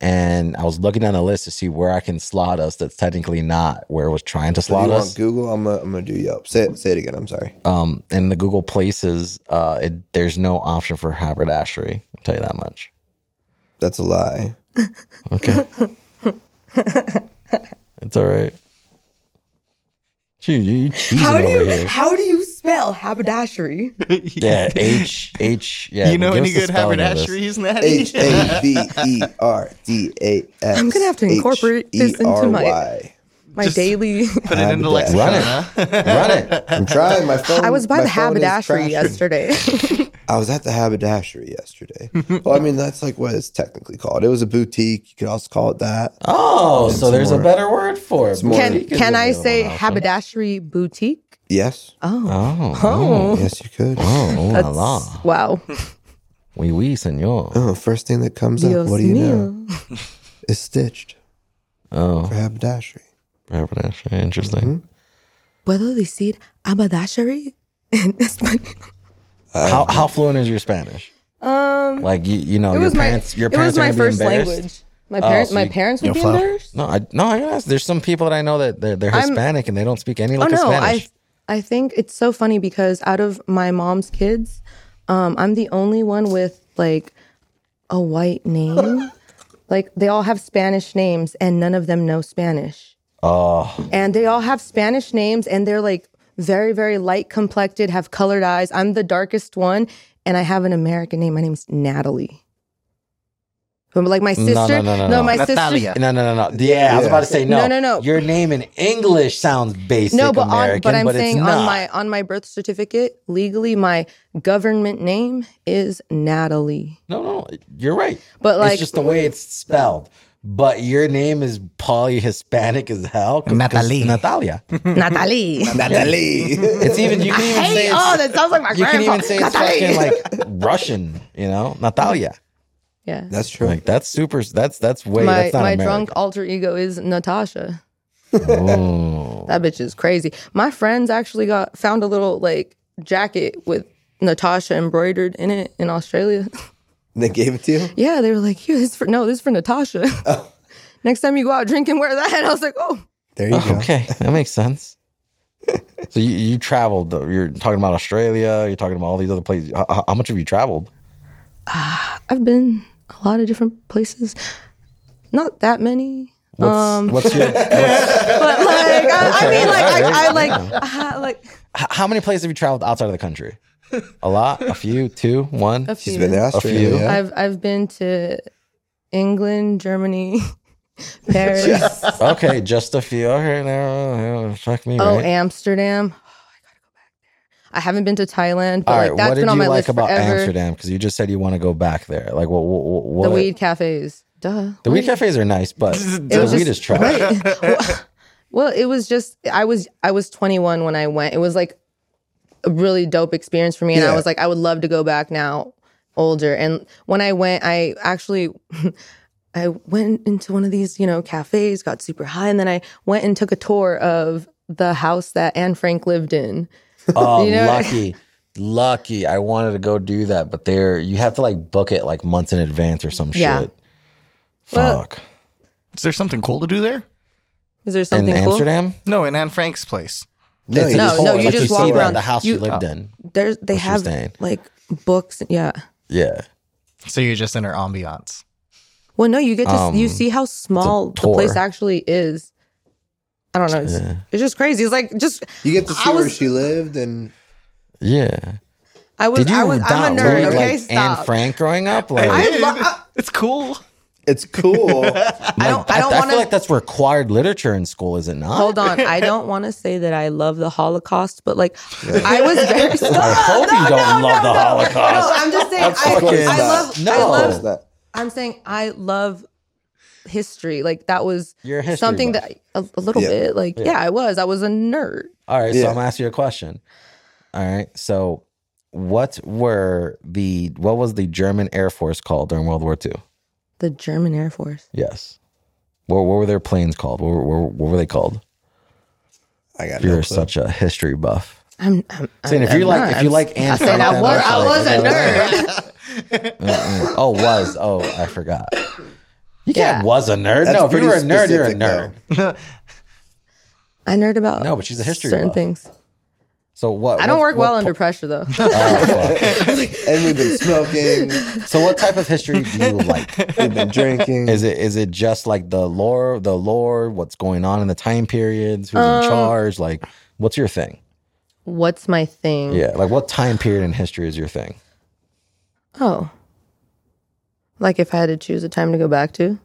[SPEAKER 2] and I was looking down the list to see where I can slot us. That's technically not where it was trying to
[SPEAKER 1] Do
[SPEAKER 2] slot
[SPEAKER 1] you
[SPEAKER 2] us.
[SPEAKER 1] want Google? I'm gonna, I'm gonna do Yelp. Say it, say it again. I'm sorry.
[SPEAKER 2] um, in the Google Places, uh, it, there's no option for haberdashery. I'll tell you that much.
[SPEAKER 1] That's a lie.
[SPEAKER 2] Okay. it's all right. Dude, you you cheesing over here.
[SPEAKER 3] how do you spell haberdashery?
[SPEAKER 2] Yeah, H H. Yeah,
[SPEAKER 4] you know
[SPEAKER 2] give
[SPEAKER 4] any
[SPEAKER 2] us the
[SPEAKER 4] good
[SPEAKER 2] spelling of this.
[SPEAKER 4] haberdasheries, Natty?
[SPEAKER 1] H A B E R D A S. E
[SPEAKER 3] I'm gonna have to incorporate this into my-
[SPEAKER 1] H-E-R-Y.
[SPEAKER 3] My daily.
[SPEAKER 4] Put it into
[SPEAKER 1] Haberdashery.
[SPEAKER 4] lexicon.
[SPEAKER 2] Run it.
[SPEAKER 4] huh?
[SPEAKER 2] Run it.
[SPEAKER 1] I'm trying my phone.
[SPEAKER 3] I was by
[SPEAKER 1] my
[SPEAKER 3] the
[SPEAKER 1] phone is
[SPEAKER 3] haberdashery
[SPEAKER 1] crashing.
[SPEAKER 3] yesterday.
[SPEAKER 1] I was at the haberdashery yesterday. well, I mean, that's like what it's technically called. It was a boutique. You could also call it that.
[SPEAKER 2] Oh, so there's
[SPEAKER 1] more-
[SPEAKER 2] a better word for it.
[SPEAKER 1] more-
[SPEAKER 2] You
[SPEAKER 3] can can
[SPEAKER 2] give
[SPEAKER 3] I
[SPEAKER 2] it a
[SPEAKER 3] say
[SPEAKER 2] little
[SPEAKER 3] haberdashery boutique?
[SPEAKER 1] Yes.
[SPEAKER 3] Oh,
[SPEAKER 2] option. Oh.
[SPEAKER 3] oh,
[SPEAKER 1] Yes, you could.
[SPEAKER 2] Oh, oh la la.
[SPEAKER 3] wow.
[SPEAKER 2] Oui, oui, senor.
[SPEAKER 1] Oh, first thing that comes up,
[SPEAKER 3] Dios
[SPEAKER 1] what do you know?
[SPEAKER 3] mío.
[SPEAKER 1] Is stitched
[SPEAKER 2] Oh,
[SPEAKER 1] for haberdashery.
[SPEAKER 2] haberdashery. Interesting.
[SPEAKER 3] Puedo decir haberdashery in Spanish?
[SPEAKER 2] How, how fluent is your Spanish?
[SPEAKER 3] Um,
[SPEAKER 2] Like, you, you know, Oh,
[SPEAKER 3] it
[SPEAKER 2] your
[SPEAKER 3] was my
[SPEAKER 2] parents, your parents
[SPEAKER 3] it was
[SPEAKER 2] are going
[SPEAKER 3] my
[SPEAKER 2] to be
[SPEAKER 3] first
[SPEAKER 2] embarrassed. Oh,
[SPEAKER 3] language. My parents,
[SPEAKER 2] so
[SPEAKER 3] my
[SPEAKER 2] you-
[SPEAKER 3] parents would
[SPEAKER 4] you'll
[SPEAKER 3] be
[SPEAKER 4] flow.
[SPEAKER 3] embarrassed.
[SPEAKER 2] No, I, no, I guess there's some people that I know that they're, they're
[SPEAKER 3] I'm-
[SPEAKER 2] Hispanic and they don't speak any
[SPEAKER 3] Oh
[SPEAKER 2] like
[SPEAKER 3] no,
[SPEAKER 2] Spanish.
[SPEAKER 3] I I think it's so funny because out of my mom's kids, um, I'm the only one with like a white name. like they all have Spanish names and none of them know Spanish.
[SPEAKER 2] oh,
[SPEAKER 3] And they all have Spanish names and they're like very, very light complected, have colored eyes. I'm the darkest one and I have an American name. My name's Natalie. But like my
[SPEAKER 2] No,
[SPEAKER 3] sister,
[SPEAKER 2] no, no, no, no.
[SPEAKER 3] my sister,
[SPEAKER 4] Natalia.
[SPEAKER 2] no, no, no, no. Yeah, I was about to say no.
[SPEAKER 3] No, no, no.
[SPEAKER 2] Your name in English sounds basic
[SPEAKER 3] No, but
[SPEAKER 2] American,
[SPEAKER 3] on, but I'm
[SPEAKER 2] but
[SPEAKER 3] saying
[SPEAKER 2] it's not.
[SPEAKER 3] on my on my birth certificate, legally, my government name is Natalie.
[SPEAKER 2] No, no, you're right.
[SPEAKER 3] But, like-
[SPEAKER 2] it's just the way it's spelled. But your name is probably Hispanic as hell. 'cause- 'cause
[SPEAKER 4] Natalie.
[SPEAKER 2] Natalia.
[SPEAKER 3] Natalie.
[SPEAKER 1] Natalie.
[SPEAKER 2] It's even you can even say
[SPEAKER 3] hey,
[SPEAKER 2] it's,
[SPEAKER 3] oh, that sounds like my
[SPEAKER 2] you can
[SPEAKER 3] grandpa.
[SPEAKER 2] even say it's fucking like Russian. You know, Natalia.
[SPEAKER 3] yeah.
[SPEAKER 1] That's true.
[SPEAKER 2] Like that's super. That's that's way.
[SPEAKER 3] my
[SPEAKER 2] that's not
[SPEAKER 3] my
[SPEAKER 2] American.
[SPEAKER 3] drunk alter ego is Natasha.
[SPEAKER 2] Oh.
[SPEAKER 3] That bitch is crazy. My friends actually got found a little like jacket with Natasha embroidered in it in Australia.
[SPEAKER 1] they gave it to you?
[SPEAKER 3] yeah, they were like, "Here, this is for no, this is for Natasha."
[SPEAKER 2] Oh.
[SPEAKER 3] Next time you go out drinking, wear that. And I was like, "Oh,
[SPEAKER 1] There you go.
[SPEAKER 2] Okay, that makes sense. So you, you traveled. though. You're talking about Australia. You're talking about all these other places. How, how- how much have you traveled?
[SPEAKER 3] I've been a lot of different places. Not that many.
[SPEAKER 2] What's,
[SPEAKER 3] Um,
[SPEAKER 2] what's your?
[SPEAKER 3] but like I, I mean like
[SPEAKER 2] Alright.
[SPEAKER 3] I, I like I, like
[SPEAKER 2] H- how many places have you traveled outside of the country? A lot, a few, two, one.
[SPEAKER 3] a
[SPEAKER 1] She's
[SPEAKER 3] few.
[SPEAKER 1] been to Australia.
[SPEAKER 2] few.
[SPEAKER 1] yeah?
[SPEAKER 3] I've I've been to England, Germany, Paris,
[SPEAKER 2] Okay, just a few. Okay, now uh, fuck me.
[SPEAKER 3] oh
[SPEAKER 2] right?
[SPEAKER 3] Amsterdam. Oh, I gotta go back there. I haven't been to Thailand, but
[SPEAKER 2] all right.
[SPEAKER 3] like that's
[SPEAKER 2] what did
[SPEAKER 3] been on
[SPEAKER 2] you
[SPEAKER 3] my
[SPEAKER 2] like
[SPEAKER 3] list
[SPEAKER 2] about
[SPEAKER 3] forever.
[SPEAKER 2] Amsterdam? Because you just said you want to go back there. Like, what? what, what,
[SPEAKER 3] The
[SPEAKER 2] what
[SPEAKER 3] weed cafes, duh.
[SPEAKER 2] The weed cafes are nice, but the
[SPEAKER 3] was
[SPEAKER 2] weed is
[SPEAKER 3] just-
[SPEAKER 2] trash.
[SPEAKER 3] Well, it was just I was I was 21 when I went. It was like a really dope experience for me. And
[SPEAKER 1] Yeah.
[SPEAKER 3] I was like, I would love to go back now older. And when I went, I actually I went into one of these, you know, cafes, got super high, and then I went and took a tour of the house that Anne Frank lived in.
[SPEAKER 2] Oh,
[SPEAKER 3] You know-
[SPEAKER 2] lucky. Lucky. I wanted to go do that, but there you have to like book it like months in advance or some
[SPEAKER 3] Yeah.
[SPEAKER 2] shit.
[SPEAKER 3] Well,
[SPEAKER 2] Fuck.
[SPEAKER 4] Is there something cool to do there?
[SPEAKER 3] Is there
[SPEAKER 2] in
[SPEAKER 3] something cool?
[SPEAKER 2] Amsterdam?
[SPEAKER 4] No, in Anne Frank's place.
[SPEAKER 1] No,
[SPEAKER 2] It's
[SPEAKER 1] you
[SPEAKER 2] a
[SPEAKER 1] just-
[SPEAKER 2] whole-
[SPEAKER 3] no, you
[SPEAKER 2] like,
[SPEAKER 3] just walk
[SPEAKER 2] see that,
[SPEAKER 3] around.
[SPEAKER 2] the house you,
[SPEAKER 3] You-
[SPEAKER 2] lived in.
[SPEAKER 3] There's they
[SPEAKER 2] That's what
[SPEAKER 3] have
[SPEAKER 2] she's saying.
[SPEAKER 3] like books. Yeah.
[SPEAKER 2] Yeah.
[SPEAKER 4] So you're just in her ambiance.
[SPEAKER 3] Well, no, you get to s you
[SPEAKER 2] Um,
[SPEAKER 3] see how small the
[SPEAKER 2] tour.
[SPEAKER 3] place actually is. I don't know. It's, it's just crazy. It's like just
[SPEAKER 1] You get to see
[SPEAKER 3] I
[SPEAKER 1] where
[SPEAKER 3] was-
[SPEAKER 1] she lived and
[SPEAKER 2] Yeah.
[SPEAKER 3] I was
[SPEAKER 2] Did you
[SPEAKER 3] I was I'm a
[SPEAKER 2] not
[SPEAKER 3] nerd.
[SPEAKER 2] read
[SPEAKER 3] Okay,
[SPEAKER 2] like
[SPEAKER 3] stop.
[SPEAKER 2] Anne Frank growing up? Like,
[SPEAKER 3] I
[SPEAKER 2] I,
[SPEAKER 3] love. I,
[SPEAKER 4] It's cool.
[SPEAKER 1] it's cool.
[SPEAKER 3] I don't. I
[SPEAKER 2] I,
[SPEAKER 3] don't
[SPEAKER 2] feel
[SPEAKER 3] want to.
[SPEAKER 2] like that's required literature in school, is it not?
[SPEAKER 3] Hold on. I don't want to say that I love the Holocaust, but like I was very
[SPEAKER 2] I
[SPEAKER 3] stop.
[SPEAKER 2] hope you don't love the
[SPEAKER 3] No,
[SPEAKER 2] Holocaust.
[SPEAKER 3] I'm just saying I,
[SPEAKER 1] Of course
[SPEAKER 3] I
[SPEAKER 1] not.
[SPEAKER 3] love I
[SPEAKER 2] No.
[SPEAKER 1] Of course
[SPEAKER 3] love
[SPEAKER 1] not.
[SPEAKER 3] I'm saying I love history. Like that was
[SPEAKER 2] You're a history
[SPEAKER 3] something
[SPEAKER 2] buff.
[SPEAKER 3] that a, a little
[SPEAKER 1] Yeah.
[SPEAKER 3] bit like yeah. I was. I was a nerd.
[SPEAKER 2] All right, so
[SPEAKER 1] Yeah.
[SPEAKER 2] I'm gonna ask you a question. All right, so what were the what was the German Air Force called during World War II?
[SPEAKER 3] The German Air Force.
[SPEAKER 2] Yes. What, what were their planes called? What were, what, were they called?
[SPEAKER 1] I got
[SPEAKER 2] You're
[SPEAKER 1] no clue.
[SPEAKER 2] such a history buff.
[SPEAKER 3] I'm, I'm, I'm
[SPEAKER 2] Saying if
[SPEAKER 3] I'm
[SPEAKER 2] you like
[SPEAKER 3] not.
[SPEAKER 2] if you like Anne
[SPEAKER 3] I said
[SPEAKER 2] Frank,
[SPEAKER 3] I
[SPEAKER 2] then
[SPEAKER 3] was
[SPEAKER 2] that's
[SPEAKER 3] I
[SPEAKER 2] like-
[SPEAKER 3] was a nerd.
[SPEAKER 2] Mm-mm. Oh, was oh I forgot. You
[SPEAKER 3] Yeah.
[SPEAKER 2] can't was a nerd.
[SPEAKER 1] That's
[SPEAKER 2] no, if you
[SPEAKER 1] pretty
[SPEAKER 2] were a nerd, you're a
[SPEAKER 1] specific,
[SPEAKER 2] nerd.
[SPEAKER 3] I nerd about
[SPEAKER 2] No, but she's a history
[SPEAKER 3] certain
[SPEAKER 2] buff.
[SPEAKER 3] things.
[SPEAKER 2] So what?
[SPEAKER 3] I don't
[SPEAKER 2] what-
[SPEAKER 3] work
[SPEAKER 2] what
[SPEAKER 3] well
[SPEAKER 2] po-
[SPEAKER 3] under pressure though.
[SPEAKER 2] Oh, fuck.
[SPEAKER 1] and we've been smoking,
[SPEAKER 2] so what type of history do you like?
[SPEAKER 1] we've been drinking.
[SPEAKER 2] Is it is it just like the lore, the lore, what's going on in the time periods, who's
[SPEAKER 3] Um,
[SPEAKER 2] in charge? Like, what's your thing?
[SPEAKER 3] What's my thing?
[SPEAKER 2] Yeah, like what time period in history is your thing?
[SPEAKER 3] Oh. Like if I had to choose a time to go back to?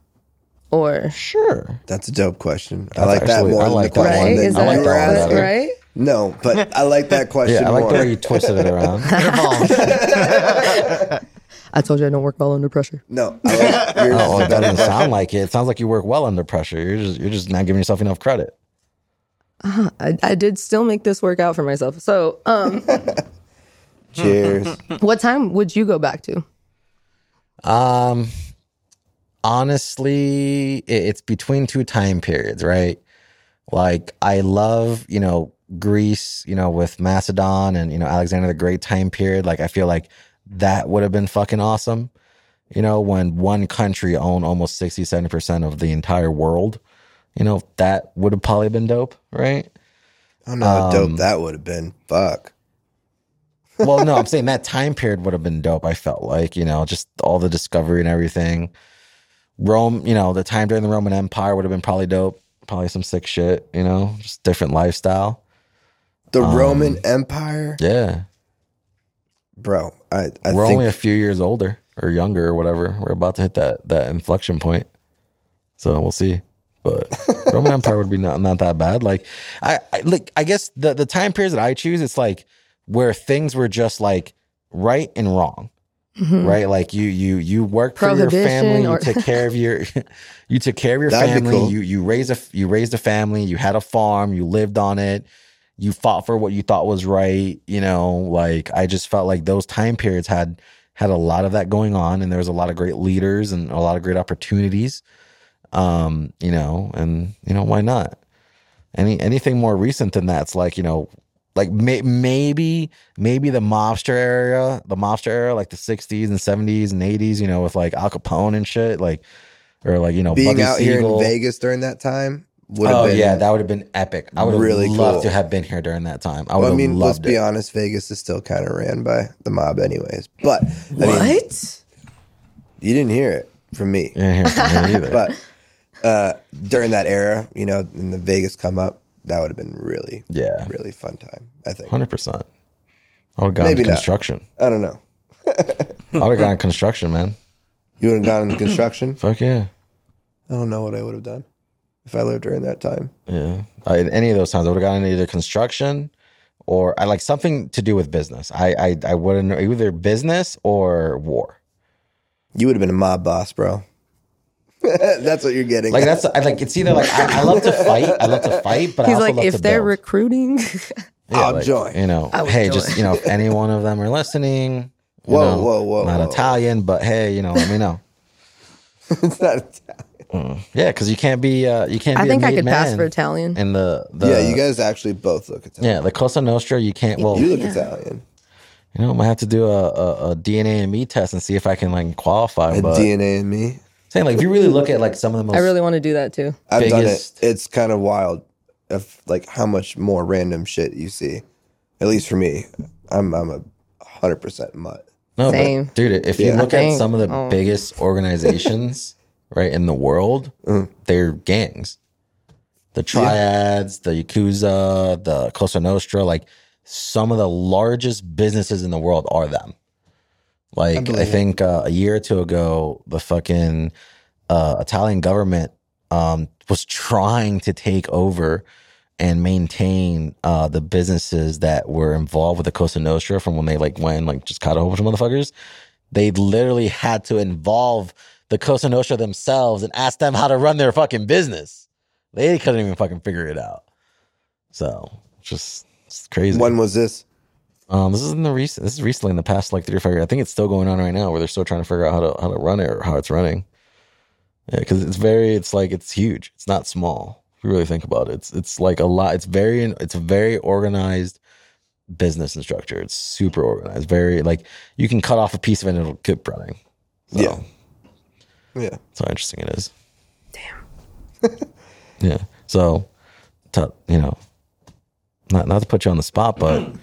[SPEAKER 3] Or
[SPEAKER 2] Sure.
[SPEAKER 1] That's a dope question. I
[SPEAKER 2] That's
[SPEAKER 1] like
[SPEAKER 2] actually-
[SPEAKER 1] that more
[SPEAKER 2] I
[SPEAKER 1] than
[SPEAKER 2] like
[SPEAKER 1] the
[SPEAKER 2] that
[SPEAKER 1] question
[SPEAKER 2] one.
[SPEAKER 1] that
[SPEAKER 2] Is
[SPEAKER 1] you
[SPEAKER 2] I like
[SPEAKER 1] were
[SPEAKER 2] that one
[SPEAKER 1] asking.
[SPEAKER 2] better.
[SPEAKER 3] right?
[SPEAKER 1] No, but I like that question
[SPEAKER 2] Yeah, I like the
[SPEAKER 1] more.
[SPEAKER 2] way you twisted it around.
[SPEAKER 4] It evolved.
[SPEAKER 3] I told you I don't work well under pressure.
[SPEAKER 1] no, I like yours
[SPEAKER 2] oh, it
[SPEAKER 1] better.
[SPEAKER 2] doesn't sound like it. It sounds like you work well under pressure. You're just you're just not giving yourself enough credit.
[SPEAKER 3] I, I did still make this work out for myself. So, um,
[SPEAKER 1] Cheers.
[SPEAKER 3] what time would you go back to?
[SPEAKER 2] Um, honestly, it, it's between two time periods, right? Like I love, you know, Greece, you know, with Macedon and you know Alexander the Great time period. Like I feel like that would have been fucking awesome. You know, when one country owned almost 60, 70% of the entire world, you know, that would have probably been dope, right?
[SPEAKER 1] I don't know how dope
[SPEAKER 2] Um,
[SPEAKER 1] that would have been. Fuck.
[SPEAKER 2] well, no, I'm saying that time period would have been dope. I felt like, you know, just all the discovery and everything. Rome, you know, the time during the Roman Empire would have been probably dope. Probably some sick shit, you know, just different lifestyle.
[SPEAKER 1] The
[SPEAKER 2] um,
[SPEAKER 1] Roman Empire,
[SPEAKER 2] Yeah.
[SPEAKER 1] bro. I, I
[SPEAKER 2] we're
[SPEAKER 1] think
[SPEAKER 2] only a few years older or younger or whatever. We're about to hit that that inflection point. So we'll see. But Roman Empire would be not, not that bad. Like I, I like I guess the the time periods that I choose, it's like where things were just like right and wrong. Right? Like you you you work for your
[SPEAKER 3] Mm-hmm. Prohibition
[SPEAKER 2] family, you
[SPEAKER 3] or-
[SPEAKER 2] took care of your you took care of your
[SPEAKER 1] That'd be
[SPEAKER 2] family,
[SPEAKER 1] cool.
[SPEAKER 2] you you raise a f- you raised a family, you had a farm, you lived on it you fought for what you thought was right you know like i just felt like those time periods had had a lot of that going on and there was a lot of great leaders and a lot of great opportunities um you know and you know why not any anything more recent than that's like you know like may, maybe maybe the mobster era the mobster era like the 60s and 70s and 80s you know with like al capone and shit like or like you know
[SPEAKER 1] being
[SPEAKER 2] Bugsy
[SPEAKER 1] out here
[SPEAKER 2] Siegel.
[SPEAKER 1] in Vegas during that time would have
[SPEAKER 2] oh
[SPEAKER 1] been.
[SPEAKER 2] yeah that would have been epic i would have
[SPEAKER 1] really
[SPEAKER 2] loved
[SPEAKER 1] cool.
[SPEAKER 2] to have been here during that time i would
[SPEAKER 1] well,
[SPEAKER 2] have
[SPEAKER 1] I mean, let's
[SPEAKER 2] loved it
[SPEAKER 1] be honest. Vegas is still kind of ran by the mob, anyways. But I mean,
[SPEAKER 3] What?
[SPEAKER 1] you didn't hear it from me.
[SPEAKER 2] Yeah, here from here either.
[SPEAKER 1] But uh, during that era, you know, in the Vegas come up, that would have been really,
[SPEAKER 2] yeah,
[SPEAKER 1] really fun time. I think.
[SPEAKER 2] hundred percent. I would have gone
[SPEAKER 1] Maybe
[SPEAKER 2] to
[SPEAKER 1] not.
[SPEAKER 2] construction.
[SPEAKER 1] I don't know.
[SPEAKER 2] I would have gone to construction, man.
[SPEAKER 1] You would have gone into construction.
[SPEAKER 2] Fuck yeah,
[SPEAKER 1] I don't know what I would have done if I lived during that time.
[SPEAKER 2] yeah. I, any of those times, I would have gone into either construction or I like something to do with business. I I, I wouldn't either business or war.
[SPEAKER 1] You would have been a mob boss, bro. that's what you're getting.
[SPEAKER 2] Like
[SPEAKER 1] at.
[SPEAKER 2] that's I, like it's either like I, I love to fight, I love to fight, but I
[SPEAKER 3] He's
[SPEAKER 2] also
[SPEAKER 3] like,
[SPEAKER 2] love
[SPEAKER 3] if
[SPEAKER 2] to
[SPEAKER 3] they're
[SPEAKER 2] build.
[SPEAKER 3] recruiting,
[SPEAKER 1] I'll
[SPEAKER 2] like,
[SPEAKER 1] join.
[SPEAKER 2] You know,
[SPEAKER 3] I would
[SPEAKER 2] hey,
[SPEAKER 3] join.
[SPEAKER 2] just you know, if any one of them are listening, you
[SPEAKER 1] Whoa,
[SPEAKER 2] know,
[SPEAKER 1] whoa, whoa,
[SPEAKER 2] not
[SPEAKER 1] whoa.
[SPEAKER 2] Italian, but hey, you know, let me know.
[SPEAKER 1] it's not.
[SPEAKER 2] Yeah, because you can't be uh, you can't.
[SPEAKER 3] I
[SPEAKER 2] be
[SPEAKER 3] think
[SPEAKER 2] I
[SPEAKER 3] I could pass for Italian.
[SPEAKER 2] And the, the
[SPEAKER 1] yeah, you guys actually both look Italian.
[SPEAKER 2] yeah the Cosa Nostra you can't. Well,
[SPEAKER 1] You
[SPEAKER 2] you
[SPEAKER 1] look Italian.
[SPEAKER 2] know, I might have to do a, a, a DNA and me test and see if I can like qualify.
[SPEAKER 1] And
[SPEAKER 2] but
[SPEAKER 1] DNA in me.
[SPEAKER 2] saying like if you really look at like some of the most
[SPEAKER 3] I really want to do that too.
[SPEAKER 1] I've
[SPEAKER 2] biggest-
[SPEAKER 1] done it. It's kind of wild of like how much more random shit you see. At least for me, I'm I'm a hundred percent mutt.
[SPEAKER 2] No, but,
[SPEAKER 3] Same.
[SPEAKER 2] dude. If
[SPEAKER 1] Yeah.
[SPEAKER 2] you look
[SPEAKER 3] I
[SPEAKER 2] at
[SPEAKER 3] think-
[SPEAKER 2] some of the
[SPEAKER 3] oh.
[SPEAKER 2] biggest organizations, right in the world,
[SPEAKER 1] Mm.
[SPEAKER 2] they're gangs. The triads, the yakuza, the Cosa Nostra, like some of the largest businesses in the world are them. Like I,
[SPEAKER 1] believe it.
[SPEAKER 2] think uh, a year or two ago, the fucking uh, Italian government um, was trying to take over and maintain uh, the businesses that were involved with the Cosa Nostra from when they like went and, like just caught a whole bunch of motherfuckers. They literally had to involve the Cosa Nostra themselves and ask them how to run their fucking business. They couldn't even fucking figure it out. So just it's crazy.
[SPEAKER 1] When was this?
[SPEAKER 2] Um, this is in the recent. This is recently in the past like three or four years. I think it's still going on right now, where they're still trying to figure out how to how to run it or how it's running. Yeah, because it's very. It's like it's huge. It's not small. If you really think about it, it's it's like a lot. It's very. It's a very organized business and structure. It's super organized. Very like you can cut off a piece of it and it'll keep running. So,
[SPEAKER 1] Yeah. Yeah.
[SPEAKER 2] That's how interesting it is. Damn. yeah. So, to, you know, not not to put you on the spot, but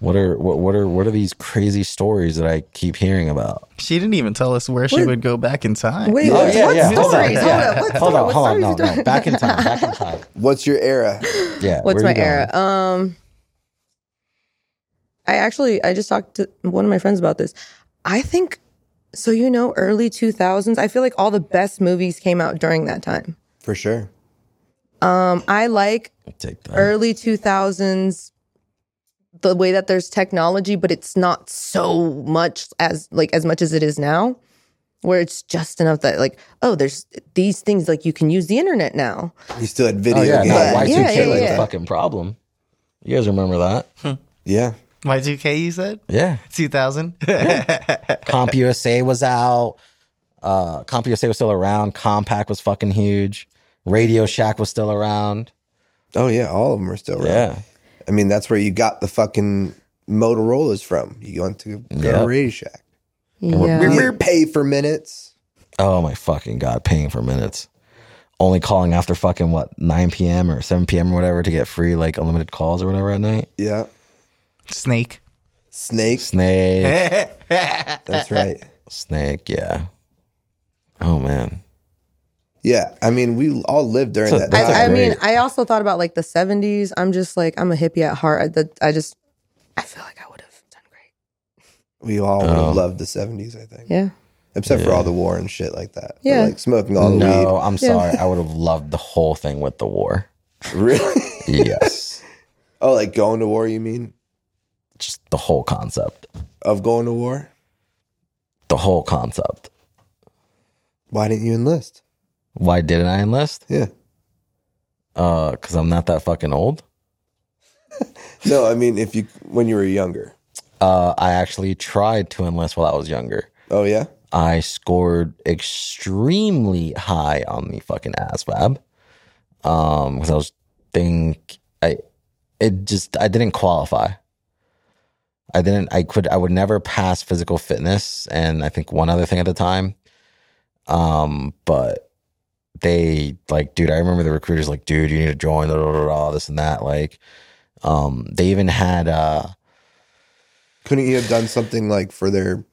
[SPEAKER 2] what are what what are what are these crazy stories that I keep hearing about?
[SPEAKER 4] She didn't even tell us where she
[SPEAKER 3] Wait.
[SPEAKER 4] would go back in time.
[SPEAKER 3] Wait, what, what stories? Oh, Hold
[SPEAKER 2] Hold on,
[SPEAKER 3] up, what story- what
[SPEAKER 2] hold on,
[SPEAKER 3] stories
[SPEAKER 2] no,
[SPEAKER 3] you talking
[SPEAKER 2] no, back in time, back in time.
[SPEAKER 1] What's your era?
[SPEAKER 2] Yeah.
[SPEAKER 3] What's
[SPEAKER 2] where
[SPEAKER 3] my
[SPEAKER 2] are you going?
[SPEAKER 3] era? Um, I actually I just talked to one of my friends about this. I think so. You know, early two thousands. I feel like all the best movies came out during that time.
[SPEAKER 1] For sure.
[SPEAKER 3] Um, I like
[SPEAKER 2] Take that.
[SPEAKER 3] early two thousands. The way that there's technology, but it's not so much as like as much as it is now, where it's just enough that like oh, there's these things like you can use the internet now.
[SPEAKER 1] You still had video
[SPEAKER 2] Oh yeah, no,
[SPEAKER 1] games.
[SPEAKER 2] Y2K
[SPEAKER 3] Yeah, yeah,
[SPEAKER 2] was
[SPEAKER 3] yeah.
[SPEAKER 2] a fucking problem. You guys remember that?
[SPEAKER 1] Yeah.
[SPEAKER 4] Y2K, you said?
[SPEAKER 2] Yeah.
[SPEAKER 4] 2000?
[SPEAKER 2] CompUSA was out. Uh, CompUSA was still around. Compaq was fucking huge. Radio Shack was still around.
[SPEAKER 1] Oh yeah, all of them are still around.
[SPEAKER 2] Yeah.
[SPEAKER 1] I mean, that's where you got the fucking Motorola's from. You went to go
[SPEAKER 2] Yeah.
[SPEAKER 1] to Radio Shack.
[SPEAKER 3] Yeah.
[SPEAKER 1] You didn't pay for minutes.
[SPEAKER 2] Oh my fucking god, paying for minutes. Only calling after fucking what 9 p.m. or 7 p.m. or whatever to get free like unlimited calls or whatever at night.
[SPEAKER 1] Yeah.
[SPEAKER 4] Snake.
[SPEAKER 1] Snakes.
[SPEAKER 2] Snake,
[SPEAKER 1] That's right.
[SPEAKER 2] snake, yeah. Oh man,
[SPEAKER 1] Yeah. I mean, we all lived during
[SPEAKER 2] So
[SPEAKER 1] that
[SPEAKER 2] that's
[SPEAKER 1] time.
[SPEAKER 2] a
[SPEAKER 3] I, I mean,
[SPEAKER 2] great.
[SPEAKER 3] I also thought about like the 70s. I'm just like, I'm a hippie at heart. I, that- I just, I feel like I would have done great.
[SPEAKER 1] we all would
[SPEAKER 2] Oh.
[SPEAKER 1] have loved the seventies, I think.
[SPEAKER 3] Yeah.
[SPEAKER 1] Except for all the war and shit like that. But,
[SPEAKER 3] Yeah.
[SPEAKER 1] Like smoking all the
[SPEAKER 2] no, I'm
[SPEAKER 3] Yeah.
[SPEAKER 2] sorry. I would have loved the whole thing with the war.
[SPEAKER 1] weed. Really?
[SPEAKER 2] Yes,
[SPEAKER 1] Oh, like going to war, you mean?
[SPEAKER 2] just the whole concept,
[SPEAKER 1] Of going to war?
[SPEAKER 2] the whole concept.
[SPEAKER 1] Why didn't you enlist?
[SPEAKER 2] Why didn't I enlist?
[SPEAKER 1] Yeah.
[SPEAKER 2] Uh, cause I'm not that fucking old.
[SPEAKER 1] No, I mean if you when you were younger.
[SPEAKER 2] Uh, I actually tried to enlist while I was younger.
[SPEAKER 1] Oh yeah?
[SPEAKER 2] I scored extremely high on the fucking ASVAB. Um, because I was think I it just I didn't qualify. I didn't I could I would never pass physical fitness and I think one other thing at the time. Um, but they like, dude, I remember the recruiters like, dude, you need to join, blah, blah, blah, blah, this and that. Like, um, they even had uh
[SPEAKER 1] Couldn't you have done something like for their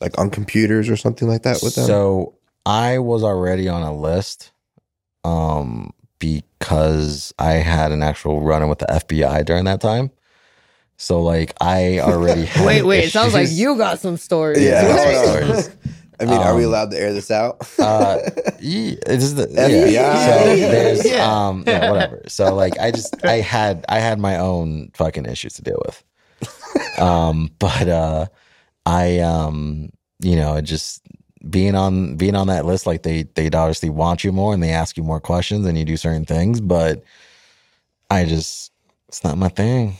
[SPEAKER 1] like on computers or something like that with them?
[SPEAKER 2] So I was already on a list um because I had an actual run in with the FBI during that time. So like I already had
[SPEAKER 3] Wait, wait. It sounds like
[SPEAKER 2] issues.
[SPEAKER 3] you got some stories.
[SPEAKER 1] yeah,
[SPEAKER 2] Yeah.
[SPEAKER 1] that's what I was-
[SPEAKER 2] Stories.
[SPEAKER 1] I mean, are we
[SPEAKER 2] Um,
[SPEAKER 1] allowed to air this out?
[SPEAKER 2] uh, ye- it's just the,
[SPEAKER 1] FBI.
[SPEAKER 2] yeah. So there's
[SPEAKER 4] Yeah.
[SPEAKER 2] um yeah, whatever. So like I just I had I had my own fucking issues to deal with. Um but uh I um you know it just being on being on that list like they they obviously want you more and they ask you more questions and you do certain things but I just it's not my thing.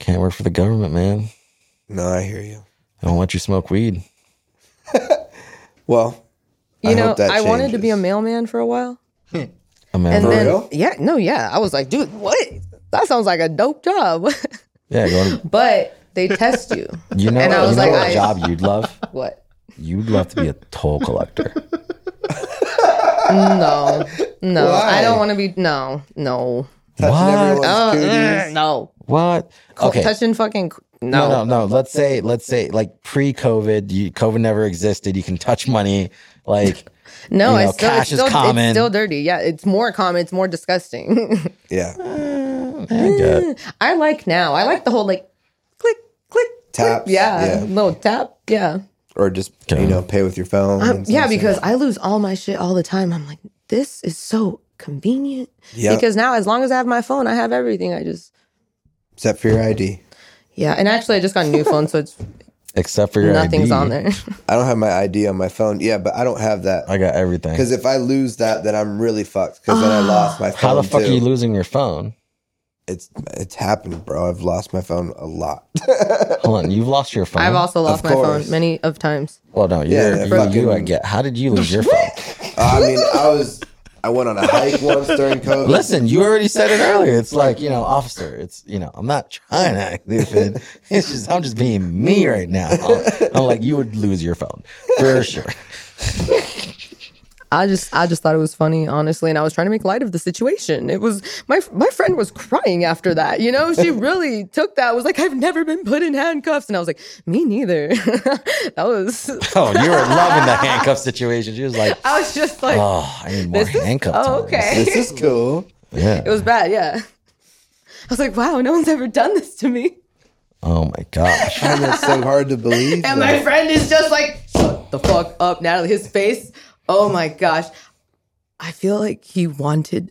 [SPEAKER 2] Can't work for the government, man.
[SPEAKER 1] No, I hear you.
[SPEAKER 2] I don't let you smoke weed.
[SPEAKER 1] Well,
[SPEAKER 3] You
[SPEAKER 1] I
[SPEAKER 3] know,
[SPEAKER 1] hope that
[SPEAKER 3] I wanted to be a
[SPEAKER 1] changes.
[SPEAKER 3] mailman for a while.
[SPEAKER 2] I mean,
[SPEAKER 3] And
[SPEAKER 1] For
[SPEAKER 3] then,
[SPEAKER 1] real?
[SPEAKER 3] yeah, no, yeah. I was like, dude, what? That sounds like a dope job.
[SPEAKER 2] yeah, go on.
[SPEAKER 3] but they test you.
[SPEAKER 2] you know,
[SPEAKER 3] And I
[SPEAKER 2] you
[SPEAKER 3] was
[SPEAKER 2] know
[SPEAKER 3] like,
[SPEAKER 2] what
[SPEAKER 3] I-
[SPEAKER 2] job you'd love?
[SPEAKER 3] What?
[SPEAKER 2] You'd love to be a toll collector.
[SPEAKER 3] No, no.
[SPEAKER 1] Why?
[SPEAKER 3] I don't want to be. No, no,
[SPEAKER 1] touching
[SPEAKER 2] What?
[SPEAKER 1] everyone's
[SPEAKER 3] Uh,
[SPEAKER 1] cooties.
[SPEAKER 3] mm, no.
[SPEAKER 2] What? Okay.
[SPEAKER 3] Touching fucking.
[SPEAKER 2] no,
[SPEAKER 3] No.
[SPEAKER 2] no, no. Let's say, let's say, like pre-COVID, you, COVID never existed. You can touch money, like
[SPEAKER 3] No,
[SPEAKER 2] You know,
[SPEAKER 3] it's still,
[SPEAKER 2] cash
[SPEAKER 3] it's,
[SPEAKER 2] is
[SPEAKER 3] still
[SPEAKER 2] common.
[SPEAKER 3] it's still dirty. Yeah, it's more common. It's more disgusting.
[SPEAKER 1] Yeah,
[SPEAKER 2] I get.
[SPEAKER 3] I like now. I like the whole like click, click,
[SPEAKER 1] taps.
[SPEAKER 3] yeah, little tap, yeah,
[SPEAKER 1] or just
[SPEAKER 2] Okay.
[SPEAKER 1] you know pay with your phone.
[SPEAKER 3] Um,
[SPEAKER 1] and
[SPEAKER 3] yeah.
[SPEAKER 1] stuff.
[SPEAKER 3] Because I lose all my shit all the time. I'm like, this is so convenient.
[SPEAKER 1] Yeah.
[SPEAKER 3] Because now, as long as I have my phone, I have everything. I just
[SPEAKER 1] except for your ID,
[SPEAKER 3] yeah. And actually, I just got a new phone, so it's
[SPEAKER 2] Except for your
[SPEAKER 3] nothing's
[SPEAKER 2] ID.
[SPEAKER 3] on there.
[SPEAKER 1] I don't have my ID on my phone. Yeah, but I don't have that
[SPEAKER 2] I got everything.
[SPEAKER 1] because if I lose that, then I'm really fucked. Because then I
[SPEAKER 3] Ah.
[SPEAKER 1] lost my phone.
[SPEAKER 2] How the fuck
[SPEAKER 1] too.
[SPEAKER 2] are you losing your phone?
[SPEAKER 1] It's it's happened, bro. I've lost my phone a lot.
[SPEAKER 2] Hold on, you've lost your phone.
[SPEAKER 3] I've also lost my phone
[SPEAKER 1] course.
[SPEAKER 3] many of times.
[SPEAKER 2] Well, no,
[SPEAKER 1] Yeah,
[SPEAKER 2] you're,
[SPEAKER 1] they're
[SPEAKER 2] you,
[SPEAKER 1] fucking-
[SPEAKER 2] you, I get. How did you lose your phone?
[SPEAKER 1] I mean, I was I went on a hike once during COVID.
[SPEAKER 2] Listen, you already said it earlier. It's like you know, officer. It's you know, I'm not trying to act stupid. It's just I'm just being me right now. I'm like, you would lose your phone for sure.
[SPEAKER 3] I just I just thought it was funny, honestly, and I was trying to make light of the situation. It was my my friend was crying after that. You know, she really took that. Was like, I've never been put in handcuffs, and I was like, me neither. that was
[SPEAKER 2] Oh, you were loving the handcuff situation. She was like,
[SPEAKER 3] I was just like,
[SPEAKER 2] oh, I need more
[SPEAKER 3] this is
[SPEAKER 2] handcuffs.
[SPEAKER 3] oh,
[SPEAKER 2] on this.
[SPEAKER 3] okay.
[SPEAKER 1] this is cool.
[SPEAKER 2] Yeah.
[SPEAKER 3] It was bad, yeah. I was like, wow, no one's ever done this to me.
[SPEAKER 2] oh my gosh.
[SPEAKER 1] And it's so hard to believe.
[SPEAKER 3] And my friend is just like, shut the fuck up, Natalie. His face, oh my gosh. I feel like he wanted,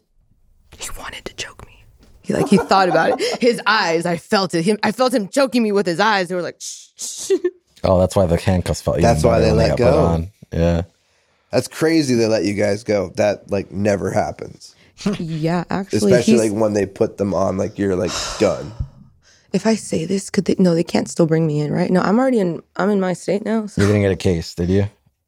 [SPEAKER 3] he wanted to choke me. He like, he thought about it. His eyes, I felt it. Him, I felt him choking me with his eyes. They were like, shh, shh.
[SPEAKER 2] Oh, that's why the handcuffs felt. even
[SPEAKER 1] That's why
[SPEAKER 2] better
[SPEAKER 1] they
[SPEAKER 2] when
[SPEAKER 1] let
[SPEAKER 2] got put
[SPEAKER 1] go.
[SPEAKER 2] on. Yeah.
[SPEAKER 1] That's crazy. They let you guys go. That like never happens,
[SPEAKER 3] Yeah, actually,
[SPEAKER 1] especially
[SPEAKER 3] he's-
[SPEAKER 1] like when they put them on. Like you're like done.
[SPEAKER 3] if I say this, could they? No, they can't still bring me in, right? No, I'm already in. I'm in my state now. So
[SPEAKER 2] You're gonna get a case, did you?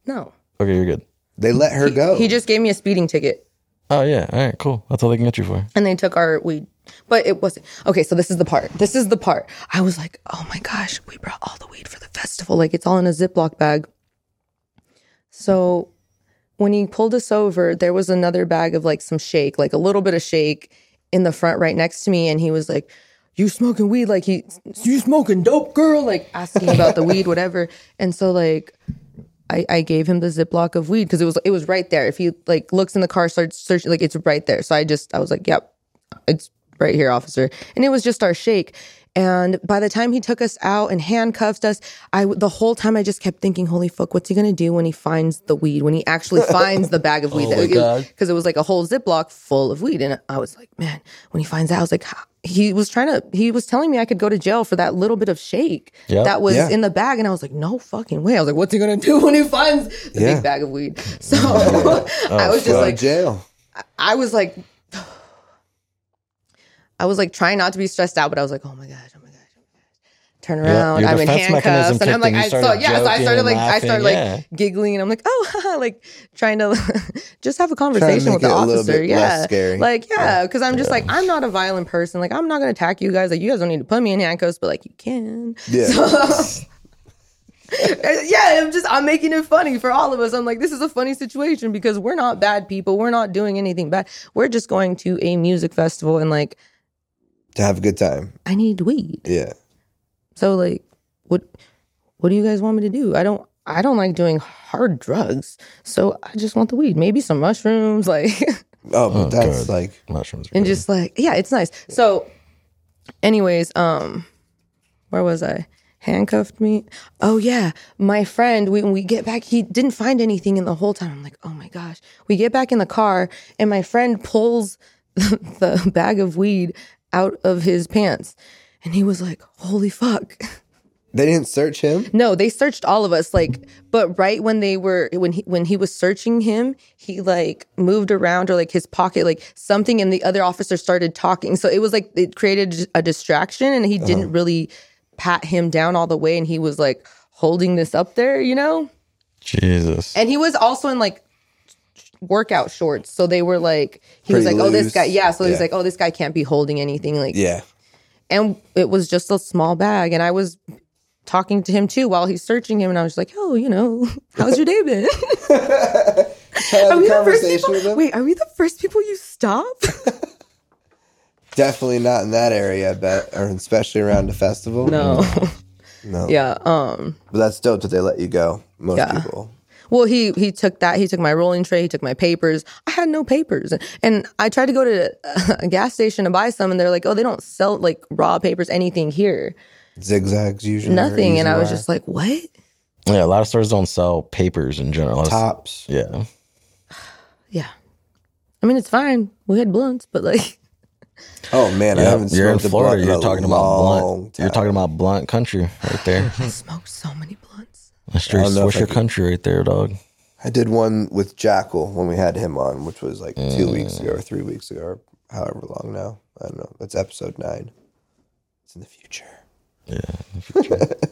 [SPEAKER 3] no,
[SPEAKER 2] Okay, you're good.
[SPEAKER 1] They let her go.
[SPEAKER 3] he just gave me a speeding ticket.
[SPEAKER 2] Oh yeah. All right. Cool. That's all they can get you for.
[SPEAKER 3] and they took our weed. But it wasn't okay. So this is the part. This is the part. I was like, oh my gosh, we brought all the weed for the festival. Like it's all in a Ziploc bag. So when he pulled us over, there was another bag of like some shake, like a little bit of shake in the front right next to me. And he was like, You smoking weed? Like he you smoking dope girl, like asking about the weed, whatever. And so like I, I gave him the ziploc of weed because it was it was right there. If he like looks in the car, starts searching, like it's right there. So I just I was like, Yep, it's right here, officer. And it was just our shake. And by the time he took us out and handcuffed us, I w- the whole time I just kept thinking, "Holy fuck, what's he gonna do when he finds the weed? When he actually finds the bag of weed?
[SPEAKER 2] Oh my God.
[SPEAKER 3] Because it was like a whole ziploc full of weed." And I was like, "Man, when he finds out, I was like." "How-" He was trying to. He was telling me I could go to jail for that little bit of shake
[SPEAKER 2] Yeah.
[SPEAKER 3] that was
[SPEAKER 1] Yeah.
[SPEAKER 3] in the bag, and I was like, "No fucking way!" I was like, "What's he gonna do when he finds the
[SPEAKER 1] Yeah.
[SPEAKER 3] big bag of weed?" So I was just
[SPEAKER 1] go
[SPEAKER 3] like,
[SPEAKER 1] to jail.
[SPEAKER 3] I was like, I was like trying not to be stressed out, but I was like, oh my gosh, oh my gosh, oh my gosh. Turn around,
[SPEAKER 2] your
[SPEAKER 3] I'm in
[SPEAKER 2] defense mechanism
[SPEAKER 3] handcuffs, and I'm
[SPEAKER 2] kicked
[SPEAKER 3] like,
[SPEAKER 2] in. You
[SPEAKER 3] I so
[SPEAKER 2] started
[SPEAKER 3] yeah, so I
[SPEAKER 2] joking
[SPEAKER 3] started like,
[SPEAKER 2] and
[SPEAKER 3] I started like
[SPEAKER 2] laughing,
[SPEAKER 3] giggling, and I'm like, oh, haha, like trying to just have a conversation
[SPEAKER 1] make
[SPEAKER 3] with the
[SPEAKER 1] it a little
[SPEAKER 3] officer,
[SPEAKER 1] bit
[SPEAKER 3] yeah,
[SPEAKER 1] less scary.
[SPEAKER 3] like yeah, because I'm just like, I'm not a violent person, like I'm not gonna attack you guys, like you guys don't need to put me in handcuffs, but like you can,
[SPEAKER 1] Yeah.
[SPEAKER 3] yeah, I'm just I'm making it funny for all of us. I'm like, this is a funny situation because we're not bad people. We're not doing anything bad. We're just going to a music festival and like
[SPEAKER 1] to have a good time.
[SPEAKER 3] I need weed.
[SPEAKER 1] Yeah.
[SPEAKER 3] So like what what do you guys want me to do? I don't I don't like doing hard drugs. So I just want the weed. Maybe some mushrooms, like
[SPEAKER 1] Oh, but that's
[SPEAKER 2] God.
[SPEAKER 1] like
[SPEAKER 2] Mushrooms. Are
[SPEAKER 3] and
[SPEAKER 2] good.
[SPEAKER 3] just like yeah, it's nice. So anyways, um where was I? Handcuffed me. Oh yeah, my friend. When we get back, he didn't find anything in the whole time. I'm like, oh my gosh. We get back in the car, and my friend pulls the, the bag of weed out of his pants, and he was like, holy fuck.
[SPEAKER 1] They didn't search him.
[SPEAKER 3] No, they searched all of us. Like, but right when they were when he when he was searching him, he like moved around or like his pocket, like something, and the other officer started talking. So it was like it created a distraction, and he
[SPEAKER 1] Uh-huh.
[SPEAKER 3] didn't really pat him down all the way, and he was like holding this up there, you know.
[SPEAKER 2] Jesus.
[SPEAKER 3] And he was also in like workout shorts, so they were like he was
[SPEAKER 1] Pretty
[SPEAKER 3] like, oh, this
[SPEAKER 1] loose.
[SPEAKER 3] guy, yeah. So he's
[SPEAKER 1] Yeah.
[SPEAKER 3] like, oh, this guy can't be holding anything, like
[SPEAKER 1] Yeah.
[SPEAKER 3] and it was just a small bag and i was talking to him too while he's searching him and i was like oh you know how's your day been
[SPEAKER 1] Had a
[SPEAKER 3] we the first
[SPEAKER 1] conversation
[SPEAKER 3] people
[SPEAKER 1] with him.
[SPEAKER 3] wait are we the first people you stop
[SPEAKER 1] Definitely not in that area, I bet, or especially around the festival.
[SPEAKER 3] no
[SPEAKER 1] No.
[SPEAKER 3] yeah um
[SPEAKER 1] But that's dope that they let you go. Most
[SPEAKER 3] Yeah.
[SPEAKER 1] people.
[SPEAKER 3] well he he took that he took my rolling tray he took my papers i had no papers and i tried to go to a gas station to buy some and they're like oh they don't sell like raw papers anything here
[SPEAKER 1] Zigzags usually. or
[SPEAKER 3] nothing and i was
[SPEAKER 1] Easy
[SPEAKER 3] just like what
[SPEAKER 2] Yeah, a lot of stores don't sell papers in general.
[SPEAKER 1] Wire.
[SPEAKER 2] It's-
[SPEAKER 1] tops.
[SPEAKER 2] Yeah.
[SPEAKER 3] yeah i mean it's fine we had blunts but like
[SPEAKER 1] Oh man, I
[SPEAKER 2] Yeah,
[SPEAKER 1] haven't
[SPEAKER 2] You're in
[SPEAKER 1] smoked a blunt
[SPEAKER 2] Florida.
[SPEAKER 1] in
[SPEAKER 2] You're
[SPEAKER 1] a
[SPEAKER 2] talking about
[SPEAKER 1] long
[SPEAKER 2] blunt.
[SPEAKER 1] time.
[SPEAKER 2] You're talking about blunt country right there.
[SPEAKER 3] i smoked so many blunts
[SPEAKER 2] That's
[SPEAKER 1] I
[SPEAKER 2] your
[SPEAKER 1] don't know if I
[SPEAKER 2] Swisher
[SPEAKER 1] could-
[SPEAKER 2] country right there, dog.
[SPEAKER 1] I did one with Jackal when we had him on, which was like
[SPEAKER 2] Mm.
[SPEAKER 1] two weeks ago or three weeks ago, or however long now. I don't know. That's episode nine. It's in the future.
[SPEAKER 2] Yeah.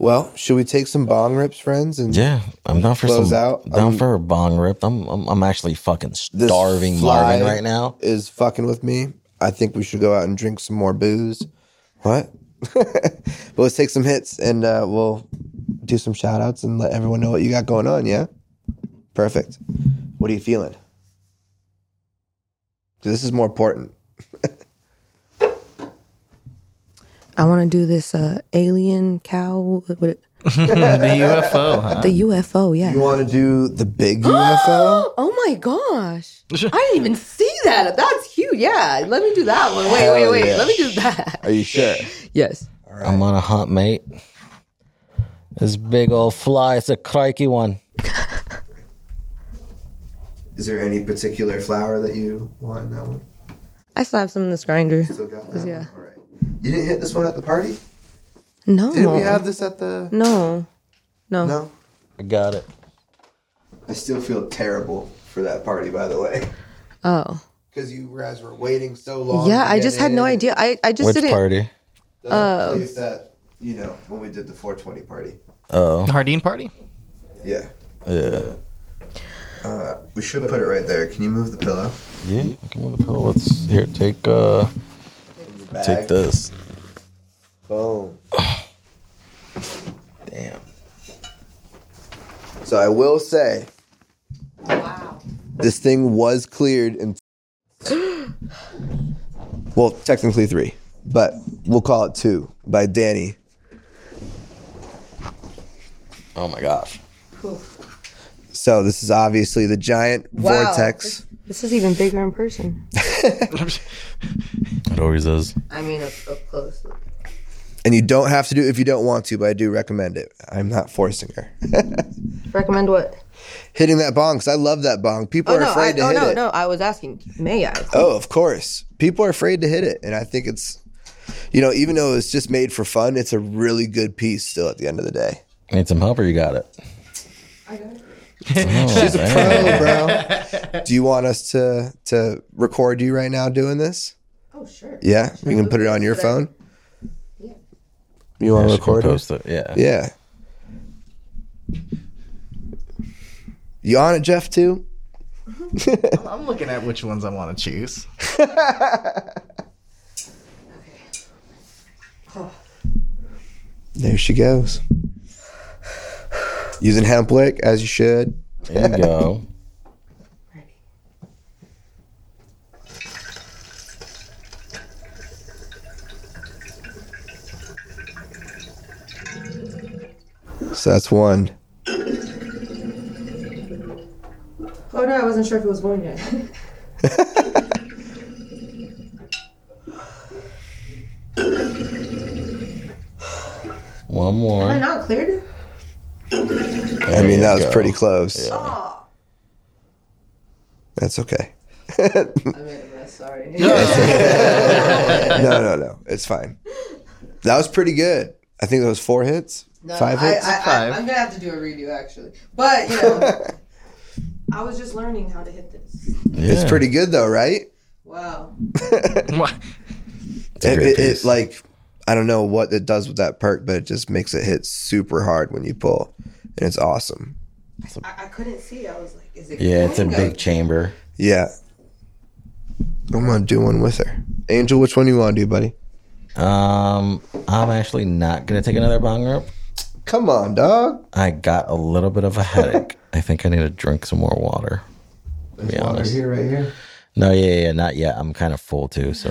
[SPEAKER 1] Well, should we take some bong rips, friends? And
[SPEAKER 2] Yeah, I'm down for
[SPEAKER 1] Close
[SPEAKER 2] some
[SPEAKER 1] out.
[SPEAKER 2] down
[SPEAKER 1] I'm-
[SPEAKER 2] for a bong rip. I'm I'm, I'm actually fucking
[SPEAKER 1] This
[SPEAKER 2] starving
[SPEAKER 1] fly-
[SPEAKER 2] Marvin right now.
[SPEAKER 1] is fucking with me. I think we should go out and drink some more booze. What? but let's take some hits and uh, we'll do some shout outs and let everyone know what you got going on. Yeah. Perfect. What are you feeling? This is more important.
[SPEAKER 3] I want to do this uh, alien cow, what- what-
[SPEAKER 4] the UFO, huh?
[SPEAKER 1] Uh,
[SPEAKER 3] the UFO. Yeah.
[SPEAKER 1] You want to do the big UFO?
[SPEAKER 3] oh my gosh! I didn't even see that. That's huge. Yeah, let me do that one. Wait,
[SPEAKER 1] Hell
[SPEAKER 3] wait, wait.
[SPEAKER 1] yeah.
[SPEAKER 3] Let me do that.
[SPEAKER 1] Are you sure?
[SPEAKER 3] Yes.
[SPEAKER 2] I'm on a hunt, mate. This big old fly. It's a crikey one.
[SPEAKER 1] Is there any particular flower that you want in that one?
[SPEAKER 3] I still have some in this grinder.
[SPEAKER 1] Still got that
[SPEAKER 3] Yeah.
[SPEAKER 1] one? All right. You didn't hit this one at the party?
[SPEAKER 3] No.
[SPEAKER 1] Didn't we have this at the.
[SPEAKER 3] no. No.
[SPEAKER 1] No?
[SPEAKER 2] I got it.
[SPEAKER 1] I still feel terrible for that party, by the way.
[SPEAKER 3] Oh.
[SPEAKER 1] Because you guys were waiting so long.
[SPEAKER 3] Yeah,
[SPEAKER 1] to
[SPEAKER 3] I
[SPEAKER 1] get
[SPEAKER 3] just had no
[SPEAKER 1] in.
[SPEAKER 3] idea. Uh, I, I just
[SPEAKER 2] Which
[SPEAKER 3] didn't.
[SPEAKER 2] party?
[SPEAKER 1] The place that, you know, when we did the 420 party.
[SPEAKER 2] Oh,
[SPEAKER 4] Hardin party?
[SPEAKER 1] Yeah.
[SPEAKER 2] yeah,
[SPEAKER 1] We should put it right there. Can you move the pillow?
[SPEAKER 2] yeah. Come on, Paul. let's here. Take uh,
[SPEAKER 1] Bag.
[SPEAKER 2] take this.
[SPEAKER 1] Boom.
[SPEAKER 2] Damn.
[SPEAKER 1] So I will say. This thing was cleared in. well, technically three, but we'll call it two by Danny.
[SPEAKER 2] Oh my gosh.
[SPEAKER 1] So this is obviously the giant
[SPEAKER 3] Wow.
[SPEAKER 1] vortex.
[SPEAKER 3] This is even bigger in person.
[SPEAKER 2] It always is.
[SPEAKER 3] I mean, up, up close.
[SPEAKER 1] And you don't have to do it if you don't want to, but I do recommend it. I'm not forcing her.
[SPEAKER 3] Recommend what?
[SPEAKER 1] Hitting that bong, because I love that bong. People
[SPEAKER 3] Oh
[SPEAKER 1] are
[SPEAKER 3] no! I,
[SPEAKER 1] afraid to
[SPEAKER 3] oh
[SPEAKER 1] hit
[SPEAKER 3] no!
[SPEAKER 1] it.
[SPEAKER 3] No, I was asking. May I?
[SPEAKER 1] Oh, of course. People are afraid to hit it. And I think it's, you know, even though it's just made for fun, it's a really good piece still at the end of the day.
[SPEAKER 2] Need some help or you got it? I got it.
[SPEAKER 1] Oh, bro. Do you want us to to record you right now doing this?
[SPEAKER 3] Oh sure.
[SPEAKER 1] Yeah. You can put it on your phone. You want to record it?
[SPEAKER 2] Post it. Yeah.
[SPEAKER 1] Yeah. You on it, Jeff, too?
[SPEAKER 4] I'm looking at which ones I want to choose.
[SPEAKER 1] There she goes. Using hemp lick, as you should.
[SPEAKER 2] There you go.
[SPEAKER 1] So that's one.
[SPEAKER 3] Oh no! I wasn't sure if it was born yet.
[SPEAKER 2] One more.
[SPEAKER 3] not cleared.
[SPEAKER 1] I mean,
[SPEAKER 2] you
[SPEAKER 1] that was
[SPEAKER 2] go.
[SPEAKER 1] pretty close. That's okay.
[SPEAKER 3] I made a mess. Sorry.
[SPEAKER 1] No, no, no. It's fine. That was pretty good. I think there was four hits, five
[SPEAKER 5] I,
[SPEAKER 1] hits.
[SPEAKER 5] I,
[SPEAKER 4] Five.
[SPEAKER 5] I, I'm gonna have to do a redo actually, but you know, I was just learning how to hit this.
[SPEAKER 1] It's pretty good though, right?
[SPEAKER 5] Wow.
[SPEAKER 2] a
[SPEAKER 1] It,
[SPEAKER 2] great
[SPEAKER 1] it, it
[SPEAKER 2] piece.
[SPEAKER 1] like I don't know what it does with that perk, but it just makes it hit super hard when you pull, and it's awesome.
[SPEAKER 5] I, I couldn't see. I was like, is it?
[SPEAKER 2] Yeah, it's a
[SPEAKER 5] going?
[SPEAKER 2] big chamber.
[SPEAKER 1] Yeah, I'm gonna do one with her. Angel, which one you want to do, buddy?
[SPEAKER 2] Um, I'm actually not gonna take another bong rip.
[SPEAKER 1] Come on, dog.
[SPEAKER 2] I got a little bit of a headache. I think I need to drink some more water. To be honest.
[SPEAKER 1] here, right here.
[SPEAKER 2] No, yeah, yeah, yeah, not yet. I'm kind of full too, so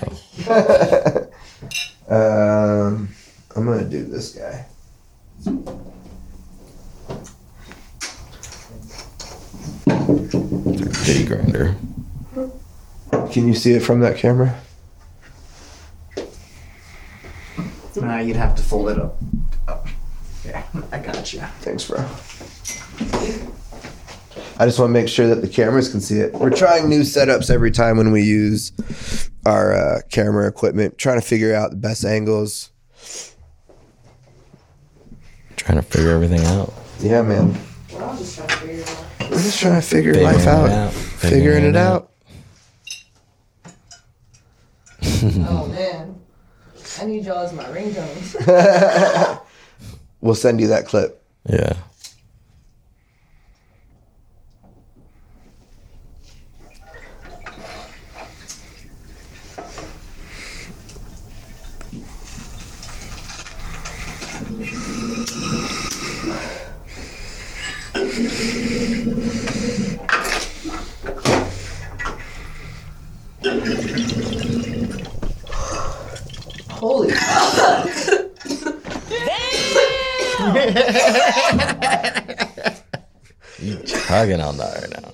[SPEAKER 1] Um, I'm gonna do this guy.
[SPEAKER 2] Diddy grinder.
[SPEAKER 1] Can you see it from that camera?
[SPEAKER 4] Nah, you'd have to fold it up. up. Yeah, I got you.
[SPEAKER 1] Thanks, bro. I just want to make sure that the cameras can see it. We're trying new setups every time when we use our uh, camera equipment, trying to figure out the best angles.
[SPEAKER 2] Trying to figure everything out.
[SPEAKER 1] Yeah, man.
[SPEAKER 5] We're all just trying to figure it out.
[SPEAKER 1] We're just trying to figure
[SPEAKER 2] Figuring
[SPEAKER 1] life
[SPEAKER 2] it
[SPEAKER 1] out,
[SPEAKER 2] out.
[SPEAKER 1] figuring,
[SPEAKER 2] Figuring
[SPEAKER 1] it
[SPEAKER 2] it
[SPEAKER 1] out.
[SPEAKER 5] Oh man,
[SPEAKER 3] I need y'all as my ringtone.
[SPEAKER 1] We'll send you that clip.
[SPEAKER 2] Yeah.
[SPEAKER 5] holy.
[SPEAKER 2] Hugging on that right now.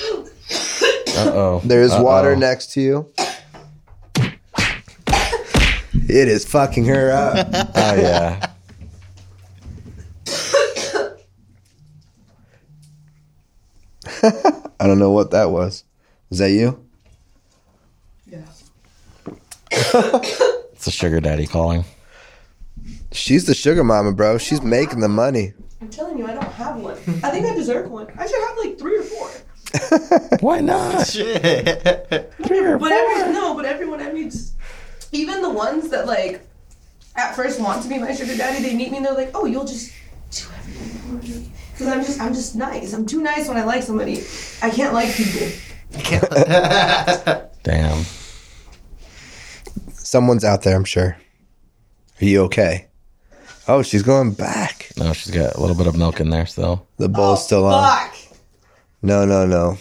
[SPEAKER 2] Uh oh.
[SPEAKER 1] There's water next to you. It is fucking her up.
[SPEAKER 2] Oh yeah.
[SPEAKER 1] I don't know what that was. Was that you?
[SPEAKER 5] Yeah.
[SPEAKER 2] It's a sugar daddy calling.
[SPEAKER 1] She's the sugar mama, bro. She's making the money.
[SPEAKER 5] I'm telling you, I don't have one. I think I deserve one. I should have like three or four.
[SPEAKER 2] Why not?
[SPEAKER 4] Shit.
[SPEAKER 5] But every, no, but everyone I meet, even the ones that like at first want to be my sugar daddy, they meet me and they're like, "Oh, you'll just do everything." Because I'm just, I'm just nice. I'm too nice when I like somebody. I can't like people.
[SPEAKER 2] Damn.
[SPEAKER 1] Someone's out there, I'm sure. Are you okay? Oh, she's going back.
[SPEAKER 2] No, she's got a little bit of milk in there still.
[SPEAKER 1] The
[SPEAKER 3] Oh,
[SPEAKER 1] bowl's still on.
[SPEAKER 5] Oh, Fuck.
[SPEAKER 1] No, no, no.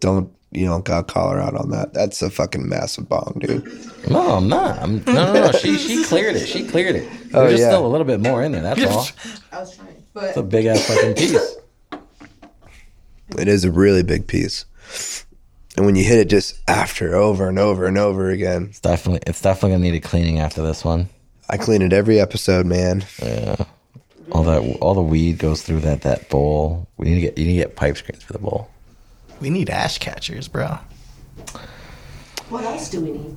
[SPEAKER 1] Don't you don't gotta call her out on that. That's a fucking massive bomb, dude.
[SPEAKER 2] No, I'm not. I'm, no, no, no. She she cleared it. She cleared it. There's
[SPEAKER 1] Oh,
[SPEAKER 2] just
[SPEAKER 1] yeah.
[SPEAKER 2] still a little bit more in there. That's all.
[SPEAKER 5] I was trying,
[SPEAKER 2] It's a
[SPEAKER 5] but
[SPEAKER 2] big ass fucking piece.
[SPEAKER 1] It is a really big piece. And when you hit it just after over and over and over again.
[SPEAKER 2] It's definitely it's definitely gonna need a cleaning after this one.
[SPEAKER 1] I clean it every episode, man.
[SPEAKER 2] All that all the weed goes through that that bowl. We need to get you need to get pipe screens for the bowl.
[SPEAKER 4] we need ash catchers, bro.
[SPEAKER 5] what else do we need?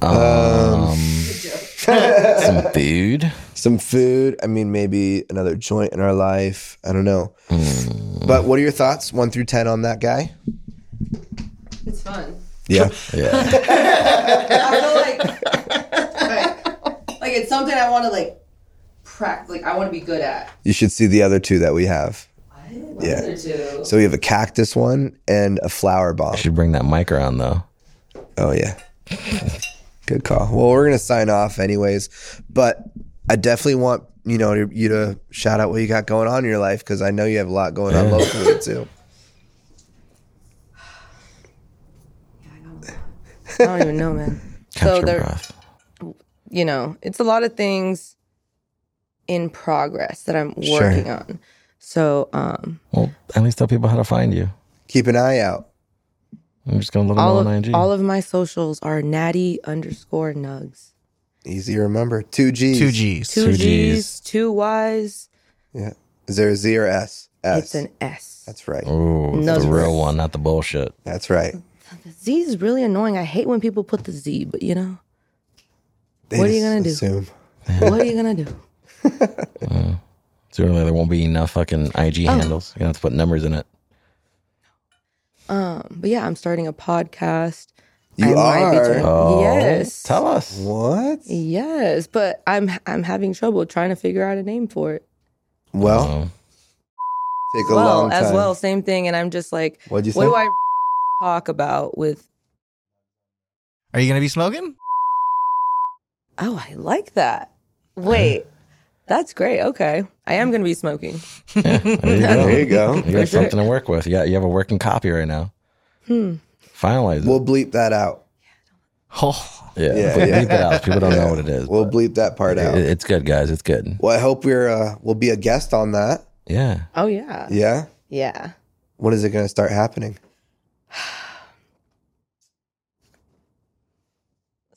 [SPEAKER 3] Um.
[SPEAKER 2] Um, Some food.
[SPEAKER 1] Some food. I mean, maybe another joint in our life. I don't know. But what are your thoughts? One through ten on that guy?
[SPEAKER 5] It's fun.
[SPEAKER 1] Yeah.
[SPEAKER 2] Yeah.
[SPEAKER 5] I feel like, right, like it's something I want to like practice. Like I want to be good at.
[SPEAKER 1] you should see the other two that we have.
[SPEAKER 5] What?
[SPEAKER 1] Yeah.
[SPEAKER 5] Those are two.
[SPEAKER 1] So we have a cactus one and a flower bomb.
[SPEAKER 2] Should bring that mic around though.
[SPEAKER 1] Oh yeah. Good call. Well, we're gonna sign off anyways, but I definitely want you know to- you to shout out what you got going on in your life because I know you have a lot going on
[SPEAKER 2] Yeah.
[SPEAKER 1] locally too.
[SPEAKER 3] I don't even know, man.
[SPEAKER 2] Catch
[SPEAKER 3] So
[SPEAKER 2] your
[SPEAKER 3] there-
[SPEAKER 2] breath.
[SPEAKER 3] you know, it's a lot of things in progress that I'm
[SPEAKER 1] Sure.
[SPEAKER 3] working on. So um,
[SPEAKER 2] Well, at least tell people how to find you.
[SPEAKER 1] Keep an eye out.
[SPEAKER 2] I'm just gonna let them
[SPEAKER 3] all
[SPEAKER 2] know on
[SPEAKER 3] of,
[SPEAKER 2] IG.
[SPEAKER 3] all of my socials are natty underscore nugs.
[SPEAKER 1] Easy to remember. Two G's.
[SPEAKER 4] Two G's.
[SPEAKER 3] Two
[SPEAKER 2] Two
[SPEAKER 3] G's,
[SPEAKER 2] Gs.
[SPEAKER 3] two Y's.
[SPEAKER 1] Yeah. Is there a Z or S? S.
[SPEAKER 3] It's an S.
[SPEAKER 1] That's right.
[SPEAKER 2] Ooh,
[SPEAKER 3] No,
[SPEAKER 2] the
[SPEAKER 3] it's-
[SPEAKER 2] real one, not the bullshit.
[SPEAKER 1] That's right.
[SPEAKER 3] The Z is really annoying. I hate when people put the Z, but you know, What are you gonna do?
[SPEAKER 1] do?
[SPEAKER 3] what are you gonna do?
[SPEAKER 2] Sooner or later, there won't be enough fucking
[SPEAKER 3] Oh.
[SPEAKER 2] IG handles. You're gonna have to put numbers in it.
[SPEAKER 3] But yeah, I'm starting a podcast.
[SPEAKER 1] You are?
[SPEAKER 3] doing-
[SPEAKER 2] Oh,
[SPEAKER 3] yes.
[SPEAKER 2] Tell us.
[SPEAKER 1] What?
[SPEAKER 3] Yes, but I'm I'm having trouble trying to figure out a name for it.
[SPEAKER 1] Well,
[SPEAKER 2] Oh.
[SPEAKER 1] take a
[SPEAKER 3] well,
[SPEAKER 1] long time.
[SPEAKER 3] as well, same thing. And I'm just like,
[SPEAKER 1] What'd you
[SPEAKER 3] what
[SPEAKER 1] say?
[SPEAKER 3] do I talk about with?
[SPEAKER 6] Are you gonna be smoking?
[SPEAKER 3] Oh, I like that. Wait, that's great. Okay, I am gonna be smoking.
[SPEAKER 2] There you go.
[SPEAKER 1] There you go.
[SPEAKER 2] You got something to work with. You got you have a working copy right now. Hmm. Finalize it.
[SPEAKER 1] We'll bleep that out.
[SPEAKER 6] Oh,
[SPEAKER 2] yeah.
[SPEAKER 1] yeah,
[SPEAKER 2] Bleep
[SPEAKER 1] yeah.
[SPEAKER 2] it out. People don't know
[SPEAKER 1] Yeah.
[SPEAKER 2] what it is.
[SPEAKER 1] We'll bleep that part
[SPEAKER 2] It-
[SPEAKER 1] out.
[SPEAKER 2] it's good, guys. It's good.
[SPEAKER 1] Well, I hope we're uh, we'll be a guest on that.
[SPEAKER 2] Yeah.
[SPEAKER 3] Oh yeah,
[SPEAKER 1] Yeah.
[SPEAKER 3] yeah.
[SPEAKER 1] When is it going to start happening?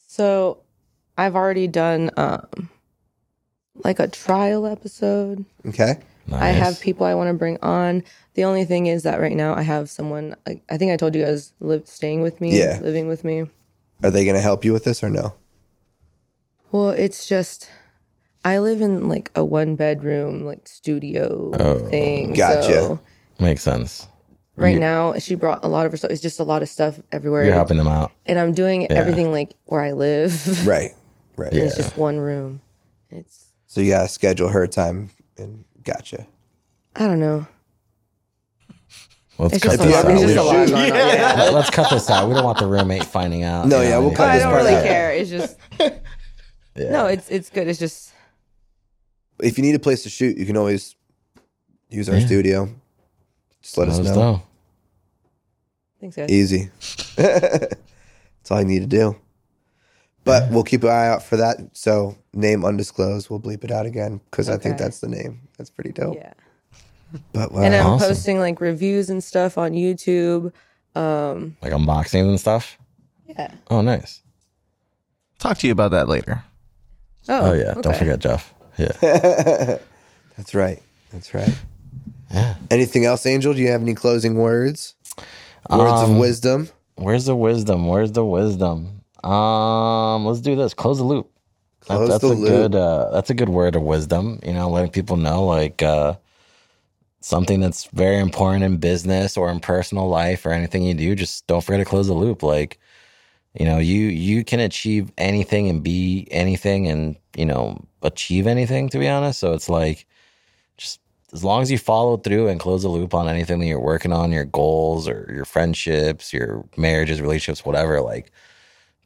[SPEAKER 3] So, I've already done um, like a trial episode.
[SPEAKER 1] Okay.
[SPEAKER 2] Nice.
[SPEAKER 3] I have people I want to bring on. The only thing is that right now I have someone. I, I think I told you guys live staying with me,
[SPEAKER 1] Yeah.
[SPEAKER 3] living with me.
[SPEAKER 1] Are they going to help you with this or no?
[SPEAKER 3] Well, it's just I live in like a one bedroom like studio thing.
[SPEAKER 1] Oh, Gotcha.
[SPEAKER 3] So
[SPEAKER 2] Makes sense.
[SPEAKER 3] right now she brought a lot of her stuff. It's just a lot of stuff everywhere.
[SPEAKER 2] You're helping them out.
[SPEAKER 3] And I'm doing everything like where I live.
[SPEAKER 1] Right. Right.
[SPEAKER 3] It's just one room. It's
[SPEAKER 1] So you got to schedule her time and gotcha.
[SPEAKER 3] I don't know.
[SPEAKER 2] Let's
[SPEAKER 3] It's
[SPEAKER 2] cut
[SPEAKER 3] just a
[SPEAKER 1] you
[SPEAKER 2] this
[SPEAKER 3] lot.
[SPEAKER 1] ever
[SPEAKER 3] It's
[SPEAKER 2] out.
[SPEAKER 1] need
[SPEAKER 3] just a lot
[SPEAKER 1] shoes-
[SPEAKER 3] going on.
[SPEAKER 6] yeah.
[SPEAKER 2] Let- Let's cut this out. We don't want the roommate finding out.
[SPEAKER 1] No,
[SPEAKER 2] you
[SPEAKER 1] yeah,
[SPEAKER 2] know,
[SPEAKER 1] we'll
[SPEAKER 2] anything.
[SPEAKER 1] cut
[SPEAKER 3] I
[SPEAKER 1] this
[SPEAKER 3] don't
[SPEAKER 1] part
[SPEAKER 3] really
[SPEAKER 1] out.
[SPEAKER 3] care. It's just
[SPEAKER 2] Yeah.
[SPEAKER 3] no. It's it's good. It's just
[SPEAKER 1] If you need a place to shoot, you can always use our
[SPEAKER 2] Yeah.
[SPEAKER 1] studio. Just let, us know.
[SPEAKER 3] thanks guys.
[SPEAKER 1] Easy. That's all you need to do. But we'll keep an eye out for that. So name undisclosed. We'll bleep it out again because I think
[SPEAKER 3] Okay.
[SPEAKER 1] that's the name. That's pretty dope.
[SPEAKER 3] Yeah.
[SPEAKER 1] But wow.
[SPEAKER 3] And I'm
[SPEAKER 2] Uh, Awesome.
[SPEAKER 3] posting like reviews and stuff on YouTube. Um,
[SPEAKER 2] Like unboxings and stuff.
[SPEAKER 3] yeah.
[SPEAKER 2] Oh, nice.
[SPEAKER 6] talk to you about that later.
[SPEAKER 2] Oh, yeah. Don't
[SPEAKER 3] okay.
[SPEAKER 2] forget Jeff. Yeah.
[SPEAKER 1] That's right. That's right.
[SPEAKER 2] Yeah.
[SPEAKER 1] Anything else, Angel? Do you have any closing words? Words of
[SPEAKER 2] Um,
[SPEAKER 1] wisdom.
[SPEAKER 2] Where's the wisdom? Where's the wisdom? Um, let's do this. Close the loop. That-
[SPEAKER 1] Close
[SPEAKER 2] that's
[SPEAKER 1] the
[SPEAKER 2] a
[SPEAKER 1] loop.
[SPEAKER 2] good uh that's a good word of wisdom, you know, letting people know like uh something that's very important in business or in personal life or anything you do, just don't forget to close the loop. Like, you know, you you can achieve anything and be anything and, you know, achieve anything to be honest. So it's like just as long as you follow through and close the loop on anything that you're working on, your goals or your friendships, your marriages, relationships, whatever, like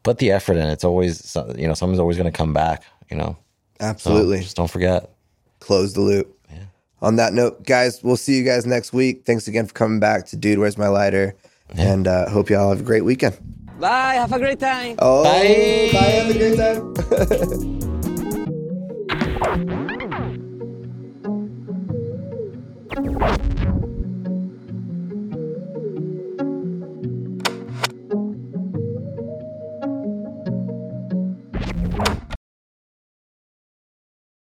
[SPEAKER 2] put the effort in. It's always, so- you know, something's always going to come back, you know. So
[SPEAKER 1] Absolutely.
[SPEAKER 2] just don't forget.
[SPEAKER 1] Close the loop. On that note, guys, we'll see you guys next week. Thanks again for coming back to Dude, Where's My Lighter? And uh, hope y'all have a great weekend.
[SPEAKER 7] Bye. Have a great time.
[SPEAKER 1] Oh, bye. Bye. Have a great time.